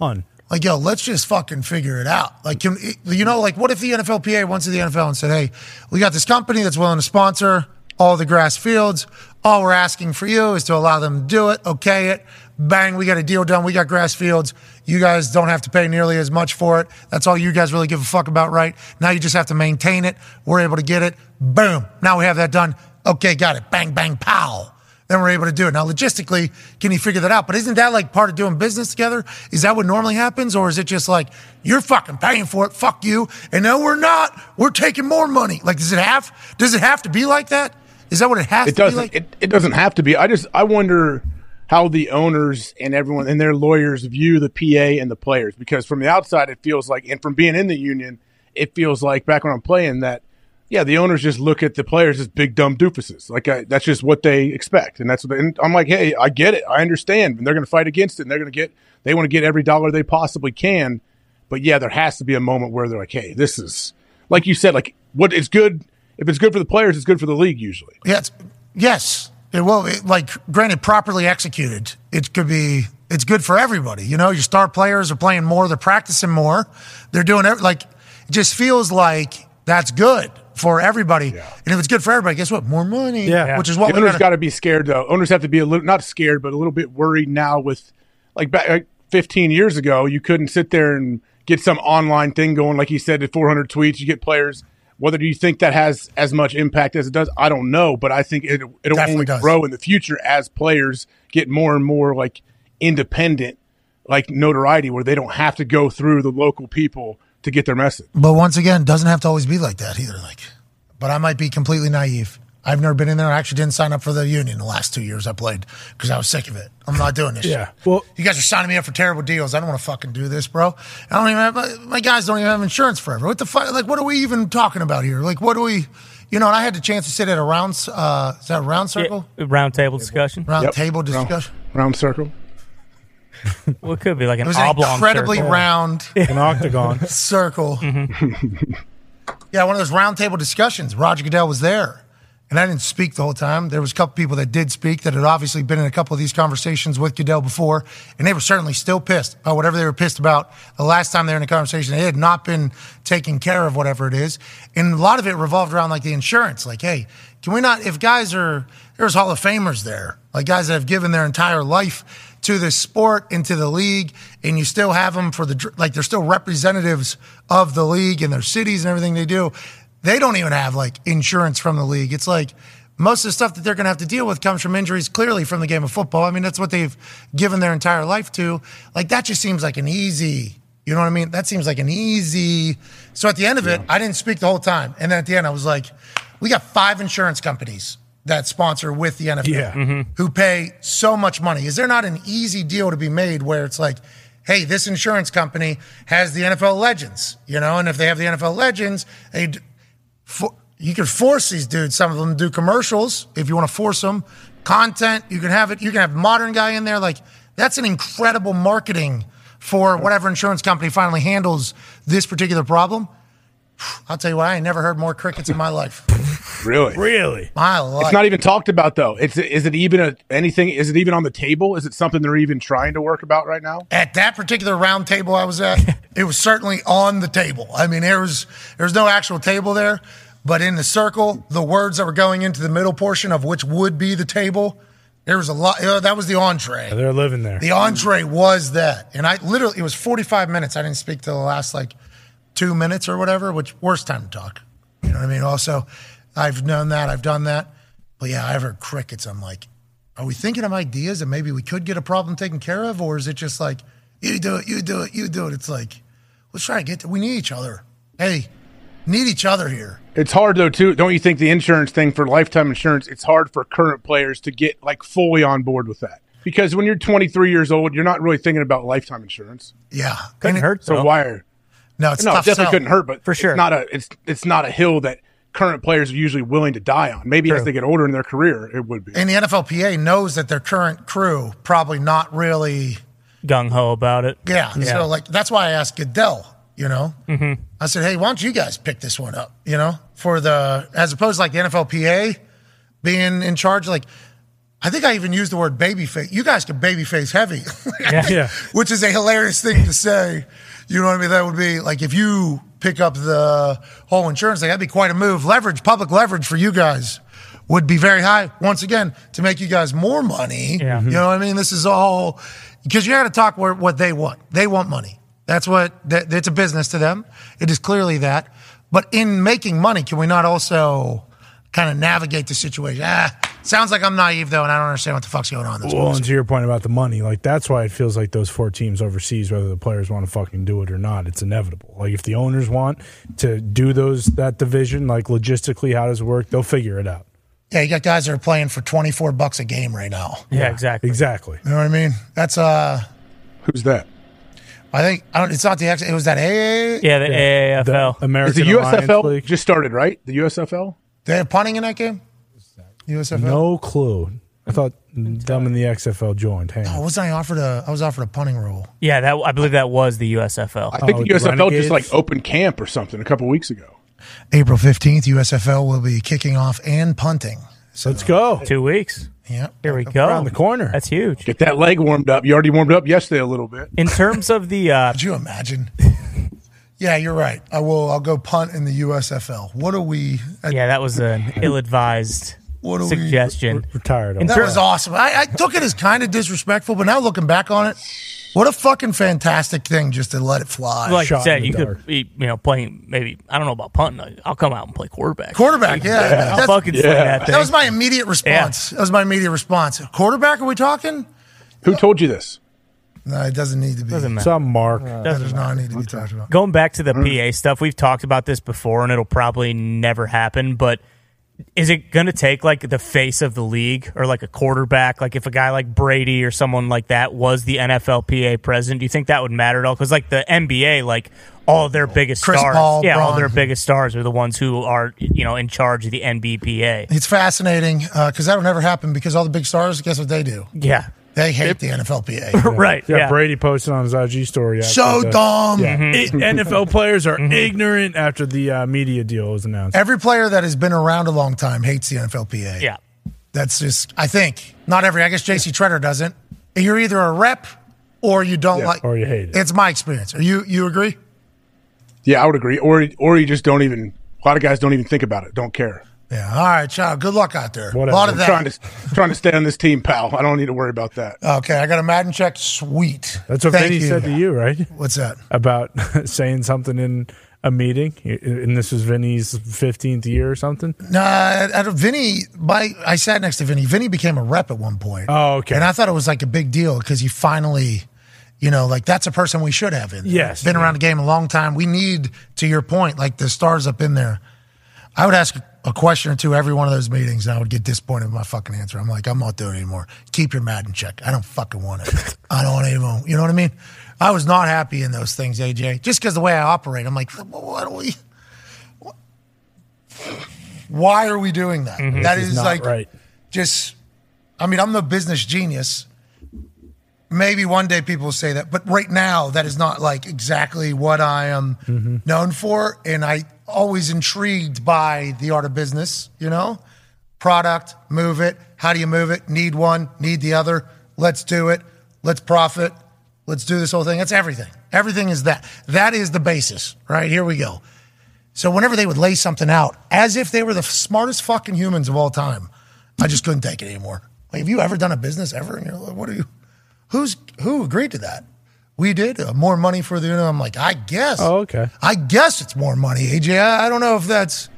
Like, yo, let's just fucking figure it out. Like, can, you know, like, what if the NFLPA went to the NFL and said, hey, we got this company that's willing to sponsor all the grass fields. All we're asking for you is to allow them to do it, okay it. Bang, we got a deal done. We got grass fields. You guys don't have to pay nearly as much for it. That's all you guys really give a fuck about, right? Now you just have to maintain it. We're able to get it. Boom. Now we have that done. Okay, got it. Bang, bang, pow then we're able to do it. Now, logistically, can you figure that out? But isn't that like part of doing business together? Is that what normally happens? Or is it just like, you're fucking paying for it, fuck you. And no, we're not. We're taking more money. Like, does it have, does it have to be like that? Is that what it has
it
to
doesn't
be like?
it, it doesn't have to be i just i wonder how the owners and everyone and their lawyers view the pa and the players because from the outside it feels like and from being in the union it feels like back when i'm playing that yeah the owners just look at the players as big dumb doofuses like I, that's just what they expect and that's what they, and i'm like hey i get it i understand and they're going to fight against it and they're going to get they want to get every dollar they possibly can but yeah, there has to be a moment where they're like, "Hey, this is like you said, like what is good. If it's good for the players, it's good for the league usually."
Yes, yes. It will. It, like, granted, properly executed, it could be. It's good for everybody. You know, your star players are playing more. They're practicing more. They're doing every, like. It just feels like that's good for everybody. And if it's good for everybody, guess what? More money. Which is what
the
we're
owners
gonna,
got to be scared though. Owners have to be a little not scared, but a little bit worried now. With like back like 15 years ago, you couldn't sit there and get some online thing going. Like you said, the 400 tweets, you get players. Whether you think that has as much impact as it does, I don't know, but I think it, it'll
Definitely
only
does.
grow in the future as players get more and more like independent, like notoriety, where they don't have to go through the local people to get their message.
But once again, doesn't have to always be like that either. Like, but I might be completely naive. I've never been in there. I actually didn't sign up for the union the last two years I played because I was sick of it. I'm not doing this.
Yeah.
Shit. Well, you guys are signing me up for terrible deals. I don't want to fucking do this, bro. I don't even have my, my guys don't even have insurance forever. What the fuck? Like, what are we even talking about here? Like, what do we? You know, and I had the chance to sit at a round. c- Uh, is that a round circle?
round table discussion.
Round table discussion.
Round circle.
Well, it could be like an
it was an
oblong,
incredibly
circle.
round,
An octagon.
circle.
Mm-hmm.
yeah, one of those roundtable discussions. Roger Goodell was there, and I didn't speak the whole time. There was a couple people that did speak that had obviously been in a couple of these conversations with Goodell before, and they were certainly still pissed about whatever they were pissed about the last time they were in a conversation. They had not been taking care of whatever it is, and a lot of it revolved around like the insurance. Like, hey, can we not? If guys are there's Hall of Famers there, like guys that have given their entire life to this sport and to the league, and you still have them for the dr- like they're still representatives of the league and their cities and everything they do. They don't even have like insurance from the league. It's like most of the stuff that they're going to have to deal with comes from injuries clearly from the game of football. I mean, that's what they've given their entire life to. Like that just seems like an easy, you know what I mean? That seems like an easy. So at the end of it, I didn't speak the whole time. And then at the end, I was like, we got five insurance companies that sponsor with the NFL
Yeah. Mhm.
who pay so much money. Is there not an easy deal to be made where it's like, hey, this insurance company has the NFL legends, you know, and if they have the NFL legends, they d- for, You can force these dudes, some of them, to do commercials if you want to force them. Content, you can have it. You can have modern guy in there. Like that's an incredible marketing for whatever insurance company finally handles this particular problem. I'll tell you what, I ain't never heard more crickets in my life.
Really?
Really?
My life.
It's not even talked about though. It's is it even a, anything? Is it even on the table? Is it something they're even trying to work about right now?
At that particular round table I was at, it was certainly on the table. I mean, there was there's no actual table there, but in the circle, the words that were going into the middle portion of which would be the table, there was a lot. uh, that was the entree.
They're living there.
The entree was that, and I literally it was 45 minutes. I didn't speak till the last like two minutes or whatever, which worst time to talk. You know what I mean? Also, I've known that. I've done that. But yeah, I've heard crickets. I'm like, are we thinking of ideas that maybe we could get a problem taken care of, or is it just like you do it, you do it, you do it? It's like let's try to get. To, we need each other. Hey, need each other here.
It's hard though too. Don't you think the insurance thing for lifetime insurance? It's hard for current players to get like fully on board with that because when you're 23 years old, you're not really thinking about lifetime insurance.
Yeah,
Couldn't
And it-
hurt,
So
though.
why are
No, it's
no, it
tough
definitely
sell.
couldn't hurt, but
For sure.
it's not a it's it's not a hill that current players are usually willing to die on. Maybe as
True.
they get older in their career, it would be.
And the NFLPA knows that their current crew probably not really.
Gung ho about it.
Yeah. So like that's why I asked Goodell. You know, mm-hmm. I said, hey, why don't you guys pick this one up? You know, for the as opposed to like the NFLPA being in charge. Like, I think I even used the word babyface. You guys can babyface heavy,
Yeah. yeah.
which is a hilarious thing to say. You know what I mean? That would be like if you pick up the whole insurance thing. That'd be quite a move. Leverage, public leverage for you guys would be very high. Once again, to make you guys more money.
Yeah.
Mm-hmm.
You know what I mean? This is all because you got to talk where, what they want. They want money. That's what that, it's a business to them. It is clearly that. But in making money, can we not also kind of navigate the situation? Ah, sounds like I'm naive though, and I don't understand what the fuck's going on. in This
Well,
world.
and to your point about the money, like that's why it feels like those four teams overseas, whether the players want to fucking do it or not, it's inevitable. Like if the owners want to do those that division, like logistically, how does it work? They'll figure it out.
Yeah, you got guys that are playing for 24 bucks a game right now.
Yeah, exactly.
Exactly.
You know what I mean? That's uh,
Who's that?
I think I don't. It's not the X. It was that AA.
Yeah, the
The
AAFL.
Is
American
the
Alliance
USFL
League?
just started, right? The USFL?
They had punting in that game. USFL.
No clue. I thought them and the XFL joined. Hang
Oh,
on.
wasn't I offered a? I was offered a punting rule.
Yeah, that I believe that was the USFL.
I think
Oh,
the USFL
Renegades?
just like opened camp or something a couple weeks ago.
April 15th, USFL will be kicking off and punting. So
Let's go.
Two weeks.
yeah,
Here we go.
Around the corner.
That's huge.
Get that leg warmed up. You already warmed up yesterday a little bit.
In terms of the uh,
could you imagine? yeah, you're right. I will. I'll go punt in the USFL. What are we?
yeah, that was an ill-advised
What are we-
suggestion.
We're tired of
In
it.
That was awesome. I, I took it as kind of disrespectful, but now looking back on it, what a fucking fantastic thing just to let it fly.
Like you
shot
said,
in the
you
dark.
could be you know playing maybe I don't know about punting. I'll come out and play quarterback.
quarterback. Yeah,
I'll
That's-
fucking sling that thing.
that was my immediate response. That was my immediate response. Quarterback? Are we talking?
Who told you this?
No, it doesn't need to be.
Doesn't matter.
Some mark.
uh,
That does not need to be talked about.
going back to the
Mm.
PA stuff, we've talked about this before and it'll probably never happen, but is it going to take like the face of the league or like a quarterback? Like if a guy like Brady or someone like that was the NFLPA president, do you think that would matter at all? Because like the NBA, like all their biggest
Chris
stars,
Paul,
yeah, all
Bron.
their biggest stars are the ones who are you know in charge of the NBPA.
It's fascinating because that'll never happen because all the big stars, guess what they do?
Yeah,
They hate the NFLPA.
right.
Yeah,
Yeah,
Brady posted on his IG story. after
so
the-
dumb.
Yeah. Mm-hmm. NFL players are ignorant after the uh, media deal was announced.
Every player that has been around a long time hates the NFLPA.
yeah.
That's just, I think, not every. I guess JC Treader doesn't. You're either a rep or you don't like.
or you hate it.
It's my experience. Are you you agree?
Yeah, I would agree. Or or you just don't even. A lot of guys don't even think about it. Don't care.
Yeah. All right, child. Good luck out there.
Whatever.
A lot of
I'm
that.
Trying to trying to stay on this team, pal. I don't need to worry about that.
okay, I got a Madden check. Sweet.
That's what
Thank
Vinny
you.
said to you, right?
What's that?
About saying something in a meeting, and this was Vinny's 15th year or something.
No, I, I, don't- Vinny. My, I sat next to Vinny. Vinny became a rep at one point.
Oh, okay.
And I thought it was like a big deal because he finally, you know, like that's a person we should have in. There.
Yes.
been around the game a long time. We need, to your point, like the stars up in there. I would ask a question or two every one of those meetings, and I would get disappointed with my fucking answer. I'm like, I'm not doing it anymore. Keep your Madden check. I don't fucking want it. I don't even. You know what I mean? I was not happy in those things, AJ, just because the way I operate. I'm like, what are we? Why are we doing that?
Mhm.
That
This
is,
is not
like
right.
just. I mean, I'm no business genius. Maybe one day people will say that, but right now, that is not like exactly what I am
Mm-hmm.
known for. And I always intrigued by the art of business. You know, product, move it. How do you move it? Need one, need the other. Let's do it. Let's profit. Let's do this whole thing. That's everything. Everything is that. That is the basis, right? Here we go. So whenever they would lay something out, as if they were the smartest fucking humans of all time, I just couldn't take it anymore. Like, have you ever done a business ever? And you're like, what are you? Who's who agreed to that? We did uh, more money for the. You know, I'm like, I guess.
Oh, okay.
I guess it's more money, AJ. I, I don't know if that's.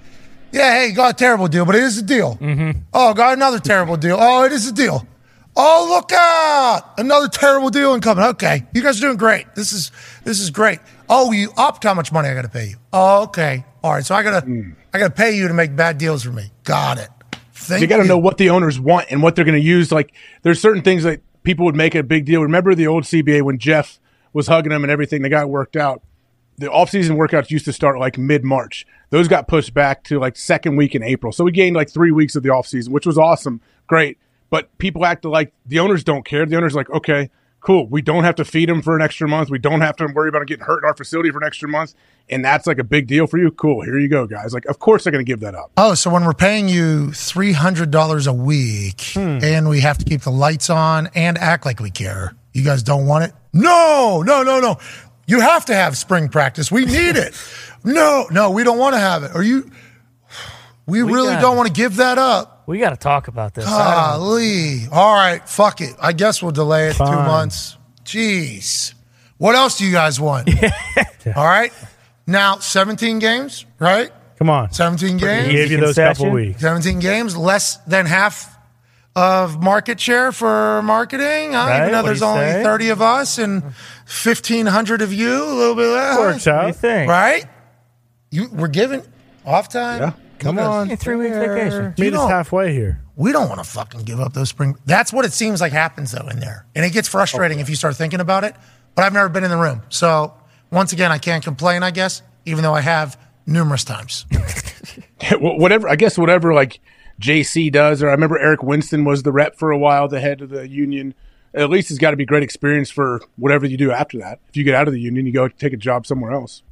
Yeah, hey, got a terrible deal, but it is a deal. Mm-hmm. Oh, got another terrible deal. Oh, it is a deal. Oh, look out! Another terrible deal incoming. Okay, you guys are doing great. This is this is great. Oh, you upped how much money I got to pay you. Oh, okay. All right, so I gotta I gotta pay you to make bad deals for me. Got it. Thank
you got to
you.
know what the owners want and what they're going to use. Like, there's certain things that people would make a big deal. Remember the old CBA when Jeff was hugging him and everything? They got worked out. The offseason workouts used to start like mid March. Those got pushed back to like second week in April. So we gained like three weeks of the offseason, which was awesome. Great. But people acted like the owners don't care. The owners like, okay, cool. We don't have to feed him for an extra month. We don't have to worry about him getting hurt in our facility for an extra month. And that's like a big deal for you. Cool. Here you go, guys. Like, of course they're going to give that up.
Oh, so when we're paying you three hundred dollars a week
Hmm.
and we have to keep the lights on and act like we care, you guys don't want it? No, no, no, no. You have to have spring practice. We need it. no, no, we don't want to have it. Are you? We,
We
really
got
don't
it.
want to give that up.
We got to talk about this.
Ah,
I don't-
Golly. All right, fuck it. I guess we'll delay it two
Fine.
months. Jeez. What else do you guys want? All right. Now, 17 games, right?
Come on.
17 games.
He gave you those couple weeks.
17 games, less than half of market share for marketing. I
Right,
even know
what'd
there's
he
only
say?
30 of us and 1,500 of you. A little bit less.
Works out. What do you think?
Right? You, we're giving off time. Yeah.
Come on. Yeah, three
weeks
weeks vacation. Meet us halfway here.
We don't want to fucking give up those spring. That's what it seems like happens though in there, and it gets frustrating if you start thinking about it. But I've never been in the room, so once again, I can't complain. I guess, even though I have numerous times.
Wh- whatever I guess whatever like JC does, or I remember Eric Winston was the rep for a while, the head of the union. At least it's got to be great experience for whatever you do after that. If you get out of the union, you go take a job somewhere else.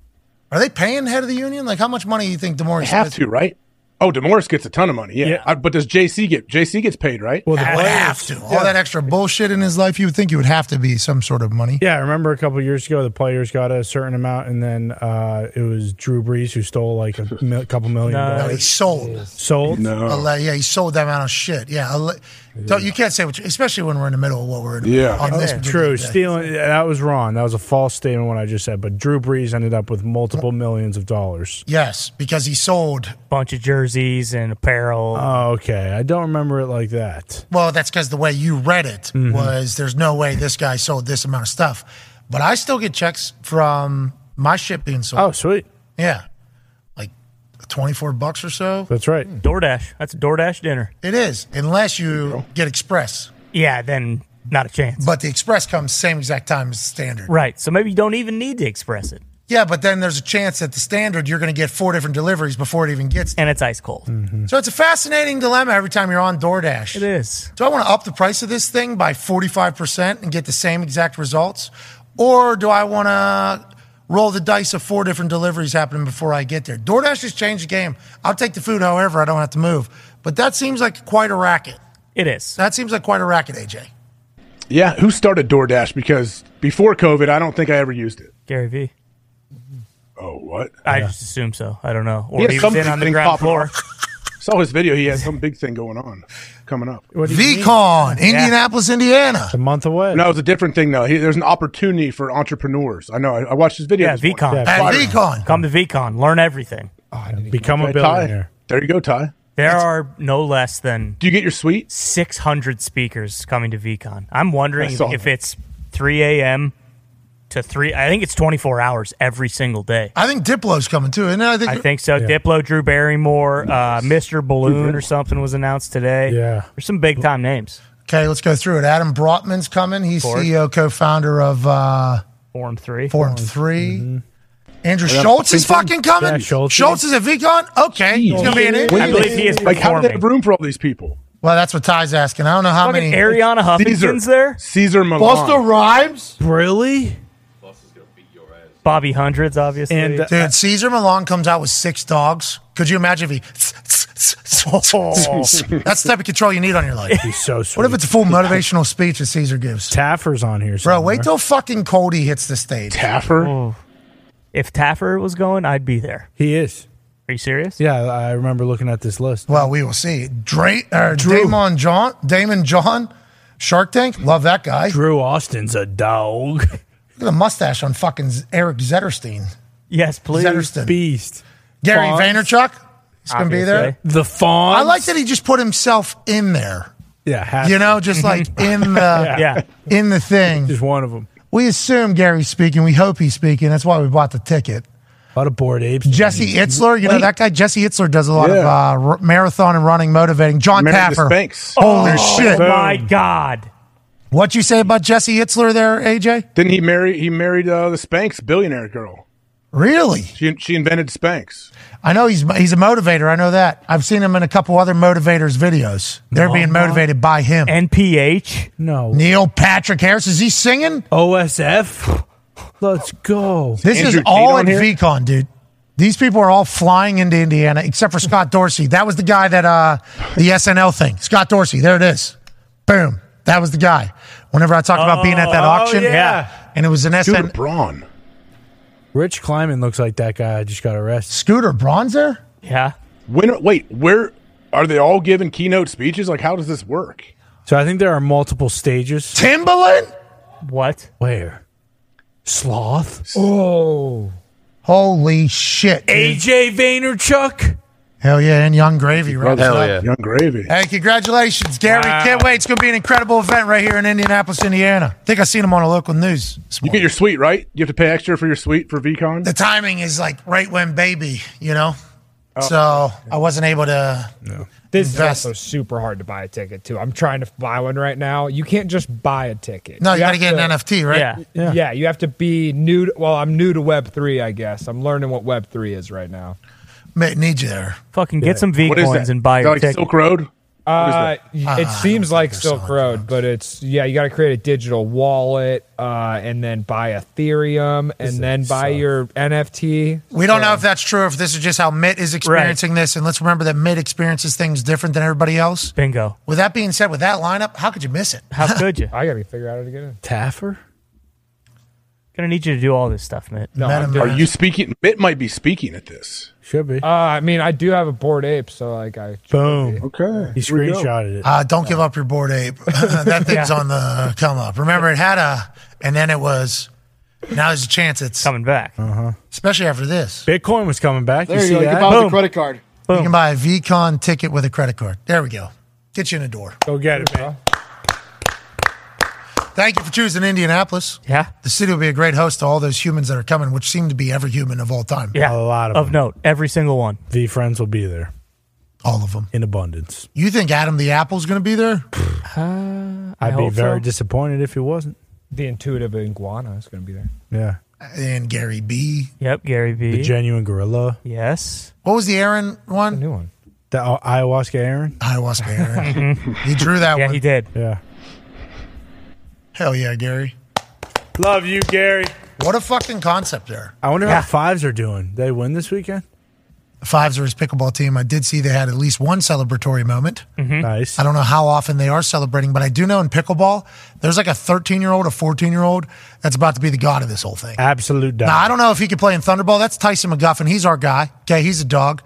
Are they paying head of the union? Like, how much money do you think Demoris
They have to, right? Oh, Demoris gets a ton of money. Yeah, I- but does JC get? JC gets paid, right?
Well,
I would have to. All that extra bullshit in his life, you would think you would have to be some sort of money.
Yeah, I remember a couple of years ago the players got a certain amount, and then uh, it was Drew Brees who stole like a mil- couple million
No.
dollars.
No, he sold.
Sold.
Alle- yeah, he sold that amount of shit. Yeah, alle- Don't- you can't say what, you, especially when we're in the middle of what we're in. on this
Oh, That's
particular
true.
day.
Stealing that was wrong. That was a false statement what I just said. But Drew Brees ended up with multiple millions of dollars.
Yes, because he sold.
bunch of jerseys and apparel.
Oh, okay. I don't remember it like that.
Well, that's because the way you read it
Mm-hmm.
was there's no way this guy sold this amount of stuff. But I still get checks from my shit being sold.
Oh, sweet.
Yeah, like twenty four bucks or so.
That's right.
Hmm. DoorDash. That's a DoorDash dinner.
It is, unless you get Express.
Yeah, then not a chance.
But the Express comes same exact time as standard.
Right. So maybe you don't even need to express it.
Yeah, but then there's a chance that the standard you're going to get four different deliveries before it even gets.
And it's ice cold.
So it's a fascinating dilemma every time you're on DoorDash. It
is.
Do I want to up the price of this thing by 45% and get the same exact results? Or do I want to roll the dice of four different deliveries happening before I get there? DoorDash has changed the game. I'll take the food however, I don't have to move. But that seems like quite a racket.
It is.
That seems like quite a racket, AJ.
Yeah, who started DoorDash? Because before COVID, I don't think I ever used it.
Gary V.
Oh, what?
I just assume so. I don't know. Or
Yeah,
he was
some
in on the
thing
ground
popping
floor.
Saw his video. He had some big thing going on, coming up.
VCon, Indianapolis, Indiana.
A month away.
No, it was a different thing though. He, there's an opportunity for entrepreneurs. I know. I, I watched his video.
Yeah,
this morning.
VCon.
Yeah,
At
fire.
VCon.
Come to VCon. Learn everything.
Become a
Okay, Ty.
billionaire.
There you go, Ty.
There are no less than
Do you get your suite?
600 speakers coming to VCon. I'm wondering
I saw
if
that.
it's 3 a.m. to 3. I think it's 24 hours every single day.
I think Diplo's coming too, and I think
I think so. Diplo, Drew Barrymore, uh, Mr. Balloon or something was announced today.
Yeah.
There's some big time names.
Okay, let's go through it. Adam Brotman's coming. He's E
Of course.
CEO, co-founder of uh,
Forum 3.
Forum 3 Andrew
Yeah,
Schultz is
Vicon.
fucking coming.
Yeah,
Schultz,
Schultz
is a Vicon. Okay, he's gonna be an
What do you
in.
think? Like, how do they have room for all these people?
Well, that's what Ty's asking. I don't know how
Fucking
many.
Ariana Huffington's Caesar. there? Caesar Milan.
Busta Rhymes.
Really?
Bobby Hundreds, obviously.
uh,
dude,
uh,
Caesar Milan comes out with six dogs. Could you imagine if he? That's the type of control you need on your life.
He's so sweet.
What if it's a full motivational speech that Caesar gives?
Taffer's on here,
bro. Wait till fucking Cody hits the stage.
Oh. If Taffer was going, I'd be there.
He is.
Are you serious?
Yeah, I remember looking at this list.
Well, we will see. Dra- or Damon John, Damon John, Shark Tank. Love that guy.
Drew Austin's a dog. Look
at the mustache on fucking Eric Zetterstein.
Yes, please.
Zetterstein.
Beast.
Gary
Fonz.
Vaynerchuk. He's going to be there.
The Fawn.
I like that he just put himself in there.
Yeah, has
You
to.
know, just like in the
Yeah.
in the thing.
Just one of them.
We assume Gary's speaking. We hope he's speaking. That's why we bought the ticket.
A lot of bored apes.
Jesse Itzler, you know
Wait.
that guy. Jesse Itzler does a lot
Yeah.
of uh, r- marathon and running, motivating. John
Married to
Tapper.
Spanx.
Holy
Oh,
shit!
boom. my
God.
What you say about Jesse Itzler there, AJ?
Didn't he marry? He married uh, the Spanx billionaire girl.
Really?
She she invented Spanx.
I know he's he's a motivator. I know that. I've seen him in a couple other motivators videos. They're being
Mama.
motivated by him.
NPH.
No.
Neil Patrick Harris is he singing?
OSF. Let's go.
This is all at VCon, dude. These people are all flying into Indiana, except for Scott Dorsey. That was the guy that uh the SNL thing. Scott Dorsey. There it is. Boom. That was the guy. Whenever I talked about being at that
Oh,
auction,
yeah.
and it was an
Scooter
SN
Braun.
Rich Kleiman looks like that guy I just got arrested.
Scooter Braun's there?
Yeah.
When wait, where are they all giving keynote speeches? Like, how does this work?
So I think there are multiple stages.
Timbaland?
What?
Where? Sloth?
Oh. Holy shit. dude.
AJ Vaynerchuk?
Hell yeah, and Young Gravy, right?
Hell
So-
yeah. Young Gravy.
Hey, congratulations, Gary.
Wow.
Can't wait. It's going to be an incredible event right here in Indianapolis, Indiana. I think I seen him on a local news.
You get your suite, right? You have to pay extra for your suite for VCon.
The timing is like right when baby, you know?
Oh.
so Oh, I wasn't able to.
This is
Invest.
also super hard to buy a ticket too. I'm trying to buy one right now. You can't just buy a ticket.
No, you
have
gotta get an NFT, right? Yeah.
Yeah. yeah, You have to be new. To, well, I'm new to Web three, I guess. I'm learning what Web three is right now.
Mate, need you there.
Fucking get some V coins and buy your ticket.
Uh, it
Ah,
seems like Silk Road, but it's yeah. You got to create a digital wallet, uh, and then buy Ethereum, and then buy your NFT.
We don't know if that's true, or if this is just how Mitt is experiencing this. And let's remember that Mitt experiences things different than everybody else.
Bingo.
With that being said, with that lineup, how could you miss it?
How could you?
I got to figure out how to get in.
Taffer?
Gonna need you to do all this stuff, Mitt.
No, I'm
Are
doing-
you speaking? Mitt might be speaking at this.
Should be.
Uh, I mean, I do have a bored ape, so like I
Boom.
Okay.
He screenshotted it.
Uh, don't give up your board ape. that thing's on the come up. Remember, it had a, and then it was. Now there's a chance it's
coming back,
Uh-huh.
especially after this.
Bitcoin was coming back.
There you
see
go. You
that?
can buy with a Boom.
credit card.
You can buy a VCon ticket with a credit card. There we go. Get you in the door.
Go get it, man.
Thank you for choosing Indianapolis.
Yeah.
The city will be a great host to all those humans that are coming, which seem to be every human of all time.
Yeah,
A lot of,
of
them.
note. Every single one.
The friends will be there
All of them.
in abundance.
You think Adam the Apple's going to be there?
Uh,
I'd be
hope
very
so.
disappointed if he wasn't.
the intuitive iguana is going to be there.
Yeah.
And Gary B.
Yep, Gary V.
The genuine gorilla.
yes.
What was the Aaron one?
New one.
The a- ayahuasca Aaron.
Ayahuasca Aaron. he drew that
Mm-hmm. Yeah,
one.
he did.
Yeah.
Hell yeah, Gary.
Love you, Gary.
What a fucking concept there.
I wonder
Yeah.
how fives are doing. They win this weekend?
The Fives are his pickleball team. I did see they had at least one celebratory moment.
Nice.
I don't know how often they are celebrating, but I do know in pickleball, there's like a 13 year old, a 14 year old that's about to be the god of this whole thing.
Absolute
Now, I
dog.
don't know if he could play in Thunderball. That's Tyson McGuffin. He's our guy. Okay, he's a dog.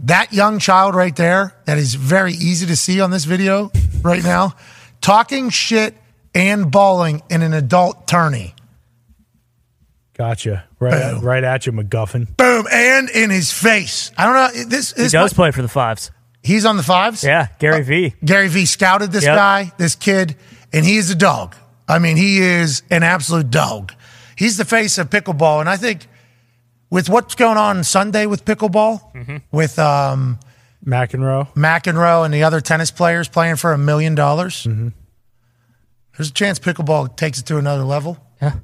That young child right there, that is very easy to see on this video right now, talking shit and balling in an adult tourney.
Gotcha. Right, right at you, MacGuffin.
Boom, and in his face. I don't know. This,
He
this
does play for the fives.
he's on the fives. Uh,
Yeah, Gary V.
Gary V scouted this
Yep.
guy, this kid, and he is a dog. I mean, he is an absolute dog. He's the face of pickleball, and I think with what's going on Sunday with pickleball,
Mm-hmm.
with um,
McEnroe.
McEnroe and the other tennis players playing for a million dollars, there's a chance pickleball takes it to another level.
Yeah.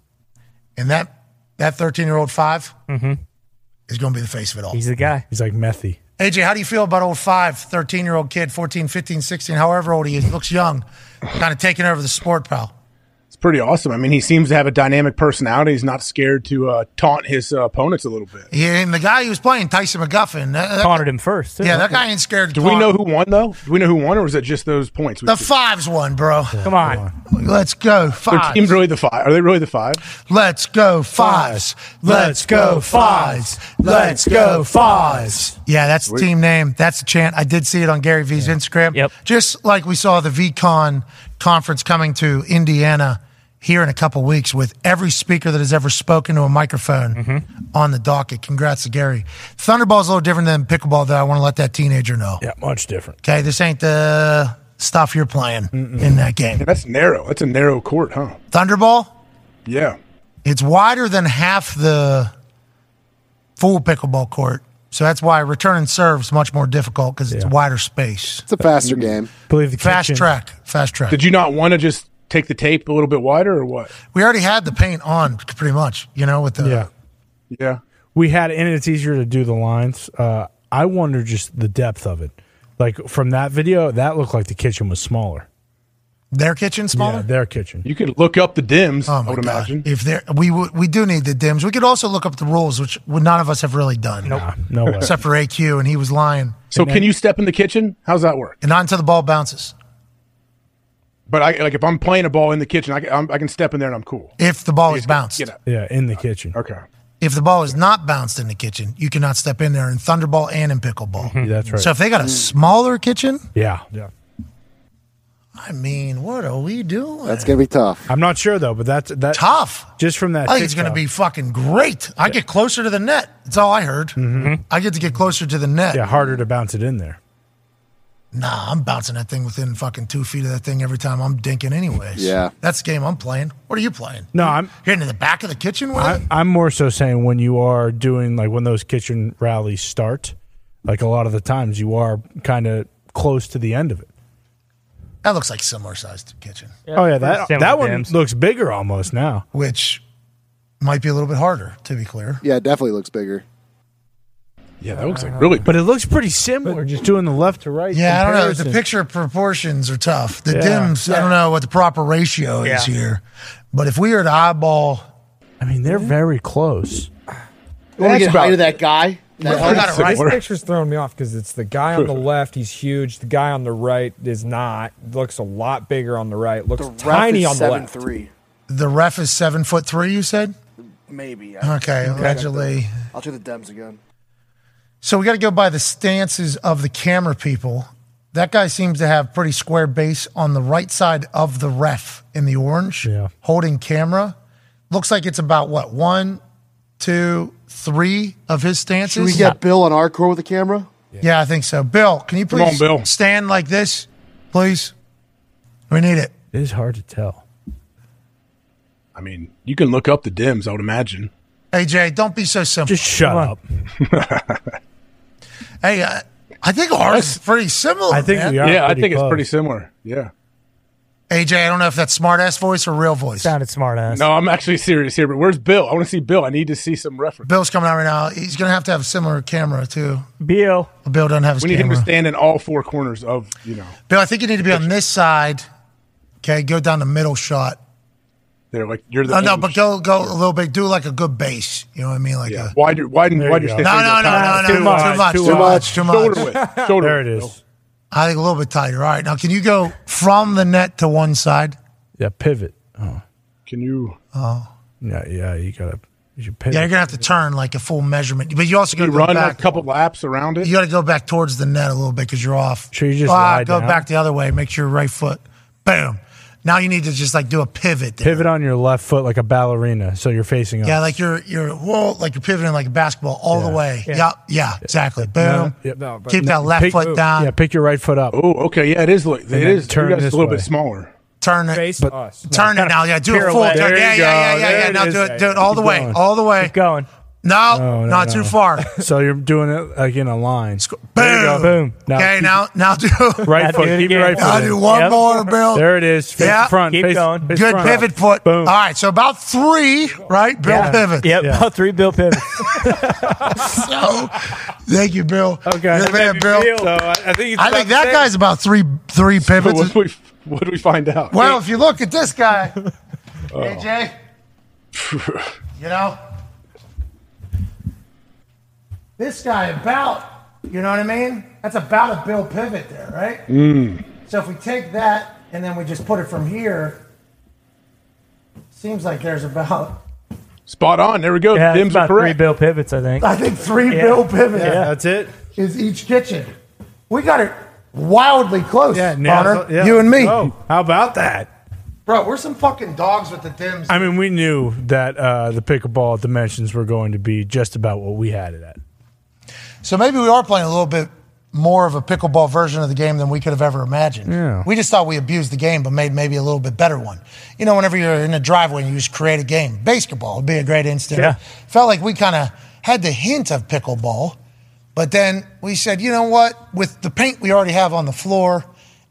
and that That 13 year old 5
Mhm.
is going to be the face of it all.
He's the guy.
He's like methy.
AJ, how do you feel about old 5, 13 year old kid, 14, 15, 16, however old he is? Looks young, kind of taking over the sport, pal.
It's pretty awesome. I mean, he seems to have a dynamic personality. He's not scared to uh, taunt his uh, opponents a little bit.
Yeah, and the guy he was playing, Tyson McGuffin, that, that-
Taunted
him first.
Yeah, that guy ain't scared. to
Do we
taunt.
know who won though? Do we know who won, or is it just those points? we
The
see?
fives won, bro.
come on.
Let's go.
Their
Fives.
team's really the five. Are they really the five?
Let's go fives. Let's go fives. Let's go fives. Yeah, that's the team name. That's the chant. I did see it on Gary V's Instagram. Yep. Just like we saw the VCon conference coming to Indiana here in a couple weeks with every speaker that has ever spoken to a microphone on the docket. Congrats to Gary. Thunderball's a little different than pickleball, though. I want to let that teenager know.
Yeah, much different.
Okay, this ain't the stuff you're playing in that game.
that's narrow. That's a narrow court, huh?
Thunderball?
Yeah.
It's wider than half the full pickleball court. So that's why returning serves much more difficult because it's wider space. It's
a faster game.
Believe the
fast track, fast track.
Did you not want to just take the tape a little bit wider, or what?
We already had the paint on pretty much, you know, with the
Yeah.
Yeah.
We had, and it's easier to do the lines. Uh, I wonder just the depth of it. Like from that video, that looked like the kitchen was smaller.
their kitchen smaller.
Yeah, their kitchen.
You could look up the dims. I would imagine.
Oh If there, we would- we do need the dims. We could also look up the rules, which none of us have really done. Nope.
no way.
Except for AQ, and he was lying.
So can you step in the kitchen? How's that work?
And not until the ball bounces.
But I like if I'm playing a ball in the kitchen, I can, I'm, I can step in there and I'm cool.
If the ball is bounced.
Get out.
Yeah, in the kitchen.
Okay.
If the ball is not bounced in the kitchen, you cannot step in there in Thunderball and in pickleball.
That's right.
So if they got a smaller kitchen,
yeah, yeah.
I mean, what are we doing?
That's gonna be tough.
I'm not sure though, but that's that
tough.
Just from that,
I think it's going to
TikTok.
be fucking great. I get closer to the net. That's all I heard. I get to get closer to the net.
Mm-hmm. yeah harder to bounce it in there.
Nah, I'm bouncing that thing within fucking two feet of that thing every time I'm dinking, anyways.
Yeah.
That's the game I'm playing. What are you playing?
No, I'm
Hitting in the back of the kitchen with it?
I, I'm more so saying when you are doing like when those kitchen rallies start, like a lot of the times you are kind of close to the end of it.
That looks like similar sized kitchen.
oh yeah, that that one
dims.
looks bigger almost now.
Which might be a little bit harder, to be clear.
Yeah, it definitely looks bigger.
Yeah, that looks like really.
But it looks pretty similar, just doing the left to right.
Yeah, I don't know. The
comparison.
picture proportions are tough. The
Yeah.
dims, I don't know what the proper ratio
Yeah.
is here. But if we were to eyeball,
I mean, they're very close.
You want to
That's
get height
about-
of that guy? That
Well,
helps.
this picture's throwing me off because it's the guy on the left. He's huge. The guy on the right is not. Looks a lot bigger on the right. Looks tiny on the left.
three,
the ref is seven foot three, you said?
maybe.
Okay, allegedly.
I'll check the Dems again.
So we got to go by the stances of the camera people. That guy seems to have pretty square base on the right side of the ref in the orange, yeah. holding camera. Looks like it's about what one, two, three of his stances.
Should we get Bill on our core with the camera?
Yeah, I think so. Bill, can you
Come on,
please
Bill.
stand like this, please? We need it.
It is hard to tell.
I mean, you can look up the dims. I would imagine.
AJ, don't be so simple.
Just shut up.
Hey, uh, I think ours is pretty similar. Oh, man.
Yeah, I think it's pretty similar. Yeah.
AJ, I don't know if that's smart ass voice or real voice.
Sounded smart ass.
No, I'm actually serious here. But where's Bill? I want to see Bill. I need to see some reference.
Bill's coming out right now. He's going to have to have a similar camera too.
Bill.
Bill doesn't have his
We need him
camera.
to stand in all four corners of you know.
Bill, I think you need to be on this side. Okay, go down the middle shot.
They're like you're the.
Oh, no, but go go a little bit. Do like a good base. You know what I mean? Like
Yeah. Wider, widen,
There
wider.
you go. No, no, no, no, no, Too no, much, too much, too much, too much.
Shoulder width. Shoulder
There it
width.
is.
a, I think a little bit tighter. All right, now can you go from the net to one side?
Yeah, pivot. Oh.
Can you?
Oh,
Yeah, yeah, you gotta. You should pivot.
yeah, you're gonna have to turn like a full measurement, but you also got
Can
to
you
go
run a
back.
couple laps around it?
You got to go back towards the net a little bit because you're off.
Sure, you just
ah,
lie
go
down.
back the other way. Make sure your right foot. Boom. Now you need to just like do a pivot. There.
Pivot on your left foot like a ballerina, so you're facing up.
Yeah, like you're you're whoa, like you're pivoting like a basketball all the way. Yeah, yeah, exactly. Boom.
No, no, yep.
Keep
No,
that left
pick-
foot down.
Yeah, pick your right foot up.
Oh, okay. Yeah, it is. Like, it
And then
is.
turn
Turn you guys
this
a little
way.
bit smaller.
Turn it.
Face us.
Turn it now. Yeah, do a full
Pirouette.
turn.
There
Yeah, yeah,
you
yeah,
go.
yeah,
There
yeah.
it
Now
is.
do it. Do it all
Keep
the way.
going.
All the way.
Keep going.
No, not too far.
So you're doing it like in a line. Boom, boom.
okay,
keep-
now now do
Right foot. Keep your right foot.
Now
in.
do one more, Bill.
There it is. Face
Yeah.
front. face, face
Good
front.
pivot foot. All right, so about three, right? Bill
Yeah.
pivot.
Yep, Yeah. about
three Bill pivot.
so, thank you, Bill.
Okay.
You're the man, Bill.
uh,
I think,
I think that guy's about three three pivots.
what, do we, what do we find out? Uh,
Well, if you look at this guy, AJ,
Oh.
you know, this guy about, you know what I mean? That's about a Bill pivot there, right?
Mm-hmm.
Mm.
So if we take that and then we just put it from here, seems like there's about
Spot on. There we go.
Yeah,
Dims
it's
are
about three
correct.
Bill pivots, I think.
I think three
Yeah.
Bill pivots.
Yeah, that's
it.
Is each kitchen. We got it wildly close. Yeah, Bonner,
yeah.
you and me.
Oh, how about that?
Bro, we're some fucking dogs with the dims.
I mean, we knew that uh, the pickleball dimensions were going to be just about what we had it at.
So maybe we are playing a little bit more of a pickleball version of the game than we could have ever imagined.
Yeah.
We just thought we abused the game, but made maybe a little bit better one. You know, whenever you're in a driveway and you just create a game, basketball would be a great instant.
Yeah.
Felt like we kind of had the hint of pickleball, but then we said, you know what? With the paint we already have on the floor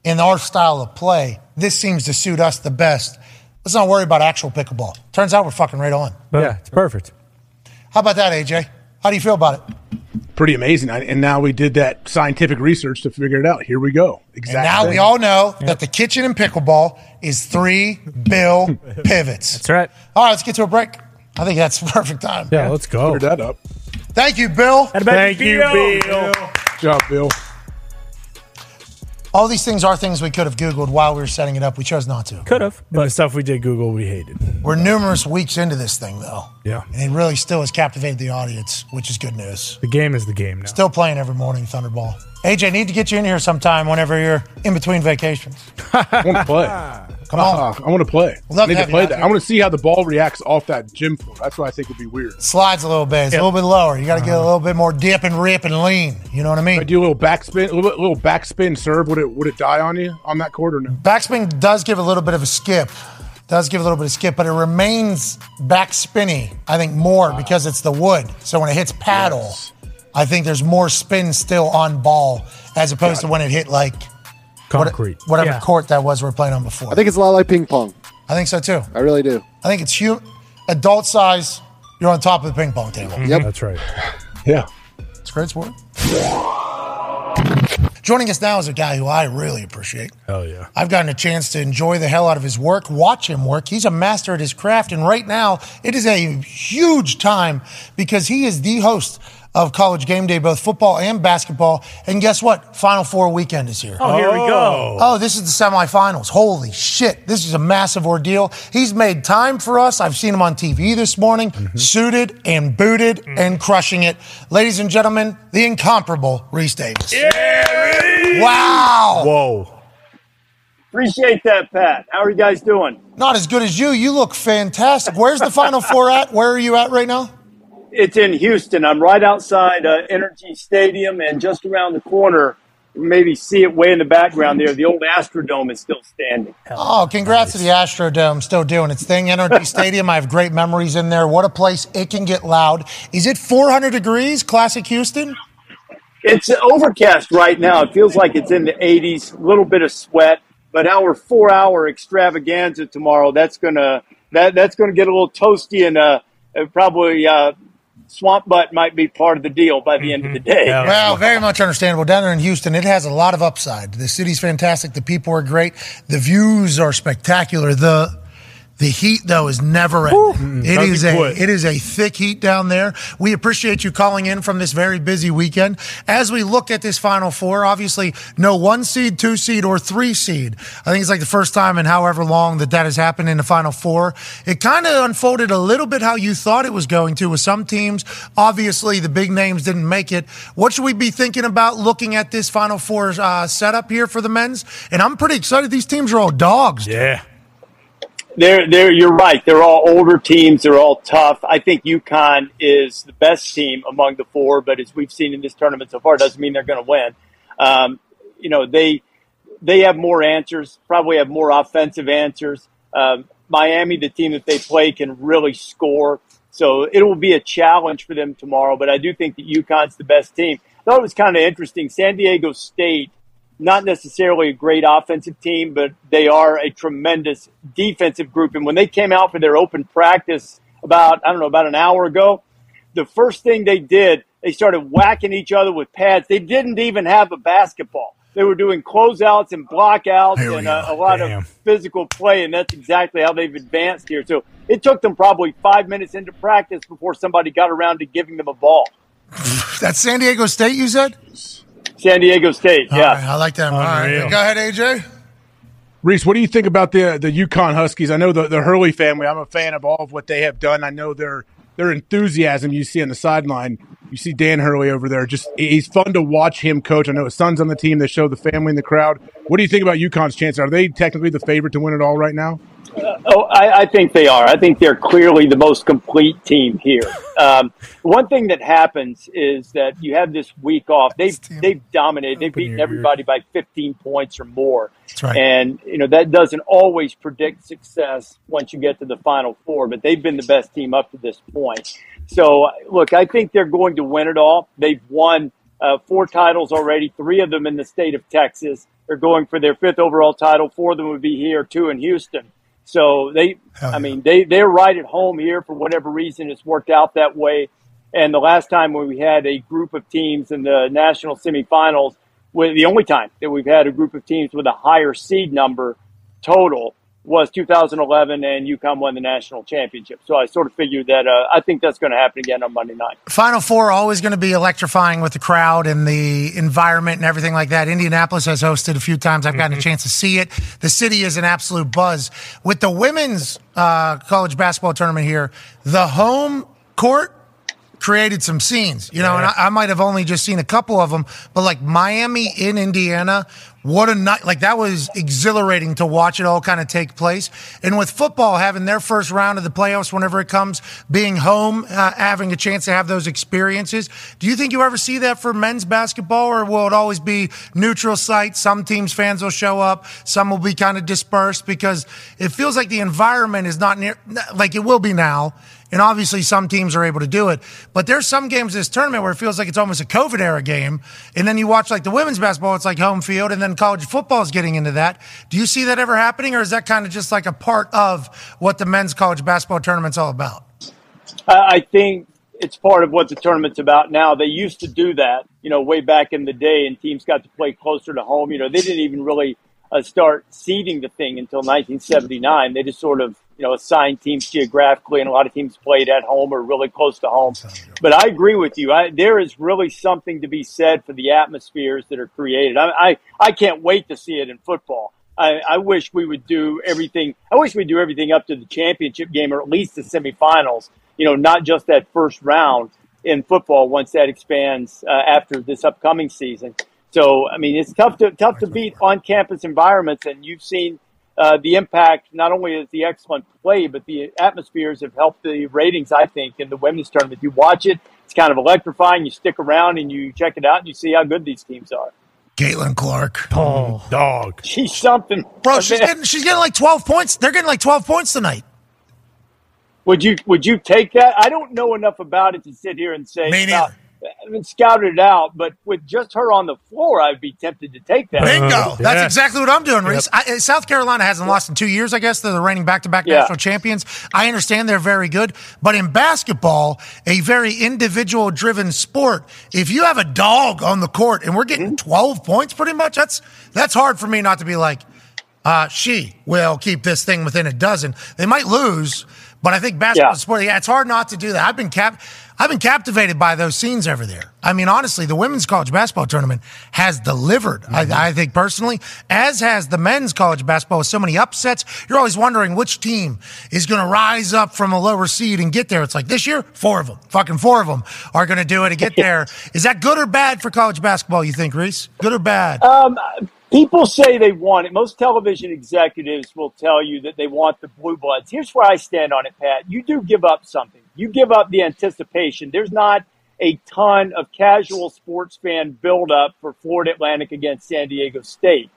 and our style of play, this seems to suit us the best. Let's not worry about actual pickleball. Turns out we're fucking right on.
yeah, it's perfect.
How about that, AJ? How do you feel about it?
Pretty amazing. I, and now we did that scientific research to figure it out. Here we go. Exactly.
And now we all know that the kitchen and pickleball is three bill pivots. That's
right.
All right, let's get to a break. I think that's the perfect time.
Yeah, let's go.
Cleared that up.
Thank you, Bill.
Thank you, Bill.
Good job, Bill.
All these things are things we could have Googled while we were setting it up. We chose not to.
Could have.
But the stuff we did Google, we hated.
We're numerous weeks into this thing, though,
Yeah.
and it really still has captivated the audience, which is good news.
The game is the game now.
Still playing every morning, Thunderball. AJ, need to get you in here sometime whenever you're in between vacations.
I want to play. Come on. I want to play.
Love
I need to
to have you
play
out
that.
here.
I want to see how the ball reacts off that gym floor. That's what I think would be weird.
Slides a little bit. It's a little bit lower. You got to get a little bit more dip and rip and lean. You know what I mean?
I Uh-huh. do a little backspin, a little, little backspin serve. Would it would it die on you on that court or no?
Backspin does give a little bit of a skip. Does give a little bit of skip, but it remains backspinny, I think, more because it's the wood. So when it hits paddle, I think there's more spin still on ball as opposed to when it hit like what-
Concrete.
whatever
Yeah.
court that was we were playing on before.
I think it's a lot like ping pong.
I think so too.
I really do.
I think it's huge, adult size. You're on top of the ping pong table.
Mm-hmm.
Yep.
That's right.
Yeah.
It's a great sport. Joining us now is a guy who I really appreciate.
Hell yeah.
I've gotten a chance to enjoy the hell out of his work, watch him work. He's a master at his craft, and right now it is a huge time because he is the host of College Game Day, both football and basketball. And guess what? Final Four weekend is here.
Oh, here we go.
Oh, this is the semifinals. Holy shit. This is a massive ordeal. He's made time for us. I've seen him on TV this morning, suited and booted
Mm.
and crushing it. Ladies and gentlemen, the incomparable Reese Davis. Wow.
Whoa.
Appreciate that, Pat. How are you guys doing?
Not as good as you. You look fantastic. Where's the Final Four at? Where are you at right now?
It's in Houston. I'm right outside uh, Energy Stadium, and just around the corner, you can maybe see it way in the background there. The old Astrodome is still standing.
Oh, congrats to the Astrodome. Still doing its thing. Energy Stadium. I have great memories in there. What a place. It can get loud. Is it 400 degrees, classic Houston?
It's overcast right now. It feels like it's in the 80s, a little bit of sweat, but our four-hour extravaganza tomorrow that's gonna that that's gonna get a little toasty and uh, uh, probably uh, swamp butt might be part of the deal by the end of the
Mm-hmm.
day.
Yeah.
Well, very much understandable. Down there in Houston, it has a lot of upside. The city's fantastic. The people are great. The views are spectacular. The the heat though is never ending. It is a it is a thick heat down there. We appreciate you calling in from this very busy weekend. As we look at this final four, obviously no one seed, two seed, or three seed. I think it's like the first time in however long that that has happened in the final four. It kind of unfolded a little bit how you thought it was going to with some teams. Obviously the big names didn't make it. What should we be thinking about looking at this final four uh, setup here for the men's? And I'm pretty excited. These teams are all dogs.
Yeah.
They're, they're, you're right. They're all older teams. They're all tough. I think UConn is the best team among the four, but as we've seen in this tournament so far, doesn't mean they're going to win. Um, you know, they they have more answers, probably have more offensive answers. Um, Miami, the team that they play, can really score. So it will be a challenge for them tomorrow, but I do think that UConn's the best team. I thought it was kind of interesting. San Diego State, not necessarily a great offensive team, but they are a tremendous defensive group. And when they came out for their open practice about, I don't know, about an hour ago, the first thing they did, they started whacking each other with pads. They didn't even have a basketball. They were doing closeouts and blockouts
There we
and uh,
go.
a, a lot
Damn.
of physical play, and that's exactly how they've advanced here. So it took them probably five minutes into practice before somebody got around to giving them a ball.
That's San Diego State, you said?
San Diego State,
All
yeah.
right, I like that. All right, go ahead, AJ.
Reese, what do you think about the the Yukon Huskies? I know the, the Hurley family. I'm a fan of all of what they have done. I know their their enthusiasm you see on the sideline. You see Dan Hurley over there. Just he's fun to watch him coach. I know his son's on the team. They show the family in the crowd. What do you think about UConn's chance? Are they technically the favorite to win it all right now?
Oh, I, I think they are. I think they're clearly the most complete team here. Um, one thing that happens is that you have this week off. They've they've dominated. They've beaten everybody by 15 points or more. That's
right.
And you know that doesn't always predict success once you get to the final four. But they've been the best team up to this point. So look, I think they're going to win it all. They've won uh, four titles already, three of them in the state of Texas. They're going for their fifth overall title. Four of them would be here, two in Houston. So they, I mean, they they're right at home here for whatever reason. It's worked out that way. And the last time when we had a group of teams in the national semifinals, was the only time that we've had a group of teams with a higher seed number total was 2011, and UConn won the national championship. So I sort of figured that uh, I think that's going to happen again on Monday night.
Final Four always going to be electrifying with the crowd and the environment and everything like that. Indianapolis has hosted a few times. I've gotten a chance to see it. The city is an absolute buzz. With the women's uh, college basketball tournament here, the home court created some scenes, you know, and I, I might have only just seen a couple of them, but like Miami in Indiana, what a night! Like that was exhilarating to watch it all kind of take place. And with football having their first round of the playoffs whenever it comes, being home, uh, having a chance to have those experiences. Do you think you ever see that for men's basketball, or will it always be neutral site? Some teams fans will show up, some will be kind of dispersed because it feels like the environment is not near like it will be now. And obviously, some teams are able to do it. But there's some games this tournament where it feels like it's almost a COVID era game. And then you watch like the women's basketball, it's like home field. And then college football is getting into that. Do you see that ever happening? Or is that kind of just like a part of what the men's college basketball tournament's all about?
I, I think it's part of what the tournament's about now. They used to do that, you know, way back in the day, and teams got to play closer to home. You know, they didn't even really uh, start seeding the thing until 1979. They just sort of, you know, assigned teams geographically, and a lot of teams played at home or really close to home. But I agree with you. I, there is really something to be said for the atmospheres that are created. I, I, I can't wait to see it in football. I, I wish we would do everything. I wish we'd do everything up to the championship game or at least the semifinals. You know, not just that first round in football. Once that expands uh, after this upcoming season, so I mean, it's tough to tough to beat on campus environments, and you've seen uh, the impact. Not only is the excellent play, but the atmospheres have helped the ratings. I think in the women's tournament, you watch it. It's kind of electrifying. You stick around and you check it out, and you see how good these teams are.
Caitlin Clark.
Oh,
dog.
She's something.
Bro, she's getting, she's getting like 12 points. They're getting like 12 points tonight.
Would you would you take that? I don't know enough about it to sit here and say.
Me
about- I haven't scouted it out, but with just her on the floor, I'd be tempted to take that.
Bingo. That's exactly what I'm doing, Reese. I, uh, South Carolina hasn't lost in two years, I guess. They're the reigning back to back
Yeah.
national champions. I understand they're very good. But in basketball, a very individual driven sport, if you have a dog on the court and we're getting 12 points pretty much, that's, that's hard for me not to be like, uh, she will keep this thing within a dozen. They might lose, but I think basketball is a sport. Yeah, it's hard not to do that. I've been cap- I've been captivated by those scenes over there. I mean, honestly, the women's college basketball tournament has delivered. I, I think personally, as has the men's college basketball with so many upsets. You're always wondering which team is going to rise up from a lower seed and get there. It's like this year, four of them, fucking four of them are going to do it and get there. Is that good or bad for college basketball? You think, Reese? Good or bad?
Um, people say they want it. Most television executives will tell you that they want the blue bloods. Here's where I stand on it, Pat. You do give up something. You give up the anticipation. There's not a ton of casual sports fan buildup for Florida Atlantic against San Diego State.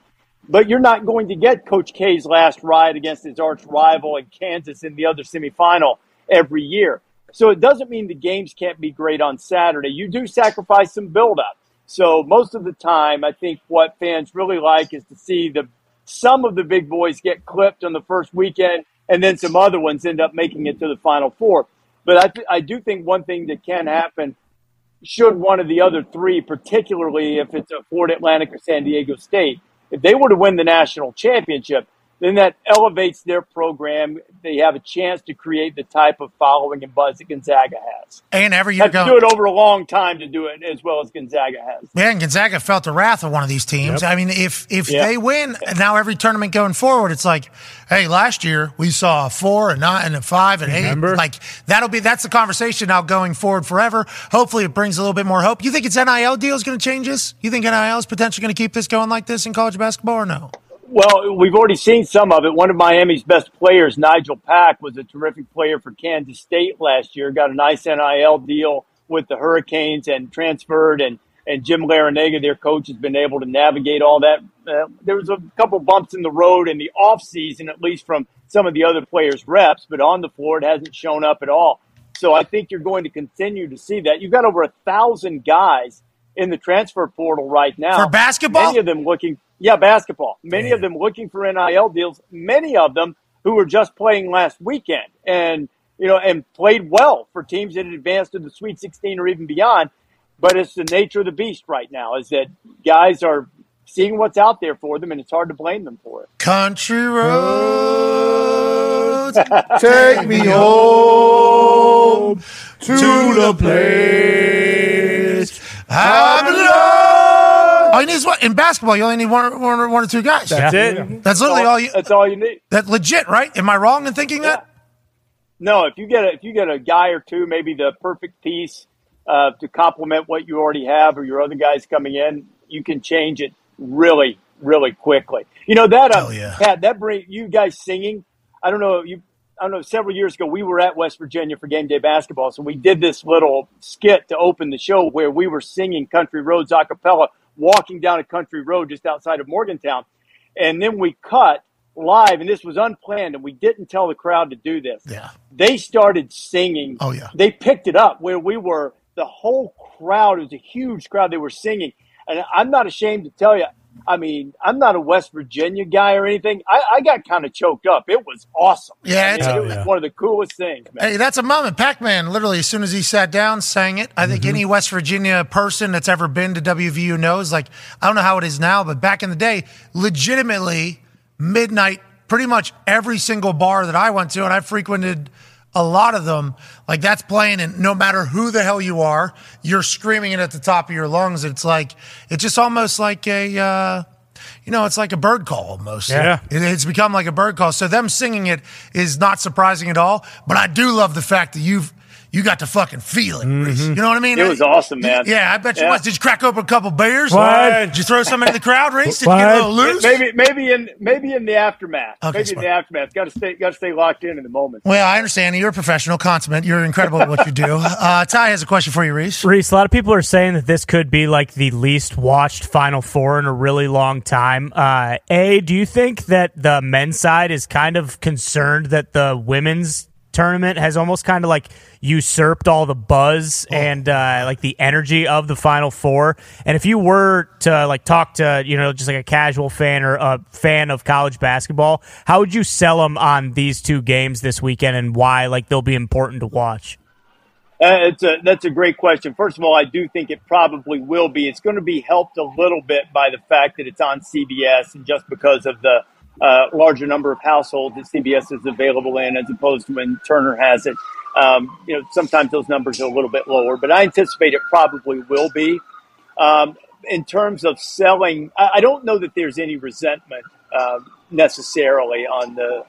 But you're not going to get Coach K's last ride against his arch rival in Kansas in the other semifinal every year. So it doesn't mean the games can't be great on Saturday. You do sacrifice some buildup. So most of the time, I think what fans really like is to see the some of the big boys get clipped on the first weekend, and then some other ones end up making it to the final four. But I, th- I do think one thing that can happen should one of the other three, particularly if it's a Ford Atlantic or San Diego State, if they were to win the national championship, then that elevates their program. They have a chance to create the type of following and buzz that Gonzaga has.
And every year
Have to
going
do it over a long time to do it as well as Gonzaga has.
Yeah, and Gonzaga felt the wrath of one of these teams.
Yep.
I mean, if if
Yeah.
they win now, every tournament going forward, it's like, hey, last year we saw a four and nine and a five and eight. Like that'll be that's the conversation now going forward forever. Hopefully, it brings a little bit more hope. You think its NIL deal is going to change this? You think NIL is potentially going to keep this going like this in college basketball or no?
Well, we've already seen some of it. One of Miami's best players, Nigel Pack, was a terrific player for Kansas State last year. Got a nice NIL deal with the Hurricanes and transferred. And, and Jim Larinaga, their coach, has been able to navigate all that. Uh, there was a couple bumps in the road in the offseason, at least from some of the other players' reps, but on the floor, it hasn't shown up at all. So I think you're going to continue to see that. You've got over a thousand guys in the transfer portal right now
For basketball?
Many of them looking, yeah, basketball. Many of them looking for NIL deals. Many of them who were just playing last weekend and you know and played well for teams that had advanced to the Sweet 16 or even beyond. But it's the nature of the beast right now is that guys are seeing what's out there for them, and it's hard to blame them for it.
Country roads
take me home
to the place I belong. All you need is one. In basketball, you only need one, one, one or two guys.
That's Yeah. it.
That's literally all you.
That's all you need.
That legit, right? Am I wrong in thinking that?
No, if you get a, if you get a guy or two, maybe the perfect piece uh, to complement what you already have or your other guys coming in, you can change it really, really quickly. You know that, uh, Pat, that bring you guys singing. I don't know you. I don't know. Several years ago, we were at West Virginia for game day basketball, so we did this little skit to open the show where we were singing "Country Roads" a cappella, walking down a country road just outside of Morgantown, and then we cut live, and this was unplanned, and we didn't tell the crowd to do this
Yeah.
they started singing. Oh yeah, they picked it up where we were. The whole crowd it was a huge crowd. They were singing, and I'm not ashamed to tell you. I mean, I'm not a West Virginia guy or anything. I, I got kind of choked up. It was awesome.
Yeah,
I mean,
it's-
it was
Oh, yeah.
one of the coolest things, man.
Hey, that's a moment. Pac Man, literally, as soon as he sat down, sang it. I think any West Virginia person that's ever been to WVU knows. Like, I don't know how it is now, but back in the day, legitimately, midnight, pretty much every single bar that I went to, and I frequented a lot of them, like that's playing, and no matter who the hell you are, you're screaming it at the top of your lungs. It's like, it's just almost like a, uh, you know, it's like a bird call almost.
Yeah.
It, it's become like a bird call. So them singing it is not surprising at all. But I do love the fact that you've you got to fucking feel it. Reese.
Mm-hmm.
You know what I mean?
It was awesome, man.
Yeah, I bet you
Yeah.
was. Did you crack open a couple beers?
What?
Did you throw something in the crowd, Reese? Did you get a little loose?
Maybe, maybe in maybe in the aftermath.
Okay,
maybe in the aftermath. Got to stay, got to stay locked in in the moment.
Well, I understand. You're a professional, consummate. You're incredible at what you do. Uh, Ty has a question for you, Reese.
Reese, a lot of people are saying that this could be like the least watched Final Four in a really long time. Uh, a, do you think that the men's side is kind of concerned that the women's tournament has almost kind of like usurped all the
Oh.
buzz and uh, like the energy of the Final Four? And if you were to like talk to you know just like a casual fan or a fan of college basketball, how would you sell them on these two games this weekend and why like they'll be important to watch?
Uh, it's a, that's a great question. First of all, I do think it probably will be. It's going to be helped a little bit by the fact that it's on CBS and just because of the uh, larger number of households that CBS is available in as opposed to when Turner has it. Um, you know, sometimes those numbers are a little bit lower, but I anticipate it probably will be. Um, in terms of selling, I, I don't know that there's any resentment um necessarily on the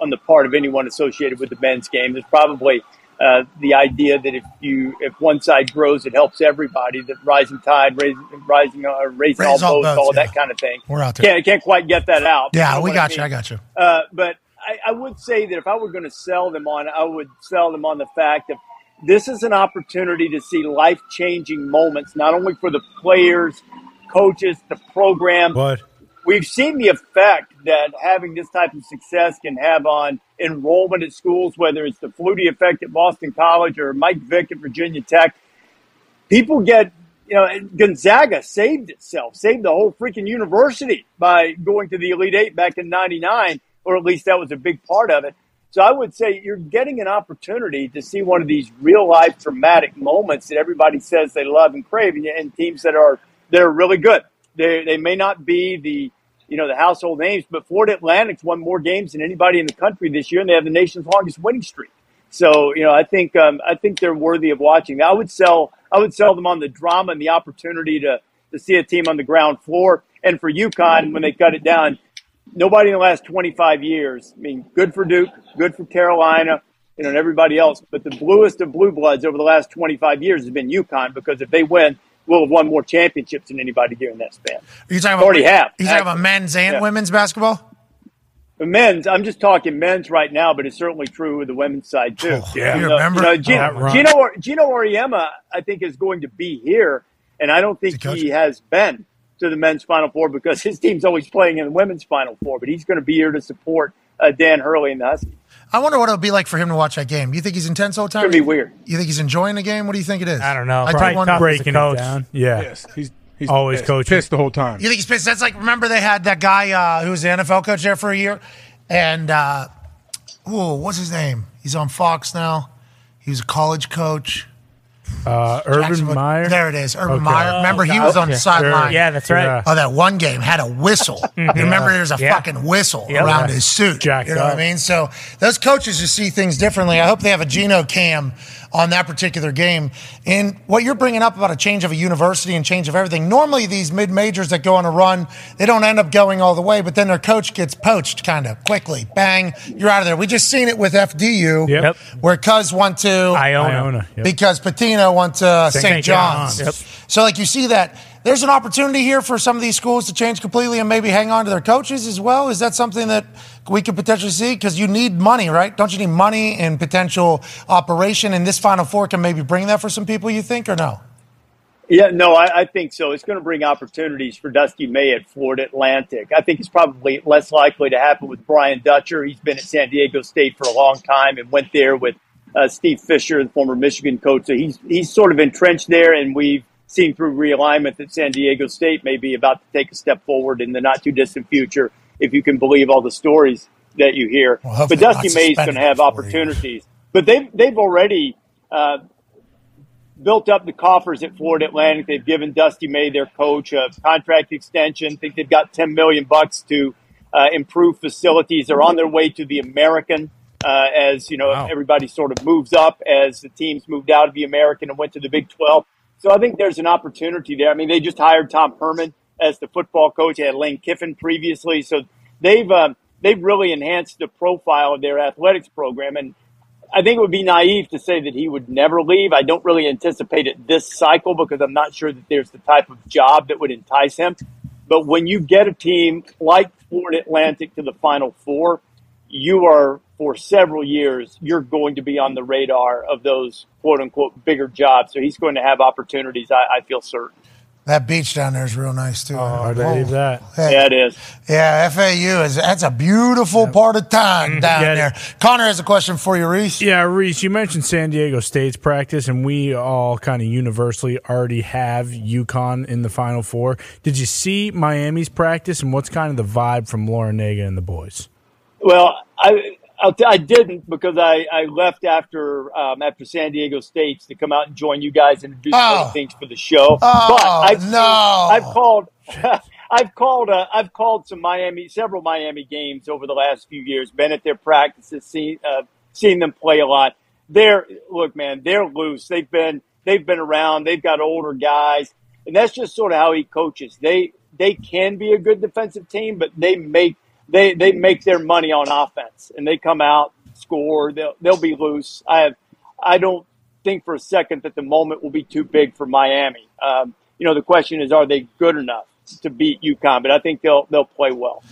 on the part of anyone associated with the men's game. There's probably uh, the idea that if you if one side grows, it helps everybody. That rising tide, raising rising uh, raising
Raise
all
all
boats,
boats,
all that
yeah.
kind of thing.
We're out there.
Can't, can't quite get that out.
Yeah,
know
we
what
got you. I got you.
Uh, but I, I would say that if I were going to sell them on, I would sell them on the fact of this is an opportunity to see life changing moments, not only for the players, coaches, the program,
But
we've seen the effect that having this type of success can have on enrollment at schools, whether it's the Flutie effect at Boston College or Mike Vick at Virginia Tech. People get, you know, and Gonzaga saved itself, saved the whole freaking university by going to the Elite Eight back in 99, or at least that was a big part of it. So I would say you're getting an opportunity to see one of these real life dramatic moments that everybody says they love and crave, and, and teams that are that are really good. They, they may not be the you know the household names, but Florida Atlantic's won more games than anybody in the country this year, and they have the nation's longest winning streak. So you know I think um, I think they're worthy of watching. I would sell I would sell them on the drama and the opportunity to to see a team on the ground floor. And for UConn, when they cut it down, nobody in the last 25 years. I mean, good for Duke, good for Carolina, you know, and everybody else. But the bluest of blue bloods over the last 25 years has been UConn because if they win, we'll have won more championships than anybody during that span.
Are you talking about
already have?
You talking about men's and
Yeah.
women's basketball?
The men's, I'm just talking men's right now, but it's certainly true with the women's side too.
yeah.
You
You
know,
remember?
you know,
That
Gino,
run.
Gino, Or- Gino Oriema, I think, is going to be here, and I don't think he has been to the men's Final Four because his team's always playing in the women's Final Four, but he's going to be here to support uh, Dan Hurley and the Huskies.
I wonder what it'll be like for him to watch that game. You think he's intense all the time?
gonna be weird.
You think he's enjoying the game? What do you think it is? I don't
know.
I
Probably
do wonder.
tough as a Breaking it coach. down. Yeah.
Yes, he's he's
Always
pissed,
coaching.
pissed the whole time.
You think he's pissed? That's like remember they had that guy uh, who was the NFL coach there for a year, and uh, whoa, what's his name? He's on Fox now. He was a college coach.
Uh, Urban
Jacksonville-
Meyer.
There it is. Urban
Okay.
Meyer. Remember, he
Oh,
was on the
okay.
sideline.
Sure. Yeah, that's right. Yeah.
Oh, that one game had a whistle. You Remember, there's a
Yeah.
fucking whistle
Yep.
around
Yeah.
his suit.
Jacked
you know what I
up.
mean? So those coaches just see things differently. I hope they have a Geno cam on that particular game. And what you're bringing up about a change of a university and change of everything, normally these mid majors that go on a run, they don't end up going all the way, but then their coach gets poached kind of quickly. Bang, you're out of there. We just seen it with FDU,
Yep.
where Cuz went to
Iona. Iona, yep.
because Patino went to
St.
St. Uh, John's.
John's. Yep.
So, like, you see that there's an opportunity here for some of these schools to change completely and maybe hang on to their coaches as well. Is that something that we could potentially see? Because you need money, right? Don't you need money and potential operation? And this Final Four can maybe bring that for some people, you think, or no?
Yeah, no, I, I think so. It's going to bring opportunities for Dusty May at Florida Atlantic. I think it's probably less likely to happen with Brian Dutcher. He's been at San Diego State for a long time and went there with uh, Steve Fisher, the former Michigan coach. So he's he's sort of entrenched there, and we've seen through realignment that San Diego State may be about to take a step forward in the not too distant future, if you can believe all the stories that you hear. but
hopefully
Dusty
not
May is going
suspended
to have opportunities. But they've they've already. Uh, built up the coffers at Florida Atlantic. They've given Dusty May, their coach, a contract extension. Think they've got ten million bucks to uh, improve facilities. They're on their way to the American, uh, as you know, everybody sort of moves up as the teams moved out of the American and went to the Big Twelve. So I think there's an opportunity there. I mean, they just hired Tom Herman as the football coach. They had Lane Kiffin previously, so they've um, they've really enhanced the profile of their athletics program and. I think it would be naive to say that he would never leave. I don't really anticipate it this cycle because I'm not sure that there's the type of job that would entice him. But when you get a team like Florida Atlantic to the Final Four, you are for several years you're going to be on the radar of those quote unquote bigger jobs. So he's going to have opportunities. I, I feel certain.
That beach down there is real nice, too. Oh,
believe that.
Yeah, it is.
Yeah, FAU is that's a beautiful part of town down
Mm-hmm. Get it.
there. Connor has a question for you, Reese.
Yeah, Reese, you mentioned San Diego State's practice, and we all kind of universally already have UConn in the Final Four. Did you see Miami's practice, and what's kind of the vibe from Laurinega and the boys?
Well, I I'll t- I didn't because I, I left after um, after San Diego State's to come out and join you guys and do some
Oh.
other things for the show.
Oh,
but I've
no.
I've called I've called uh, I've called some Miami several Miami games over the last few years. Been at their practices, seen uh, seen them play a lot. They're look, man, they're loose. They've been they've been around. They've got older guys, and that's just sort of how he coaches. They they can be a good defensive team, but they make they they make their money on offense, and they come out score. They'll they'll be loose. I have I don't think for a second that the moment will be too big for Miami. Um, you know, the question is, are they good enough to beat UConn? But I think they'll they'll play well.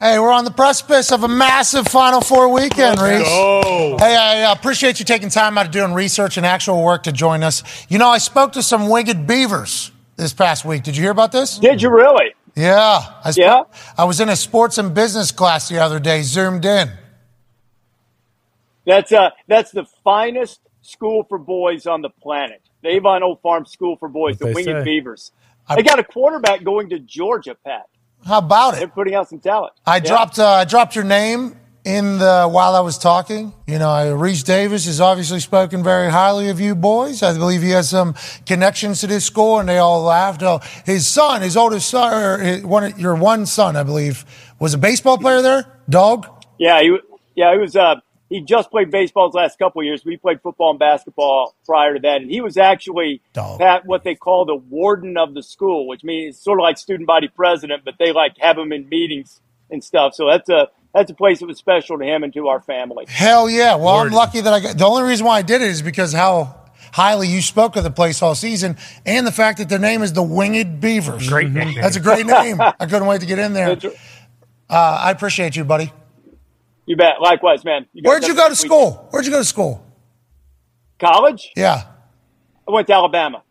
Hey, we're on the precipice of a massive Final Four weekend, Reese. Hey, I uh, appreciate you taking time out of doing research and actual work to join us. You know, I spoke to some winged beavers this past week. Did you hear about this?
Did you really?
Yeah. I yeah. I was in a sports and business class the other day, zoomed in.
That's uh, that's the finest school for boys on the planet. The Avon Old Farm School for Boys,
What
the
they
Winged
say.
Beavers. They got a quarterback going to Georgia, Pat.
How about it?
They're putting out some talent.
I
Yeah.
dropped uh, I dropped your name in the while I was talking. You know, I, Reese Davis has obviously spoken very highly of you boys. I believe he has some connections to this school, and they all laughed. Oh, his son, his oldest son, or his, one, of- your one son, I believe, was a baseball player there. Dog.
Yeah, he, yeah, he was. Uh, he just played baseball his last couple of years. We played football and basketball prior to that, and he was actually Pat what they call the warden of the school, which means it's sort of like student body president, but they like have him in meetings and stuff. So that's a that's a place that was special to him and to our family.
Hell yeah. Well, I'm lucky that I got. The only reason why I did it is because how highly you spoke of the place all season, and the fact that their name is the Winged Beavers. Mhm.
Great nickname.
That's a great name. I couldn't wait to get in there.
That's-
Uh, I appreciate you, buddy.
You bet. Likewise, man. guys
Where'd
have
you
a
go to
great
school? Where'd you go to school?
week. College?
Yeah.
I went to Alabama.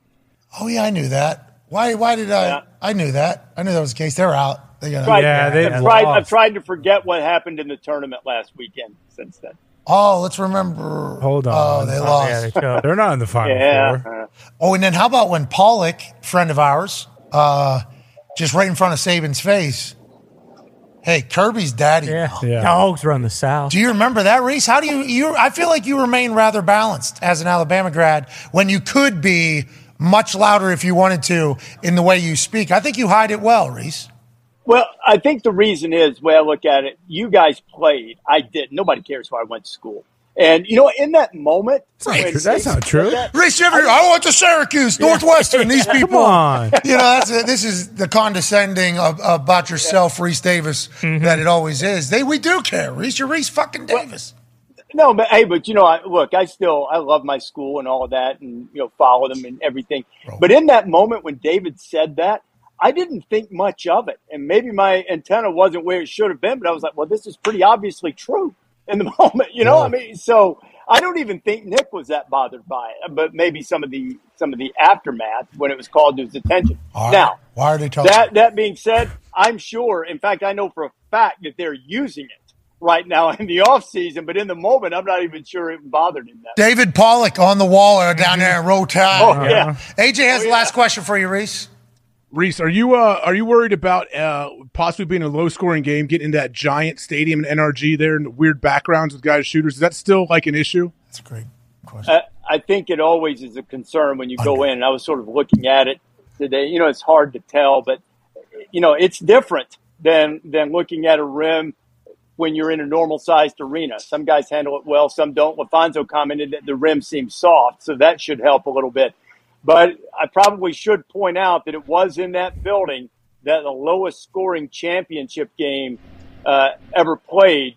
Oh yeah, I knew that. Why? Why did I? I knew that. I knew that was the case. They're out. They got
Tried- I've, tried, I've tried to forget what happened in the tournament last weekend. Since then,
Oh, let's remember.
Hold
Oh,
on.
they lost.
They're not in the final
Yeah.
four.
Oh, and then how about when Pollock, friend of ours, uh, just right in front of Saban's face? Hey, Kirby's daddy. Yeah.
Oh, Dogs run the South.
Do you remember that, Reese? How do you? You? I feel like you remain rather balanced as an Alabama grad when you could be much louder if you wanted to in the way you speak. I think you hide it well, Reese.
Well, I think the reason is way I look at it. You guys played. I didn't. Nobody cares where I went to school. And you know, what, in that moment, when they said that-
Reese, you ever, I went to Syracuse, Northwestern. These
Come
people,
on.
you know, that's this is the condescending of, about yourself, Reese Davis,
Mm-hmm.
that it always is. They we do care, Reese. You're Reese fucking Davis.
No, but hey, but you know, I, look, I still I love my school and all of that, and you know, follow them and everything. But in that moment when David said that, I didn't think much of it, and maybe my antenna wasn't where it should have been. But I was like, well, this is pretty obviously true in the moment, you know. I mean, so I don't even think Nick was that bothered by it, but maybe some of the some of the aftermath when it was called to his attention.
All right.
Now,
why are they talking?
that that being said, I'm sure. In fact, I know for a fact that they're using it right now in the off season. But in the moment, I'm not even sure it bothered him that.
David Pollock on the wall or
Mm-hmm.
down there in Row Tide.
Oh, yeah.
AJ has the last question for you, Reese.
Reese, are you uh, are you worried about uh, possibly being a low scoring game, getting into that giant stadium in NRG there, and the weird backgrounds with guys shooters? Is that still like an issue?
I, Uh, I think it always is a concern when you go in. And I was sort of looking at it today. You know, it's hard to tell, but you know, it's different than than looking at a rim when you're in a normal sized arena. Some guys handle it well, some don't. Lafonso commented that the rim seems soft, so that should help a little bit. But I probably should point out that it was in that building that the lowest scoring championship game uh, ever played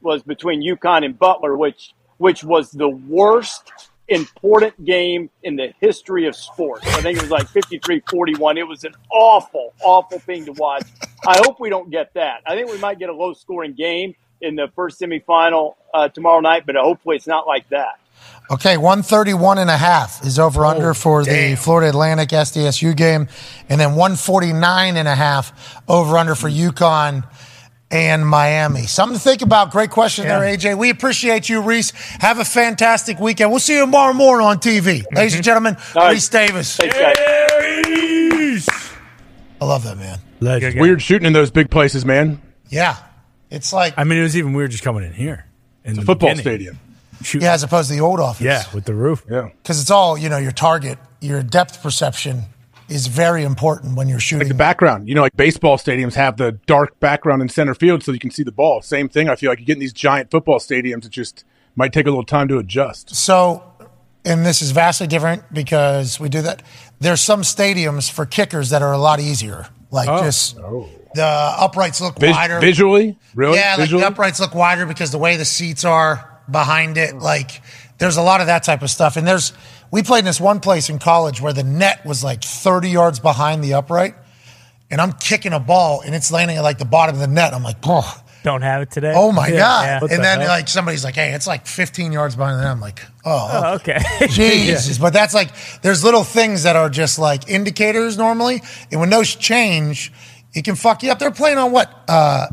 was between UConn and Butler, which which was the worst important game in the history of sports. I think it was like 53-41. It was an awful, awful thing to watch. I hope we don't get that. I think we might get a low scoring game in the first semifinal uh, tomorrow night, but hopefully it's not like that.
Okay, 131 and a half is over
Oh,
under for the Florida Atlantic SDSU game, and then 149 and a half over under for UConn and Miami. Something to think about. Great question there, AJ. We appreciate you, Reese. Have a fantastic weekend. We'll see you tomorrow morning on TV.
Mm-hmm.
Ladies and gentlemen, Reese Davis. I love that man.
It's weird shooting in those big places, man.
Yeah. It's like
I mean, it was even weird just coming in here. In
It's a
the
football
beginning.
stadium.
Yeah, as opposed to the old office.
Yeah, with the roof.
Yeah.
Because it's all, you know, your target, your depth perception is very important when you're shooting.
Like the background, you know, like baseball stadiums have the dark background in center field so you can see the ball. Same thing. I feel like you get in these giant football stadiums, it just might take a little time to adjust.
So, and this is vastly different because we do that. There's some stadiums for kickers that are a lot easier. Like
Oh.
just the uprights look
Vis-
wider.
visually, really,
Yeah,
visually.
like the uprights look wider because the way the seats are behind it. Like there's a lot of that type of stuff. And there's we played in this one place in college where the net was like 30 yards behind the upright, and I'm kicking a ball and it's landing at like the bottom of the net. I'm like, oh.
Don't have it today.
Oh my
Yeah.
god!
Yeah. What
And
the
then
hell?
like somebody's like, "Hey, it's like 15 yards behind." And I'm like, "Oh,
Oh,
okay, Jesus!" But that's like, there's little things that are just like indicators normally, and when those change, It can fuck you up. They're playing on what? Uh,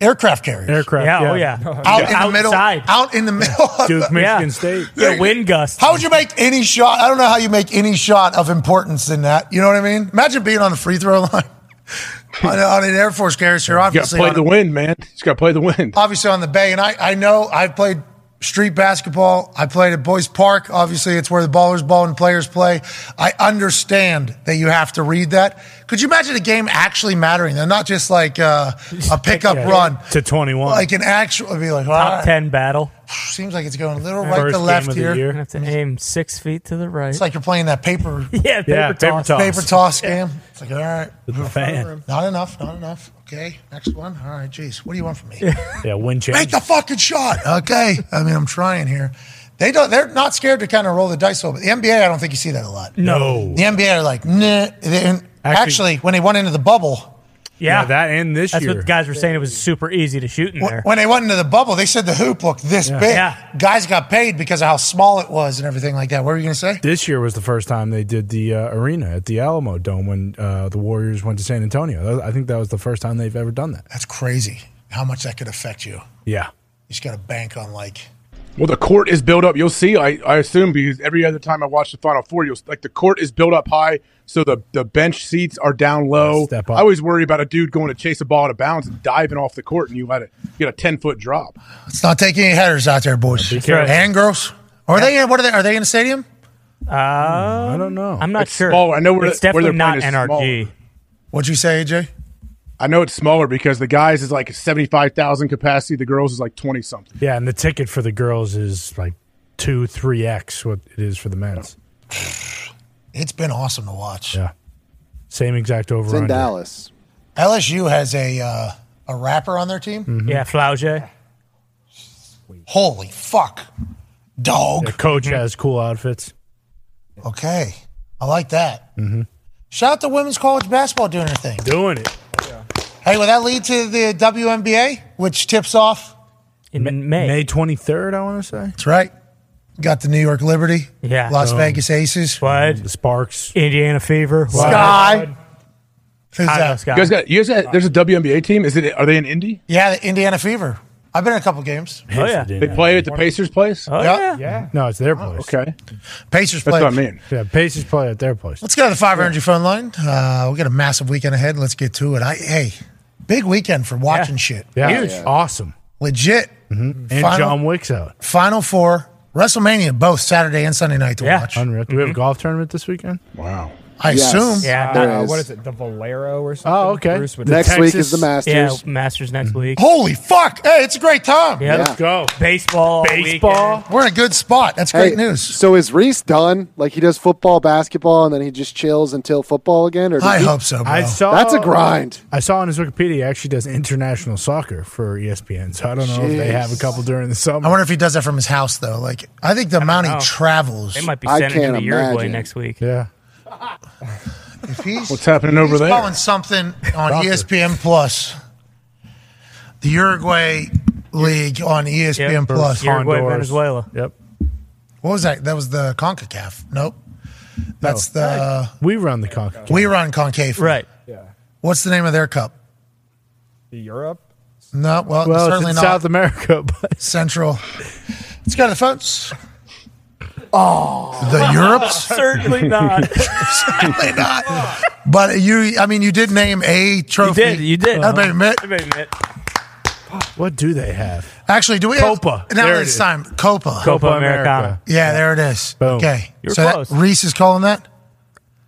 aircraft carriers.
Aircraft.
Yeah, oh, yeah.
Out in the middle.
Outside.
Out in the middle. of
Duke,
the-
Michigan State.
Yeah, wind gust.
How would you make any shot? I don't know how you make any shot of importance in that. You know what I mean? Imagine being on the free throw line on, on an Air Force carrier. So you're
You got to
obviously
play
on
the wind, man. You just got to play the wind.
obviously on the bay. And I, I know I've played street basketball. I played at Boys Park. Obviously, it's where the ballers ball and players play. I understand that you have to read that. Could you imagine a game actually mattering? though? not just like uh, a pickup
Yeah.
run,
to 21.
like an actual. I'd be like,
Top
"Ah,
ten battle.
Seems like it's going a little right to left here.
I have to aim six feet to the right.
It's like you're playing that paper.
yeah, paper
Yeah, paper
toss.
toss.
Paper toss game. It's like, all right.
the fan.
Not enough, not enough. Okay, next one. All right, geez. What do you want from me?
Yeah, wind change.
Make the fucking shot. Okay. I mean, I'm trying here. They don't. They're not scared to kind of roll the dice a little bit. The NBA, I don't think you see that a lot.
No.
The NBA are like, nah. They- and actually,
Actually-
when they went into the bubble,
Yeah.
Yeah, that and this
That's
year.
what guys were saying. It was super easy to shoot in there.
when they went into the bubble, they said the hoop looked this
Yeah.
big.
Yeah.
Guys got paid because of how small it was and everything like that. What were you gonna say?
This year was the first time they did the uh, arena at the Alamo Dome when uh, the Warriors went to San Antonio. That- I think that was the first time they've ever done that.
That's crazy. How much that could affect you? You
Yeah.
just got to bank on like
Well, the court is built up. You'll see. I, I assume because every other time I watch the Final Four, you'll like the court is built up high, so the, the bench seats are down low.
Step up.
I always worry about a dude going to chase a ball out of bounds and diving off the court, and you let it get a ten foot drop.
let's not take any headers out there, boys
careful.
and girls. Are they? in- What are they? Are they in the stadium?
I don't know.
Uh, I'm not
It's
sure.
smaller. I know where
it's
the- where
definitely
they're
not
playing is
NRG.
What'd you say, AJ?
I know it's smaller because the guys is like seventy five thousand capacity, the girls is like twenty something.
yeah, and the ticket for the girls is like two, three X what it is for the men's.
It's been awesome to watch.
Yeah. Same exact over
It's in
under.
Dallas.
LSU has a uh, a rapper on their team.
Yeah, Flauge.
Holy fuck, dog.
The coach has cool outfits.
Okay, I like that. Mm-hmm. Shout out to women's college basketball doing their thing.
Doing it.
Hey, will that lead to the WNBA, which tips off?
In May.
May 23rd, I want to say.
That's right. Got the New York Liberty,
Yeah.
Las
Um,
Vegas Aces,
What?
The Sparks.
Indiana Fever.
Sky. Who's
I know
that?
Sky.
You guys got you guys got, there's a WNBA team. Is it are they in Indy?
Yeah, the Indiana Fever. I've been in a couple games.
Oh, yeah.
They play at the Pacers place.
Oh,
Yeah.
yeah.
Yeah.
No, it's their place.
Okay,
Oh, Pacers
that's
play.
what I mean.
Yeah, Pacers play at their place.
Let's go to the five energy phone line. Uh, we got a massive weekend ahead. Let's get to it. I hey, big weekend for watching shit.
Yeah. Awesome. Mm-hmm.
Legit.
And
Final-
John Wick's out.
Final four, WrestleMania, both Saturday and Sunday night to
Yeah.
watch.
Unreal. Do we have a golf tournament this weekend?
Wow.
I
Yes.
assume.
Yeah.
There
Uh,
is.
what is it? The Valero or something?
Oh, okay.
Bruce would-
Next week is the
Texas-
Yeah,
Masters.
Masters next week.
Holy fuck! Hey, it's a great time.
Yeah.
Yeah.
Go.
Baseball.
Baseball.
We're in a good spot. That's great
Hey,
news.
So is Reese done? Like he does football, basketball, and then he just chills until football again? Or does
I
he-
hope so, bro.
I saw
That's a grind.
I saw on his Wikipedia he actually does international soccer for E ESPN. So I don't know if they have a couple during the
I
summer.
wonder if he does that from his house though. Like, I think the amount he
know.
travels.
They might be
I
sending him
can't
to Uruguay
imagine.
next week.
Yeah.
If he's,
What's happening
if
over
he's
there?
Calling something on E
Soccer.
ESPN Plus. The Uruguay League on E ESPN
Yep.
Plus.
Uruguay,
Honduras.
Venezuela.
Yep.
What was that? That was the Concacaf. Nope. That's the uh,
We run the conquer.
we run Concave.
Right.
What's the name of their cup?
The Europe?
No, well,
Well, it's
certainly
in
not.
South America, but
Central. Let's go to the phones. Oh, the Europe's
Certainly not.
certainly not. But you, I mean, you did name a
you
trophy.
did. You did.
I mean, admit-
Wait a minute.
what do they have?
Actually, do we
Copa.
Have, now
There it
it's
is.
time. Copa.
Copa
America.
Americana.
Yeah, there it is.
Boom.
Okay,
You were
so that-
close.
Reese is calling that.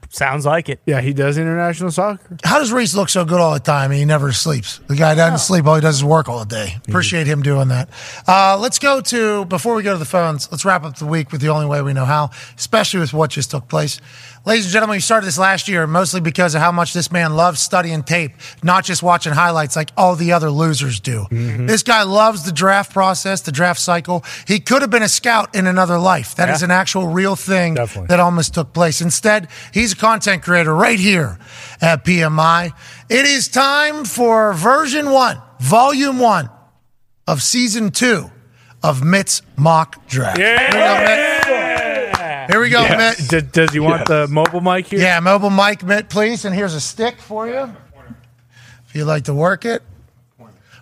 Sounds like it.
Yeah, he does international soccer.
How does Reese look so good all the time and he never sleeps? The guy doesn't sleep. All he does is work all day. Appreciate him doing that. Uh, let's go to, before we go to the phones, let's wrap up the week with the only way we know how, especially with what just took place. Ladies and gentlemen, we started this last year mostly because of how much this man loves studying tape, not just watching highlights like all the other losers do.
Mm-hmm.
Mm-hmm.
This guy loves the draft process, the draft cycle. He could have been a scout in another life. That is an actual real thing
Definitely.
that almost took place. Instead, he's a content creator right here at PMI. It is time for version one, volume one of season two of Mitt's mock draft. Here we go, Mitt. Here we go, Mitt.
Does, does he want the mobile mic here?
Yeah, mobile mic, Mitt, please. And here's a stick for you. If you'd like to work it.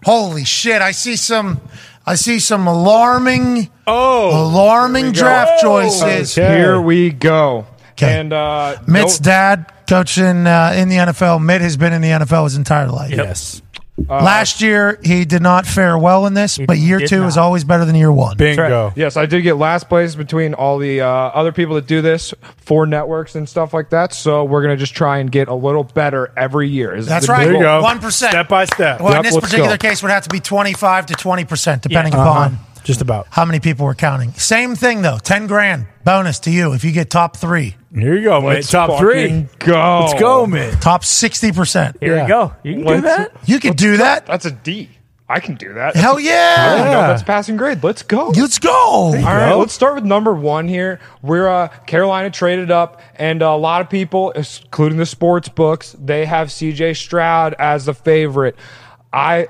Holy shit! I see some. I see some alarming, oh, alarming draft choices.
Oh. Here we go. And uh,
Mitt's
no-
dad coaching uh, in the NFL. Mitt has been in the NFL his entire life.
Yes.
Uh,
Last year he did not fare well in this, but year
did
two is always better than year one.
Yes, I did get last place between all the uh, other people that do this, four networks and stuff like that. So we're gonna just try and get a little better every year. Is
That's
the
right.
goal.
One percent, step
by step.
Well,
Yep,
in this
let's
particular
go.
case, would have to be twenty-five to twenty percent, depending
Uh-huh.
upon
Just about.
how many people were counting. Same thing though, ten grand bonus to you if you get top three.
Here you go,
Let's
Mitt. Top three.
fucking go.
Let's go, Mitt.
Top sixty percent.
Here we Yeah. go. You can do Let's- that?
You can do that.
That's a D. I can do that.
Hell yeah.
I don't know if
Yeah.
That's passing grade. Let's go.
Let's go.
All
There you
right,
go.
let's start with number one here. We're uh, Carolina traded up, and a lot of people, including the sports books, they have CJ Stroud as the favorite. I.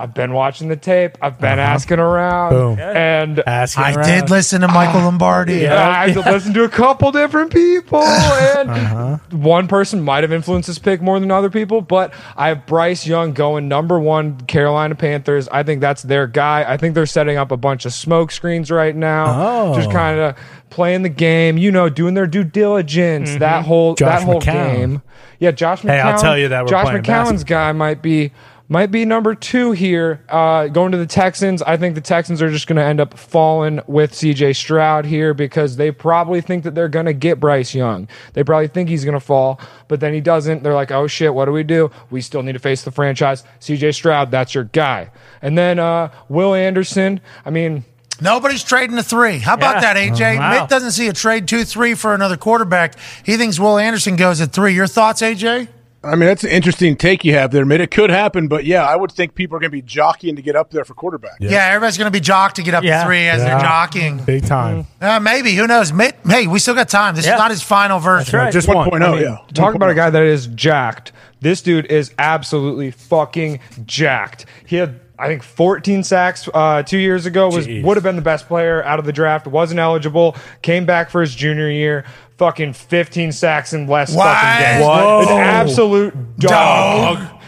I've been watching the tape. I've been asking around,
Uh-huh. Boom.
and asking
I did listen to Michael Lombardi.
I had to listen to a couple different people, and
Uh-huh.
one person might have influenced this pick more than other people. But I have Bryce Young going number one, Carolina Panthers. I think that's their guy. I think they're setting up a bunch of smoke screens right now,
Oh.
just kind of playing the game, you know, doing their due diligence. That whole
Mm-hmm. Josh
that whole
McCown.
game. Yeah, Josh. McCown,
Hey, I'll tell you that we're
Josh
playing
McCown's guy might be might be number two here. Uh, going to the Texans, I think the Texans are just going to end up falling with C.J. Stroud here because they probably think that they're going to get Bryce Young. They probably think he's going to fall, but then he doesn't. They're like, oh shit, what do we do? We still need to face the franchise. C.J. Stroud, that's your guy. And then uh, Will Anderson. I mean.
Nobody's trading the three. How about
Yeah.
that, AJ?
Oh, wow.
Mitt doesn't see a trade two three for another quarterback. He thinks Will Anderson goes at three. Your thoughts, AJ?
I mean, that's an interesting take you have there, Mitt. It could happen, but yeah, I would think people are going to be jockeying to get up there for quarterback.
Yeah, everybody's going to be jocked to get up to three as they're jockeying.
Big time.
Uh, maybe. Who knows? Mitt, hey, we still got time. This is not his final version.
oh,
I mean, oh, Talk about a guy that is jacked. This dude is absolutely fucking jacked. He had, I think, 14 sacks uh, two years ago. Was
Jeez.
would have been the best player out of the draft. Wasn't eligible. Came back for his junior year. Fucking 15 sacks in less
What?
fucking games.
What?
An absolute dog.
Dog.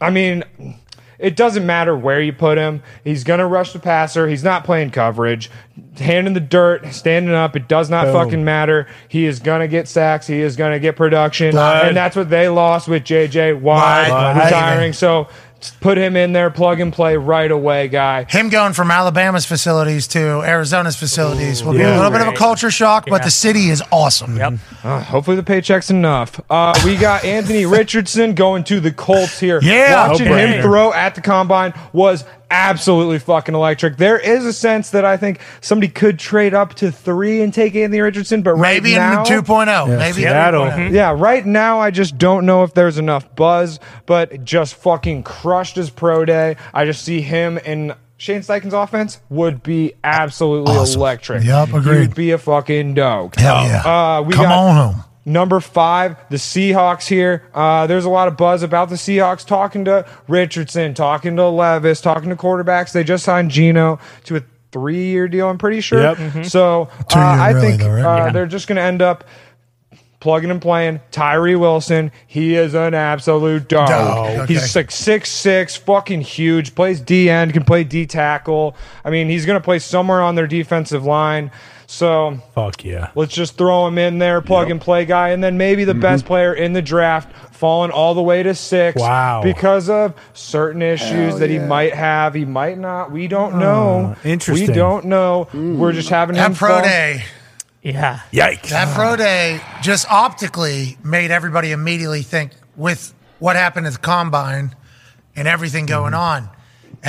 I mean. It doesn't matter where you put him. He's going to rush the passer. He's not playing coverage. Hand in the dirt, standing up. It does not
Boom.
fucking matter. He is going to get sacks. He is going to get production.
Blood.
And that's what they lost with JJ
Blood.
Watt retiring. So just put him in there, plug and play right away, guy.
Him going from Alabama's facilities to Arizona's facilities will be
yeah.
a little bit of a culture shock, but
Yeah.
the city is awesome. Yep.
Uh, hopefully the paycheck's enough. Uh, we got Anthony Richardson going to the Colts here.
Yeah,
watching
no
him
brainer.
throw at the combine was absolutely fucking electric. There is a sense that I think somebody could trade up to three and take Anthony Richardson, but
Maybe in
right now,
2.0. Yes, oh. Maybe in that'll- 2.0.
yeah. Right now, I just don't know if there's enough buzz, but just fucking crushed his pro day. I just see him in. Shane Steichen's offense would be absolutely electric.
Yup, agreed.
He'd be a fucking dog.
Hell yeah.
Uh, we
Come
got
on home.
Number five, the Seahawks here. Uh, there's a lot of buzz about the Seahawks talking to Richardson, talking to Levis, talking to quarterbacks. They just signed Geno to a three year deal, I'm pretty sure.
Yep. Mhm.
So uh,
Two-year
I
really,
think
though, right?
uh,
Yeah.
they're just going to end up plugging and playing Tyree Wilson. He is an absolute dog.
Dog.
He's like six six, fucking huge. Plays D end, can play D tackle. I mean, he's going to play somewhere on their defensive line. So
Fuck yeah. Mm-hmm.
Let's just throw him in there, plug and play guy, and then maybe the best player in the draft falling all the way to six.
Wow.
Because of certain issues
Hell
that
yeah.
he might have, he might not. We don't know.
interesting.
We don't know.
Mm.
We're just having
That
him
pro
fall.
day.
Yeah.
Yikes.
That pro day just optically made everybody immediately think with what happened at the combine and everything going
Mm-hmm.
on.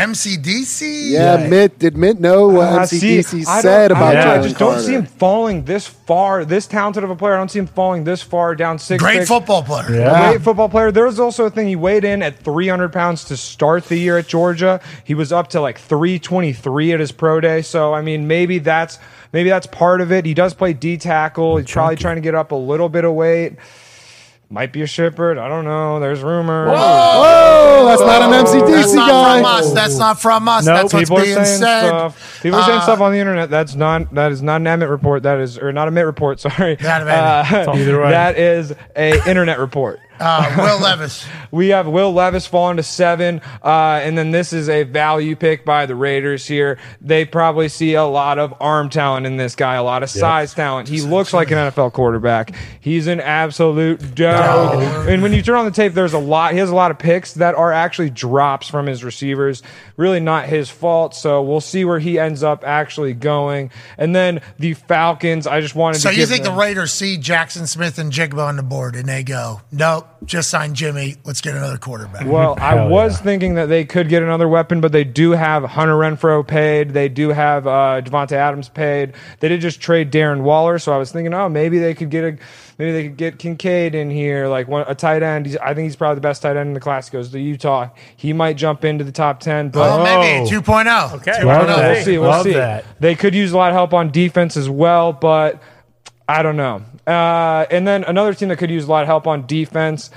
MCDC?
Yeah, Mitt did Mitt know what
I see-
MCDC
I don't-
said
I,
about
don't know. I
Jalen
just don't
Carter?
see him falling this far, this talented of a player. I don't see him falling this far down six.
Great
six.
football player.
Yeah. Great football player. There was also a thing he weighed in at 300 pounds to start the year at Georgia. He was up to like 323 at his pro day. So I mean, maybe that's maybe that's part of it. He does play D tackle. He's probably trying to get up a little bit of weight. Might be a shepherd. I don't know. There's rumors.
Whoa, that's not an MCDC
That's not
guy.
from us. That's not from us.
No,
That's what's
people are
being
saying
said.
Stuff. People are saying
Uh,
stuff on the internet. That's not that is not an Emmett report. That is or not a Mitt report. Sorry,
Not a Mitt. It's all-
that is a internet report.
Uh, Will Levis.
we have Will Levis falling to seven. Uh, and then this is a value pick by the Raiders here. They probably see a lot of arm talent in this guy, a lot of size talent. He looks like an NFL quarterback. He's an absolute dog. And when you turn on the tape, there's a lot. He has a lot of picks that are actually drops from his receivers. Really not his fault. So we'll see where he ends up actually going. And then the Falcons, I just wanted
So
to
you
give
think
them-
the Raiders see Jackson Smith and Jigba on the board and they go, nope, just sign Jimmy. Let's get another quarterback.
Well, I was thinking that they could get another weapon, but they do have Hunter Renfro paid. They do have uh, Devonte Adams paid. They did just trade Darren Waller, so I was thinking, oh, maybe they could get a, maybe they could get Kincaid in here, like one, a tight end. He's, I think he's probably the best tight end in the class. Goes to Utah. He might jump into the top ten. But
Oh, maybe 2.0. Okay.
Well, We'll see. We'll see. They could use a lot of help on defense as well, but I don't know. Uh, and then another team that could use a lot of help on defense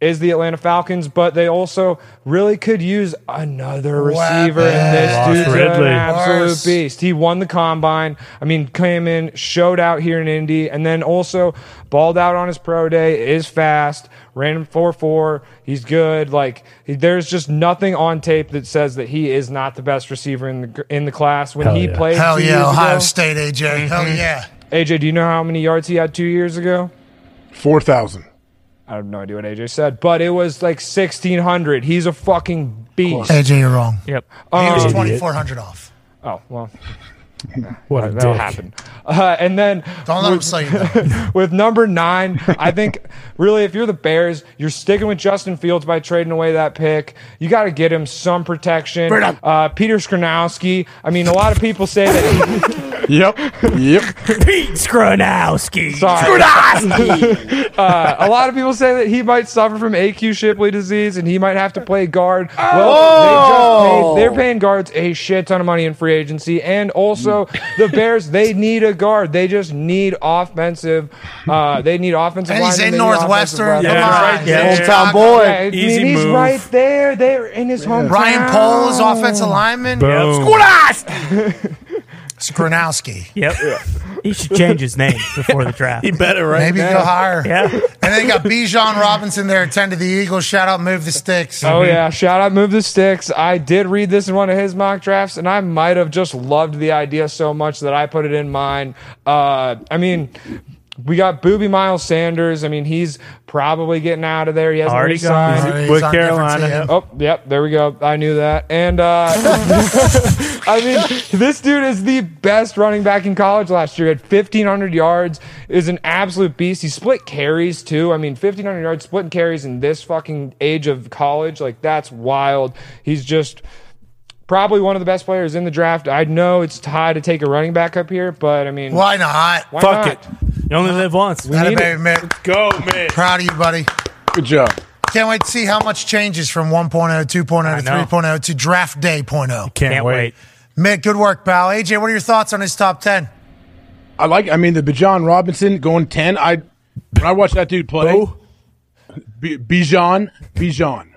is the Atlanta Falcons, but they also really could use another receiver. And this
Lost
dude's an
Ridley.
absolute
Worse.
beast. He won the combine. I mean, came in, showed out here in Indy, and then also balled out on his pro day. Is fast, ran four four. He's good. Like he- there's just nothing on tape that says that he is not the best receiver in the gr- in the class. When
Hell
he
yeah.
played,
Hell
two
yeah,
years
Ohio
ago-
State, AJ. Hell
Mhm.
yeah.
AJ, do you know how many yards he had two years ago?
Four thousand.
I have no idea what AJ said, but it was like sixteen hundred. He's a fucking beast.
AJ, you're wrong.
Yep.
He was
Um,
2,400 off.
Oh, well.
What
a That'll dick. happen. Uh, and then
Don't let him say you
with number nine, I think really if you're the Bears, you're sticking with Justin Fields by trading away that pick. You got to get him some protection.
Bring it up.
Uh, Peter Skronowski. I mean, a lot of people say that.
yep. Yep.
Pete Skronowski. Sorry. uh, a lot of people say that he might suffer from AQ Shipley disease and he might have to play guard. Well,
Oh.
they just paid, they're paying guards a shit ton of money in free agency, and also the Bears they need a guard. They just need offensive. Uh, they need offensive.
And he's
linemen, they
in
need offensive
Northwestern.
weapons.
Come on.
Yeah, I mean, he's right there. They're in his home. hometown.
Ryan Poles, offensive lineman.
Boom.
Skronowski.
Yep. He should change his name before the draft.
He better, right? Maybe go higher. Yeah. And they got Bijan Robinson there, 10 to the Eagles. Shout out, move the sticks.
Oh yeah! Shout out, move the sticks. I did read this in one of his mock drafts, and I might have just loved the idea so much that I put it in mine. Uh, I mean, we got Booby Miles Sanders. I mean, he's probably getting out of there. He hasn't
Already gone.
signed
Already, he's With on a different Carolina. team.
Oh, yep. There we go. I knew that. And uh, I mean, this dude is the best running back in college last year. He had 1,500 yards, is an absolute beast. He split carries, too. I mean, 1,500 yards, splitting carries in this fucking age of college, like, that's wild. He's just probably one of the best players in the draft. I know it's high to take a running back up here, but I mean,
Why not?
Why not?
Fuck it.
You only live once.
We need it.
Let's go, man. Proud of you, buddy.
Good job.
Can't wait to see how much changes from oh, 1.0, 2.0, to
know.
3.0 to draft day oh. 0.0.
Can't Can't wait.
Mick, good work, pal. AJ, what are your thoughts on his top 10?
I like. I mean, the Bijan Robinson going ten. I when I watched that dude play, B- Bijan, Bijan,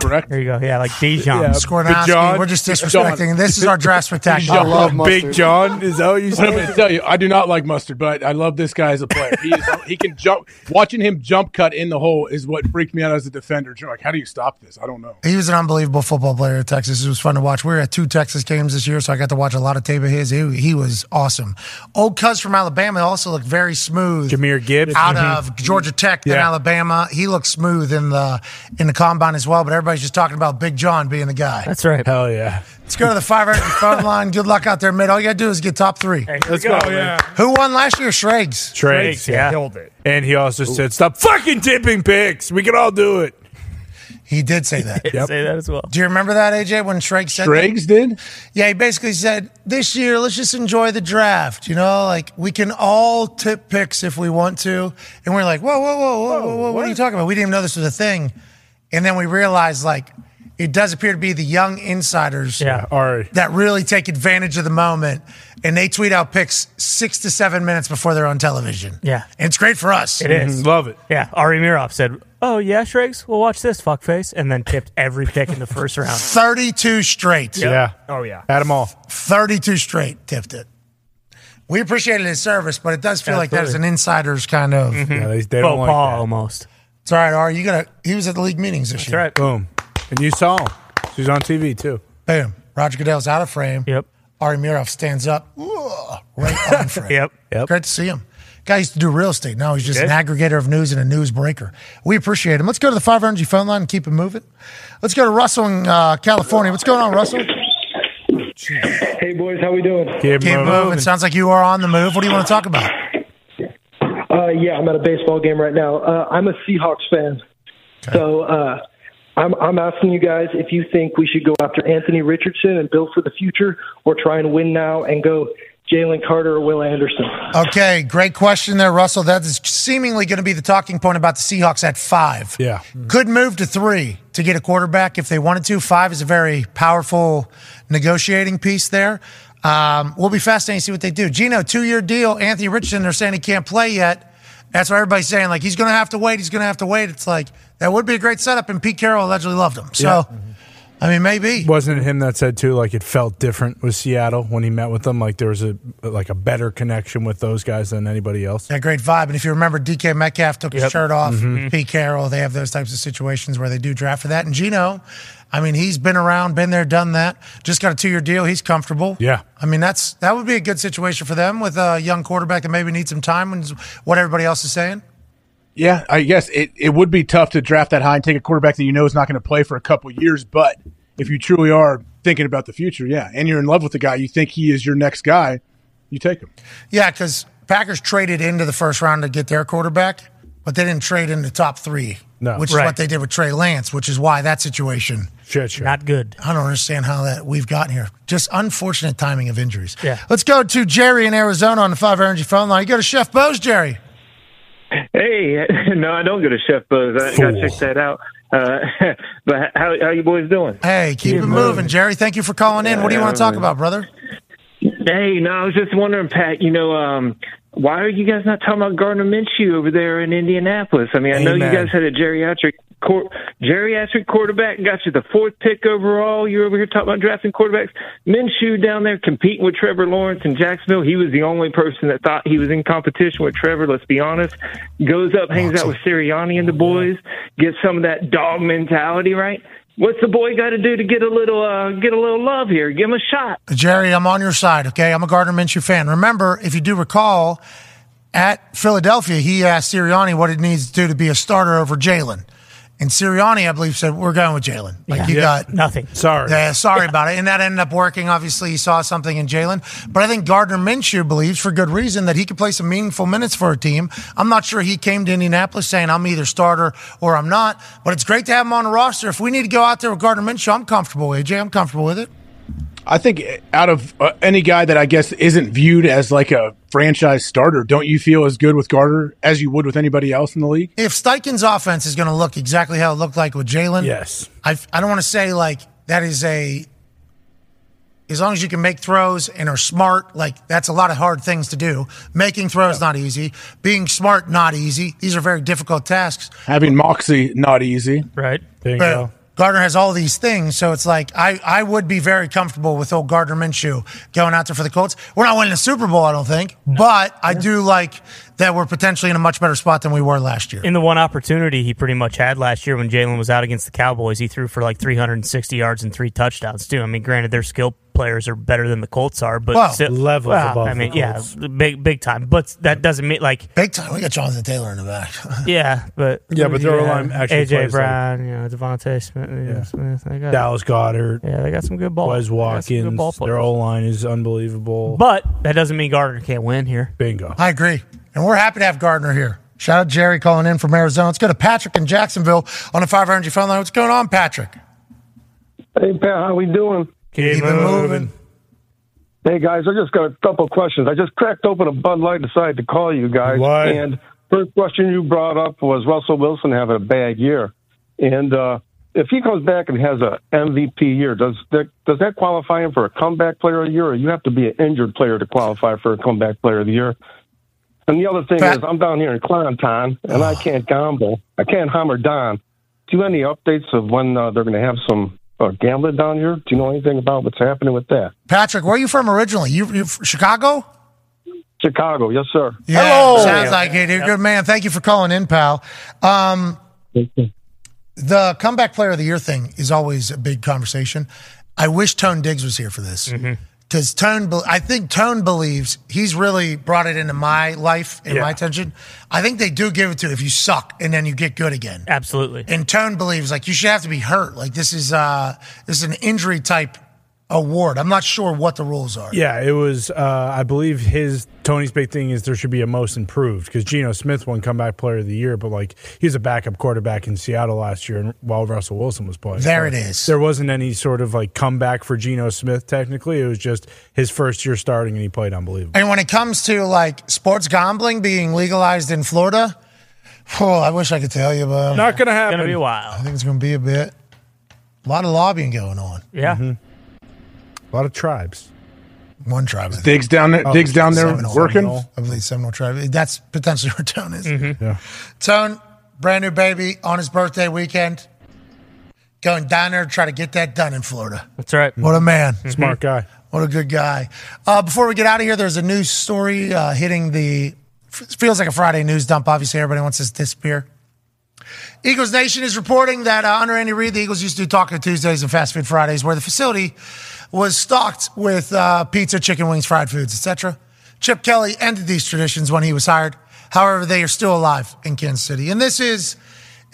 correct? There
you go. Yeah, like Bijan.
Skornowski, we're just disrespecting. This is our draft spectacular.
Bijan.
I love mustard.
Big John
is that what you
said? I'm going to tell you, I do not like mustard, but I love this guy as a player. He is, he can jump. Watching him jump cut in the hole is what freaked me out as a defender. You're Like, how do you stop this? I don't know.
He was an unbelievable football player at Texas. It was fun to watch. We were at two Texas games this year, so I got to watch a lot of tape of his. He, he was awesome. Old Cuz from Alabama also looked very smooth.
Jameer Gibbs
out
Mhm.
of Georgia Tech, then
Yeah.
Alabama. He looked smooth in the in the combine as well. But everybody's just talking about Big John being the guy.
That's right.
Hell yeah.
Let's go to the five hundred phone line. Good luck out there, mate. All you gotta do is get top three.
we Let's go, go, man. yeah.
Who won last year? Shregs.
Trades, yeah. And he also said, "Stop fucking tipping picks. We can all do it."
He did say that.
Say that as well.
Do you remember that, AJ, when Shrek said
Shrek's did?
Yeah, he basically said, This year, let's just enjoy the draft. You know, like we can all tip picks if we want to. And we're like, Whoa, whoa, whoa, whoa, whoa, whoa, what are you talking about? We didn't even know this was a thing. And then we realized, like, it does appear to be the young insiders
Yeah, Ari.
that really take advantage of the moment and they tweet out picks six to seven minutes before they're on television.
Yeah.
And it's great for us.
It is.
Love it.
Yeah. Ari Mirov said, Oh, yeah, Shregs, we'll watch this, fuckface. And then tipped every pick in the first round.
32 straight.
Yeah.
Oh, yeah.
Had them all.
32 straight tipped it. We appreciated his service, but it does feel like there's an
Absolutely. Mm-hmm.
insider's kind of
Yeah, they, they don't like that.
almost.
It's all right, Ari. You gonna? He was at the league meetings this year.
That's right. Boom. And you saw him. She's on TV too.
Boom. Roger Goodell's out of frame. Yep. Ari Mirov stands up. Ugh, right on frame. yep. Yep. Great to see him. Guy used to do real estate. Now he's just an aggregator of news and a newsbreaker. We appreciate him. Let's go to the Five Energy phone line and keep it moving. Let's go to Russell in uh, California. What's going on, Russell?
Hey boys, how we doing?
Keep moving. Sounds like you are on the move. What do you want to talk about?
Uh, yeah, I'm at a baseball game right now. Uh, I'm a Seahawks fan, so uh, I'm, I'm asking you guys if you think we should go after Anthony Richardson and build for the future, or try and win now and go Jalen Carter or Will Anderson.
Okay, great question there, Russell. That is seemingly going to be the talking point about the Seahawks at five.
Yeah.
Could move to three to get a quarterback if they wanted to. Five is a very powerful negotiating piece there. Um, we'll be fascinating to see what they do. Gino, two year deal. Anthony Richardson, they're saying he can't play yet. That's what everybody's saying. Like, he's going to have to wait. He's going to have to wait. It's like, that would be a great setup. And Pete Carroll allegedly loved him. So, I mean, maybe
wasn't it him that said too? Like it felt different with Seattle when he met with them. Like there was a like a better connection with those guys than anybody else.
that great vibe. And if you remember, DK Metcalf took his
Yep.
shirt off.
Mhm.
Pete Carroll, they have those types of situations where they do draft for that. And Gino, I mean, he's been around, been there, done that. Just got a two-year deal. He's comfortable.
Yeah.
I mean, that's that would be a good situation for them with a young quarterback that maybe needs some time. And what everybody else is saying.
Yeah, I guess it, it would be tough to draft that high and take a quarterback that you know is not going to play for a couple years. But if you truly are thinking about the future, yeah, and you're in love with the guy, you think he is your next guy, you take him.
Yeah, because Packers traded into the first round to get their quarterback, but they didn't trade into top three.
No.
which is
Right.
what they did with Trey Lance, which is why that situation
Shit,
not good. I don't understand how that we've gotten here. Just unfortunate timing of injuries.
Yeah.
Let's go to Jerry in Arizona on the Five Energy phone line. You go to Chef Bose, Jerry.
Hey, no, I don't go to Chef Buzz. I gotta check that out. Uh, but how how you boys doing?
Hey, keep it moving, Jerry. Thank you for calling in. What do you want to talk about, brother?
Hey, no, I was just wondering, Pat. You know, um, why are you guys not talking about Gardner Minshew over there in Indianapolis? I mean, I know
Amen.
you guys had a geriatric quar- geriatric quarterback, got you the fourth pick overall. You're over here talking about drafting quarterbacks. Minshew down there competing with Trevor Lawrence in Jacksonville. He was the only person that thought he was in competition with Trevor. Let's be honest. Goes up, hangs out with Sirianni and the boys, gets some of that dog mentality, right? What's the boy got to do to get a little uh, get a little love here? Give him a shot.
Jerry, I'm on your side, okay? I'm a Gardner Minshew fan. Remember, if you do recall, at Philadelphia, he asked Sirianni what it needs to do to be a starter over Jalen. And Sirianni, I believe, said, We're going with Jalen. Like, you got
nothing.
Sorry.
Yeah, sorry about it. And that ended up working. Obviously, he saw something in Jalen. But I think Gardner Minshew believes, for good reason, that he could play some meaningful minutes for a team. I'm not sure he came to Indianapolis saying, I'm either starter or I'm not. But it's great to have him on the roster. If we need to go out there with Gardner Minshew, I'm comfortable, AJ. I'm comfortable with it.
I think out of uh, any guy that I guess isn't viewed as like a franchise starter, don't you feel as good with Garter as you would with anybody else in the league?
If Steichen's offense is going to look exactly how it looked like with Jalen,
Yes.
I, I don't want to say like that is a as long as you can make throws and are smart, like that's a lot of hard things to do. Making throws not easy, being smart not easy. These are very difficult tasks.
Having Moxie not easy,
right?
There you
But
go.
Gardner has all these things, so it's like I, I would be very comfortable with old Gardner Minshew going out there for the Colts. We're not winning the Super Bowl, I don't think, but I do like that we're potentially in a much better spot than we were last year.
In the one opportunity he pretty much had last year when Jalen was out against the Cowboys, he threw for like 360 yards and three touchdowns too. I mean, granted, their skill players are better than the Colts are, but
Well,
still,
levels
Well,
above
I
the
mean,
Colts.
yeah, big big time. But that doesn't mean like
big time. We got Jonathan Taylor in the back.
yeah, but
Yeah, but their line actually
AJ
plays like-
Brown, you know, Devontae Smith, yeah. Smith they got-
Dallas Goddard.
Yeah, they got some good ball.
Wes
They got some good
Watkins.
ball
Their O line is unbelievable.
But that doesn't mean Gardner can't win here.
Bingo.
I agree. And we're happy to have Gardner here. Shout out Jerry calling in from Arizona. Let's go to Patrick in Jacksonville on the 5 Energy phone line. What's going on, Patrick?
Hey, Pat, how we doing?
Keep,
it moving.
Hey, guys, I just got a couple questions. I just cracked open a Bud Light and decided to call you guys.
Why?
And first question you brought up was Russell Wilson having a bad year. And uh, if he comes back and has a MVP year, does that, does that qualify him for a comeback player of the year, or you have to be an injured player to qualify for a comeback player of the year? And the other thing is, I'm down here in Clanton, and I can't gamble. I can't hammer Don. Do you have any updates of when uh, they're going to have some uh, gambling down here? Do you know anything about what's happening with that?
Patrick, where are you from originally? You, you from Chicago?
Chicago, yes, sir.
Yeah, Sounds like it. You're a good man. Thank you for calling in, pal. Um, The comeback player of the year thing is always a big conversation. I wish Tone Diggs was here for this because Tone, be- I think Tone believes he's really brought it into my life and my attention. I think they do give it to if you suck and then you get good again.
Absolutely.
And Tone believes like you should have to be hurt. Like this is uh this is an injury type award. I'm not sure what the rules are.
Yeah, it was. Uh, I believe his Tony's big thing is there should be a most improved because Geno Smith won comeback player of the year, but like he was a backup quarterback in Seattle last year, and while Russell Wilson was playing,
There it is.
There wasn't any sort of like comeback for Geno Smith. Technically, it was just his first year starting, and he played unbelievable.
And when it comes to like sports gambling being legalized in Florida, oh, I wish I could tell you, but
Not gonna happen.
Gonna be a while.
I think it's going to be a bit. A lot of lobbying going on.
Yeah.
Mm-hmm. A lot of tribes.
One tribe. I think.
Diggs down there- Diggs down there
Seminole.
working?
Seminole. I believe Seminole tribe. That's potentially where Tone is.
Mm-hmm.
Tone, brand new baby on his birthday weekend. Going down there to try to get that done in Florida.
That's right.
What a man.
Mm-hmm. Smart guy.
What a good guy. Uh, before we get out of here, there's a news story uh, hitting the. f- Feels like a Friday news dump. Obviously, everybody wants this to disappear. Eagles Nation is reporting that uh, under Andy Reid, the Eagles used to do Taco Tuesdays and Fast Food Fridays, where the facility was stocked with uh, pizza, chicken wings, fried foods, etc. Chip Kelly ended these traditions when he was hired. However, they are still alive in Kansas City, and this is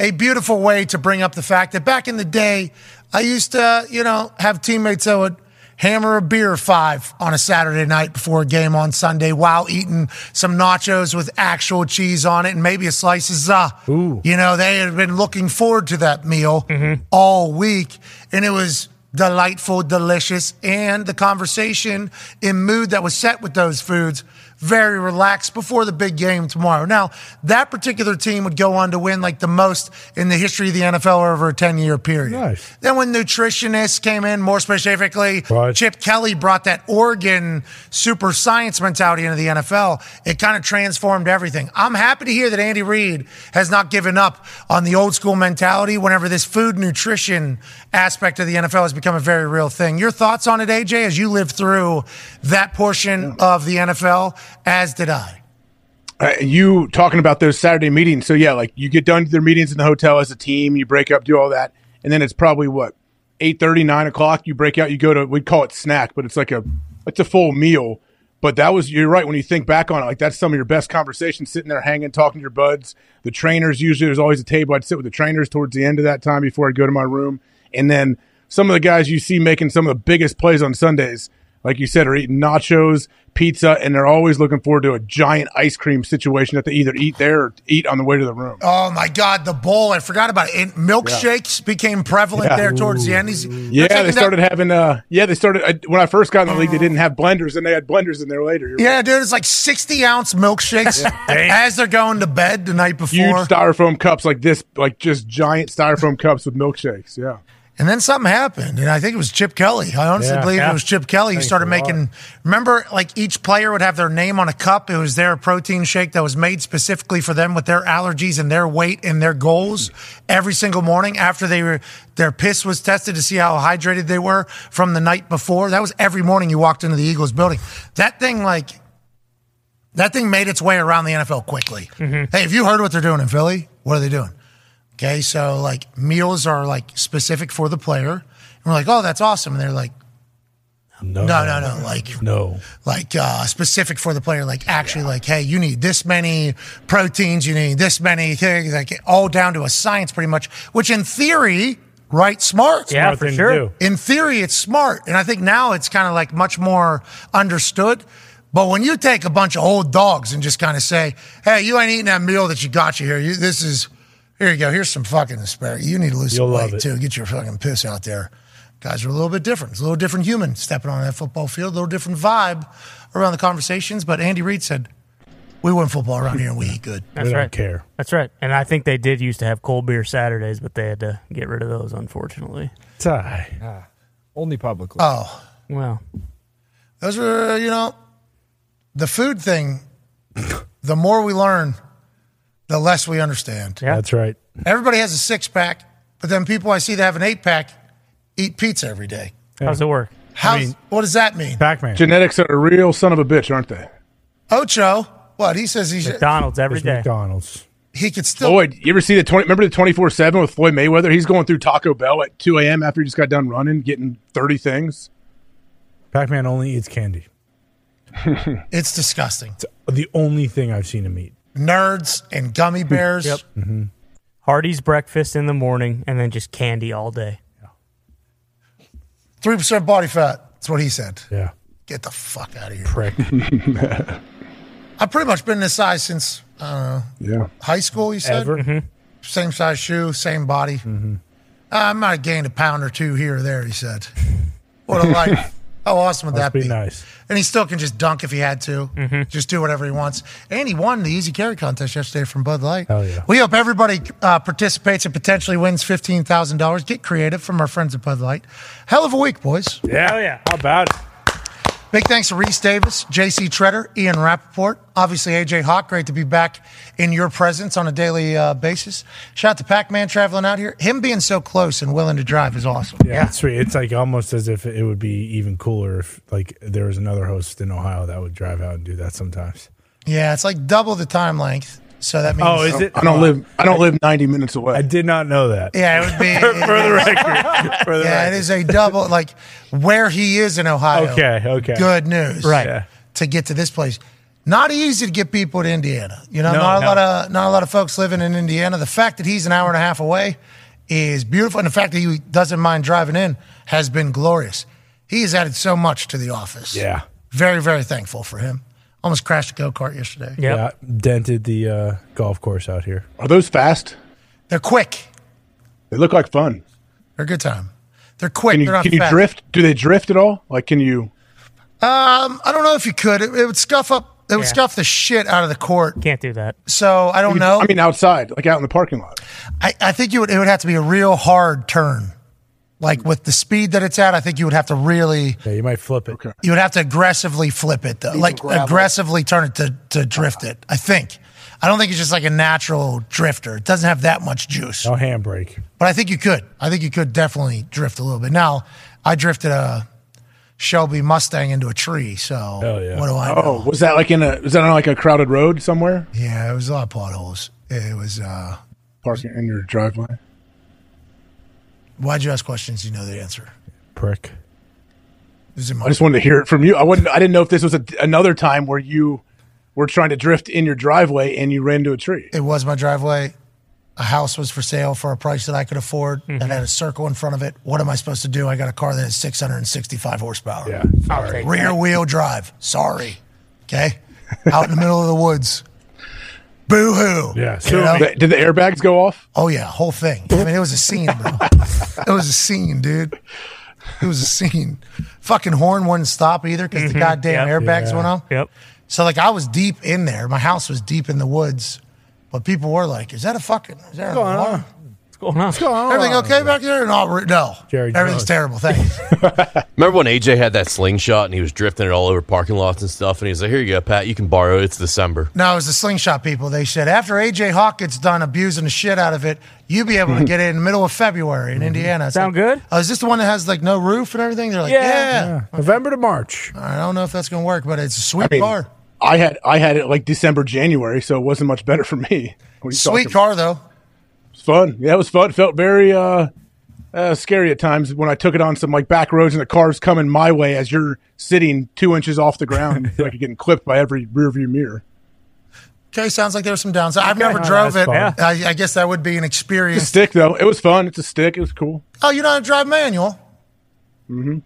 a beautiful way to bring up the fact that back in the day, I used to, you know, have teammates that would hammer a beer five on a Saturday night before a game on Sunday while eating some nachos with actual cheese on it and maybe a slice of za. You know, they had been looking forward to that meal all week, and it was delightful, delicious, and the conversation and mood that was set with those foods very relaxed before the big game tomorrow. Now, that particular team would go on to win like the most in the history of the NFL over a 10 year period. Then when nutritionists came in, more specifically, Chip Kelly brought that Oregon super science mentality into the NFL. It kind of transformed everything. I'm happy to hear that Andy Reid has not given up on the old school mentality whenever this food nutrition aspect of the NFL has become a very real thing. Your thoughts on it, AJ, as you lived through that portion of the NFL, as did I.
Uh, you talking about those Saturday meetings. So yeah, like you get done to their meetings in the hotel as a team, you break up, do all that, and then it's probably what 8:30, 9 o'clock. You break out, you go to we call it snack, but it's like a it's a full meal. But that was you're right when you think back on it. Like that's some of your best conversations, sitting there hanging, talking to your buds. The trainers usually there's always a table. I'd sit with the trainers towards the end of that time before I go to my room, and then some of the guys you see making some of the biggest plays on Sundays like you said, are eating nachos, pizza, and they're always looking forward to a giant ice cream situation that they either eat there or eat on the way to the room.
Oh my God, the bowl! I forgot about it. And milkshakes became prevalent
Yeah.
there towards the end. These-
Yeah,
they're taking
they
Mm-hmm. that-
started having. Uh, yeah, they started I, when I first got in the league. They didn't have blenders, and they had blenders in there later. You're
Yeah, dude, it's like sixty ounce milkshakes as they're going to bed the night before.
Huge styrofoam cups like this, like just giant styrofoam cups with milkshakes. Yeah.
And then something happened, and I think it was Chip Kelly. I honestly
Yeah.
believe
Yeah.
it was Chip Kelly who
Thanks
started
a lot.
making. Remember, like each player would have their name on a cup. It was their protein shake that was made specifically for them with their allergies and their weight and their goals. Every single morning after they were, their piss was tested to see how hydrated they were from the night before. That was every morning you walked into the Eagles building. That thing, like, that thing made its way around the NFL quickly.
Mm-hmm.
Hey, have you heard what they're doing in Philly? What are they doing? Okay, so like meals are like specific for the player. And we're like, oh, that's awesome. And they're like, no, no, no, like
no,
like uh, specific for the player. Like actually, like hey, you need this many proteins. You need this many things. Like all down to a science, pretty much. Which in theory, right, smart.
Yeah, Smart for thing to sure. do.
In theory, it's smart, and I think now it's kind of like much more understood. But when you take a bunch of old dogs and just kind of say, "Hey, you ain't eating that meal that you got you here. You, this is here you go. Here's some fucking asparagus. You need to lose
You'll
some
love
weight
it.
too. Get your fucking piss out there." Guys are a little bit different. It's a little different human stepping on that football field. A little different vibe around the conversations. But Andy Reid said, "We win football around here, and we eat good.
That's right. That's right. And I think they did used to have cold beer Saturdays, but they had to get rid of those, unfortunately.
Tie.
Ah, Only publicly.
Oh,
wow.
Those were, you know, the food thing. the more we learn, the less we understand.
That's right.
Everybody has a six pack, but then people I see that have an eight pack eat pizza every day.
How does it work?
How's, what does that mean?
Pac Man.
Genetics are a real son of a bitch, aren't they?
Ocho, what he says he's
McDonald's every
There's
day.
McDonald's.
he could still.
Floyd, you ever see the twenty? Remember the twenty four seven with Floyd Mayweather? He's going through Taco Bell at two a.m. after he just got done running, getting thirty things.
Pac Man only eats candy.
it's disgusting. It's
the only thing I've seen him eat. Mm-hmm.
Nerds and gummy bears.
Yep. Hardy's breakfast in the morning and then just candy all day.
Three percent body fat. That's what he said.
Yeah.
Get the fuck out of here.
Prick.
I've pretty much been this size since I don't know
Yeah.
high school. You said
Ever. Mm-hmm.
same size shoe, same body. Uh, I might have gained a pound or two here or there. He said, "What a life! How awesome would
Must
that
be
be?"
nice. Mm-hmm.
And he still can just dunk if he had to. Just do whatever he wants. And he won the easy carry contest yesterday from Bud Light.
Hell yeah.
We hope everybody uh, participates and potentially wins fifteen thousand dollars. Get creative from our friends at Bud Light. Hell of a week, boys.
Yeah. Hell yeah. How about it?
Big thanks to Reese Davis, JC Treader, Ian Rappaport, obviously AJ Hawk. Great to be back in your presence on a daily uh, basis. Shout out to Pac Man traveling out here. Him being so close and willing to drive is awesome.
Yeah, It's, re- it's like almost as if it would be even cooler if like there was another host in Ohio that would drive out and do that sometimes.
Yeah, it's like double the time length. So that
Oh,
means.
I don't live. I don't live ninety minutes away. I
did not know that.
Yeah, it would be.
For the record. For the
yeah, it
record.
is a double, like where he is in Ohio.
Okay, okay.
Good news.
Right. Yeah.
To get to this place. Not easy to get people to Indiana. You know,
No,
not a
no.
lot of not a lot of folks living in Indiana. The fact that he's an hour and a half away is beautiful, and the fact that he doesn't mind driving in has been glorious. He has added so much to the office.
Yeah.
very very thankful for him. Almost crashed a go kart yesterday.
Yeah. Dented the uh, golf course out here.
Are those fast?
They're quick.
They look like fun.
They're a good time. They're quick.
Can you,
They're not
can you
fast.
drift? Do they drift at all? Like, can you?
Um, I don't know if you could. It, it would scuff up. It would scuff the shit out of the court.
Can't do that.
So I don't
you-
know.
I mean, outside, like out in the parking lot.
I, I think you would. It would have to be a real hard turn. Like with the speed that it's at, I think you would have to really.
Yeah, you might flip it.
You would have to aggressively flip it, though.
Leave
like
the gravel.
aggressively turn it to to drift it. I think. I don't think it's just like a natural drifter. It doesn't have that much juice.
No handbrake.
But I think you could. I think you could definitely drift a little bit. Now, I drifted a Shelby Mustang into a tree. So what do I know?
Oh, was that like in a? Was that on like a crowded road somewhere?
Yeah, it was a lot of potholes. It was. uh
Parking in your driveway.
Why'd you ask questions? You know the answer.
Prick.
Is it my-
I just wanted to hear it from you. I wouldn't. I didn't know if this was a, another time where you were trying to drift in your driveway and you ran into a tree.
It was my driveway. A house was for sale for a price that I could afford, that had a circle in front of it. What am I supposed to do? I got a car that has 665 horsepower. Yeah,
take
rear
that.
wheel drive. Sorry. Okay, out in the middle of the woods. Boo hoo.
Yeah,
You know?
Did the- did the airbags go off?
Oh yeah, whole thing. I mean, it was a scene, bro. it was a scene, dude. It was a scene. Fucking horn wouldn't stop either because the
Mhm.
goddamn
Yep.
airbags
Yeah.
went off. Yep. So like I was deep in there. My house was deep in the woods, but people were like, "Is that a fucking? Is that a
going
alarm?
on?
What's going on? What's
going on?
Everything okay back there? No, re- no.
Jerry
Everything's
Jones.
terrible. Thanks.
Remember when AJ had that slingshot and he was drifting it all over parking lots and stuff? And he was like, "Here you go, Pat. You can borrow it. It's December."
no, it was the slingshot people. They said after AJ Hawk gets done abusing the shit out of it, you be able to get it in the middle of February in Indiana. Sound good? Oh, is this the one that has like no roof and everything? They're like, yeah.
November to March.
I don't know if that's going to work, but it's a sweet
mean,
car.
I had I had it like December, January, so it wasn't much better for me. What are you
Sweet
talking
car though.
It's fun. Yeah, it was fun. It felt very uh, uh, scary at times when I took it on some like back roads and the car's coming my way as you're sitting two inches off the ground, like you're getting clipped by every rearview mirror.
Okay, sounds like there's some downside. I've
Okay.
never
Oh,
drove it.
that's fun.
I, I guess that would be an
It's a
experience.
stick though. It was fun. It's a stick. It was cool.
Oh, you know how to drive manual?
Mm-hmm.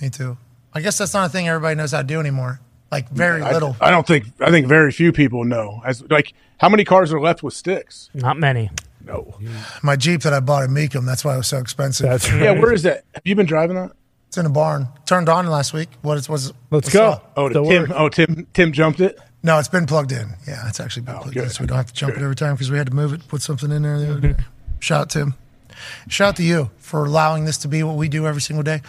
Me too. I guess that's not a thing everybody knows how to do anymore. Like very little.
I, don't think. I think very few people know. As like, how many cars are left with sticks?
Not many.
No.
My Jeep that I bought at Meekum, that's why it was so expensive.
That's
Yeah. Where is that? Have you been driving that?
It's in a barn. Turned on last week. What it was?
Let's
go.
Oh, did Tim. Oh, Tim. Tim jumped it. Oh,
No, it's been plugged in. Yeah, it's actually been plugged in, so we don't have to jump it every time because we had to move it, put something in there the other day. Shout out to him. Shout out to you for allowing this to be what we do every single day.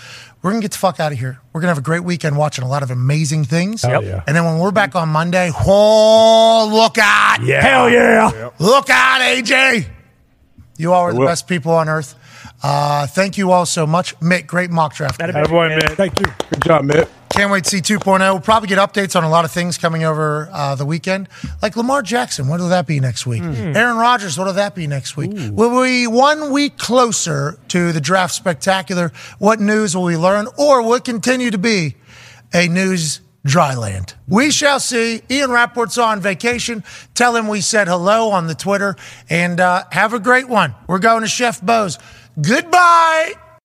We're gonna get the fuck out of here. We're gonna have a great weekend watching a lot of amazing things.
Hell Yep. yeah.
And then when we're back on Monday, oh look out!
Yeah. Hell yeah.
Look out, AJ! You all are the
will.
best people on earth. Uh, thank you all so much, Mick. Great mock draft.
Attaboy, Mick.
Thank you. Good job, Mitt.
Can't wait to see 2.0. We'll probably get updates on a lot of things coming over uh, the weekend, like Lamar Jackson. What'll that be next week? Aaron Rodgers. What'll that be next week? Will we one week closer to the draft spectacular? What news will we learn, or will it continue to be a news dryland? We shall see. Ian Rapport's on vacation. Tell him we said hello on the Twitter, and uh, have a great one. We're going to Chef Bo's. Goodbye.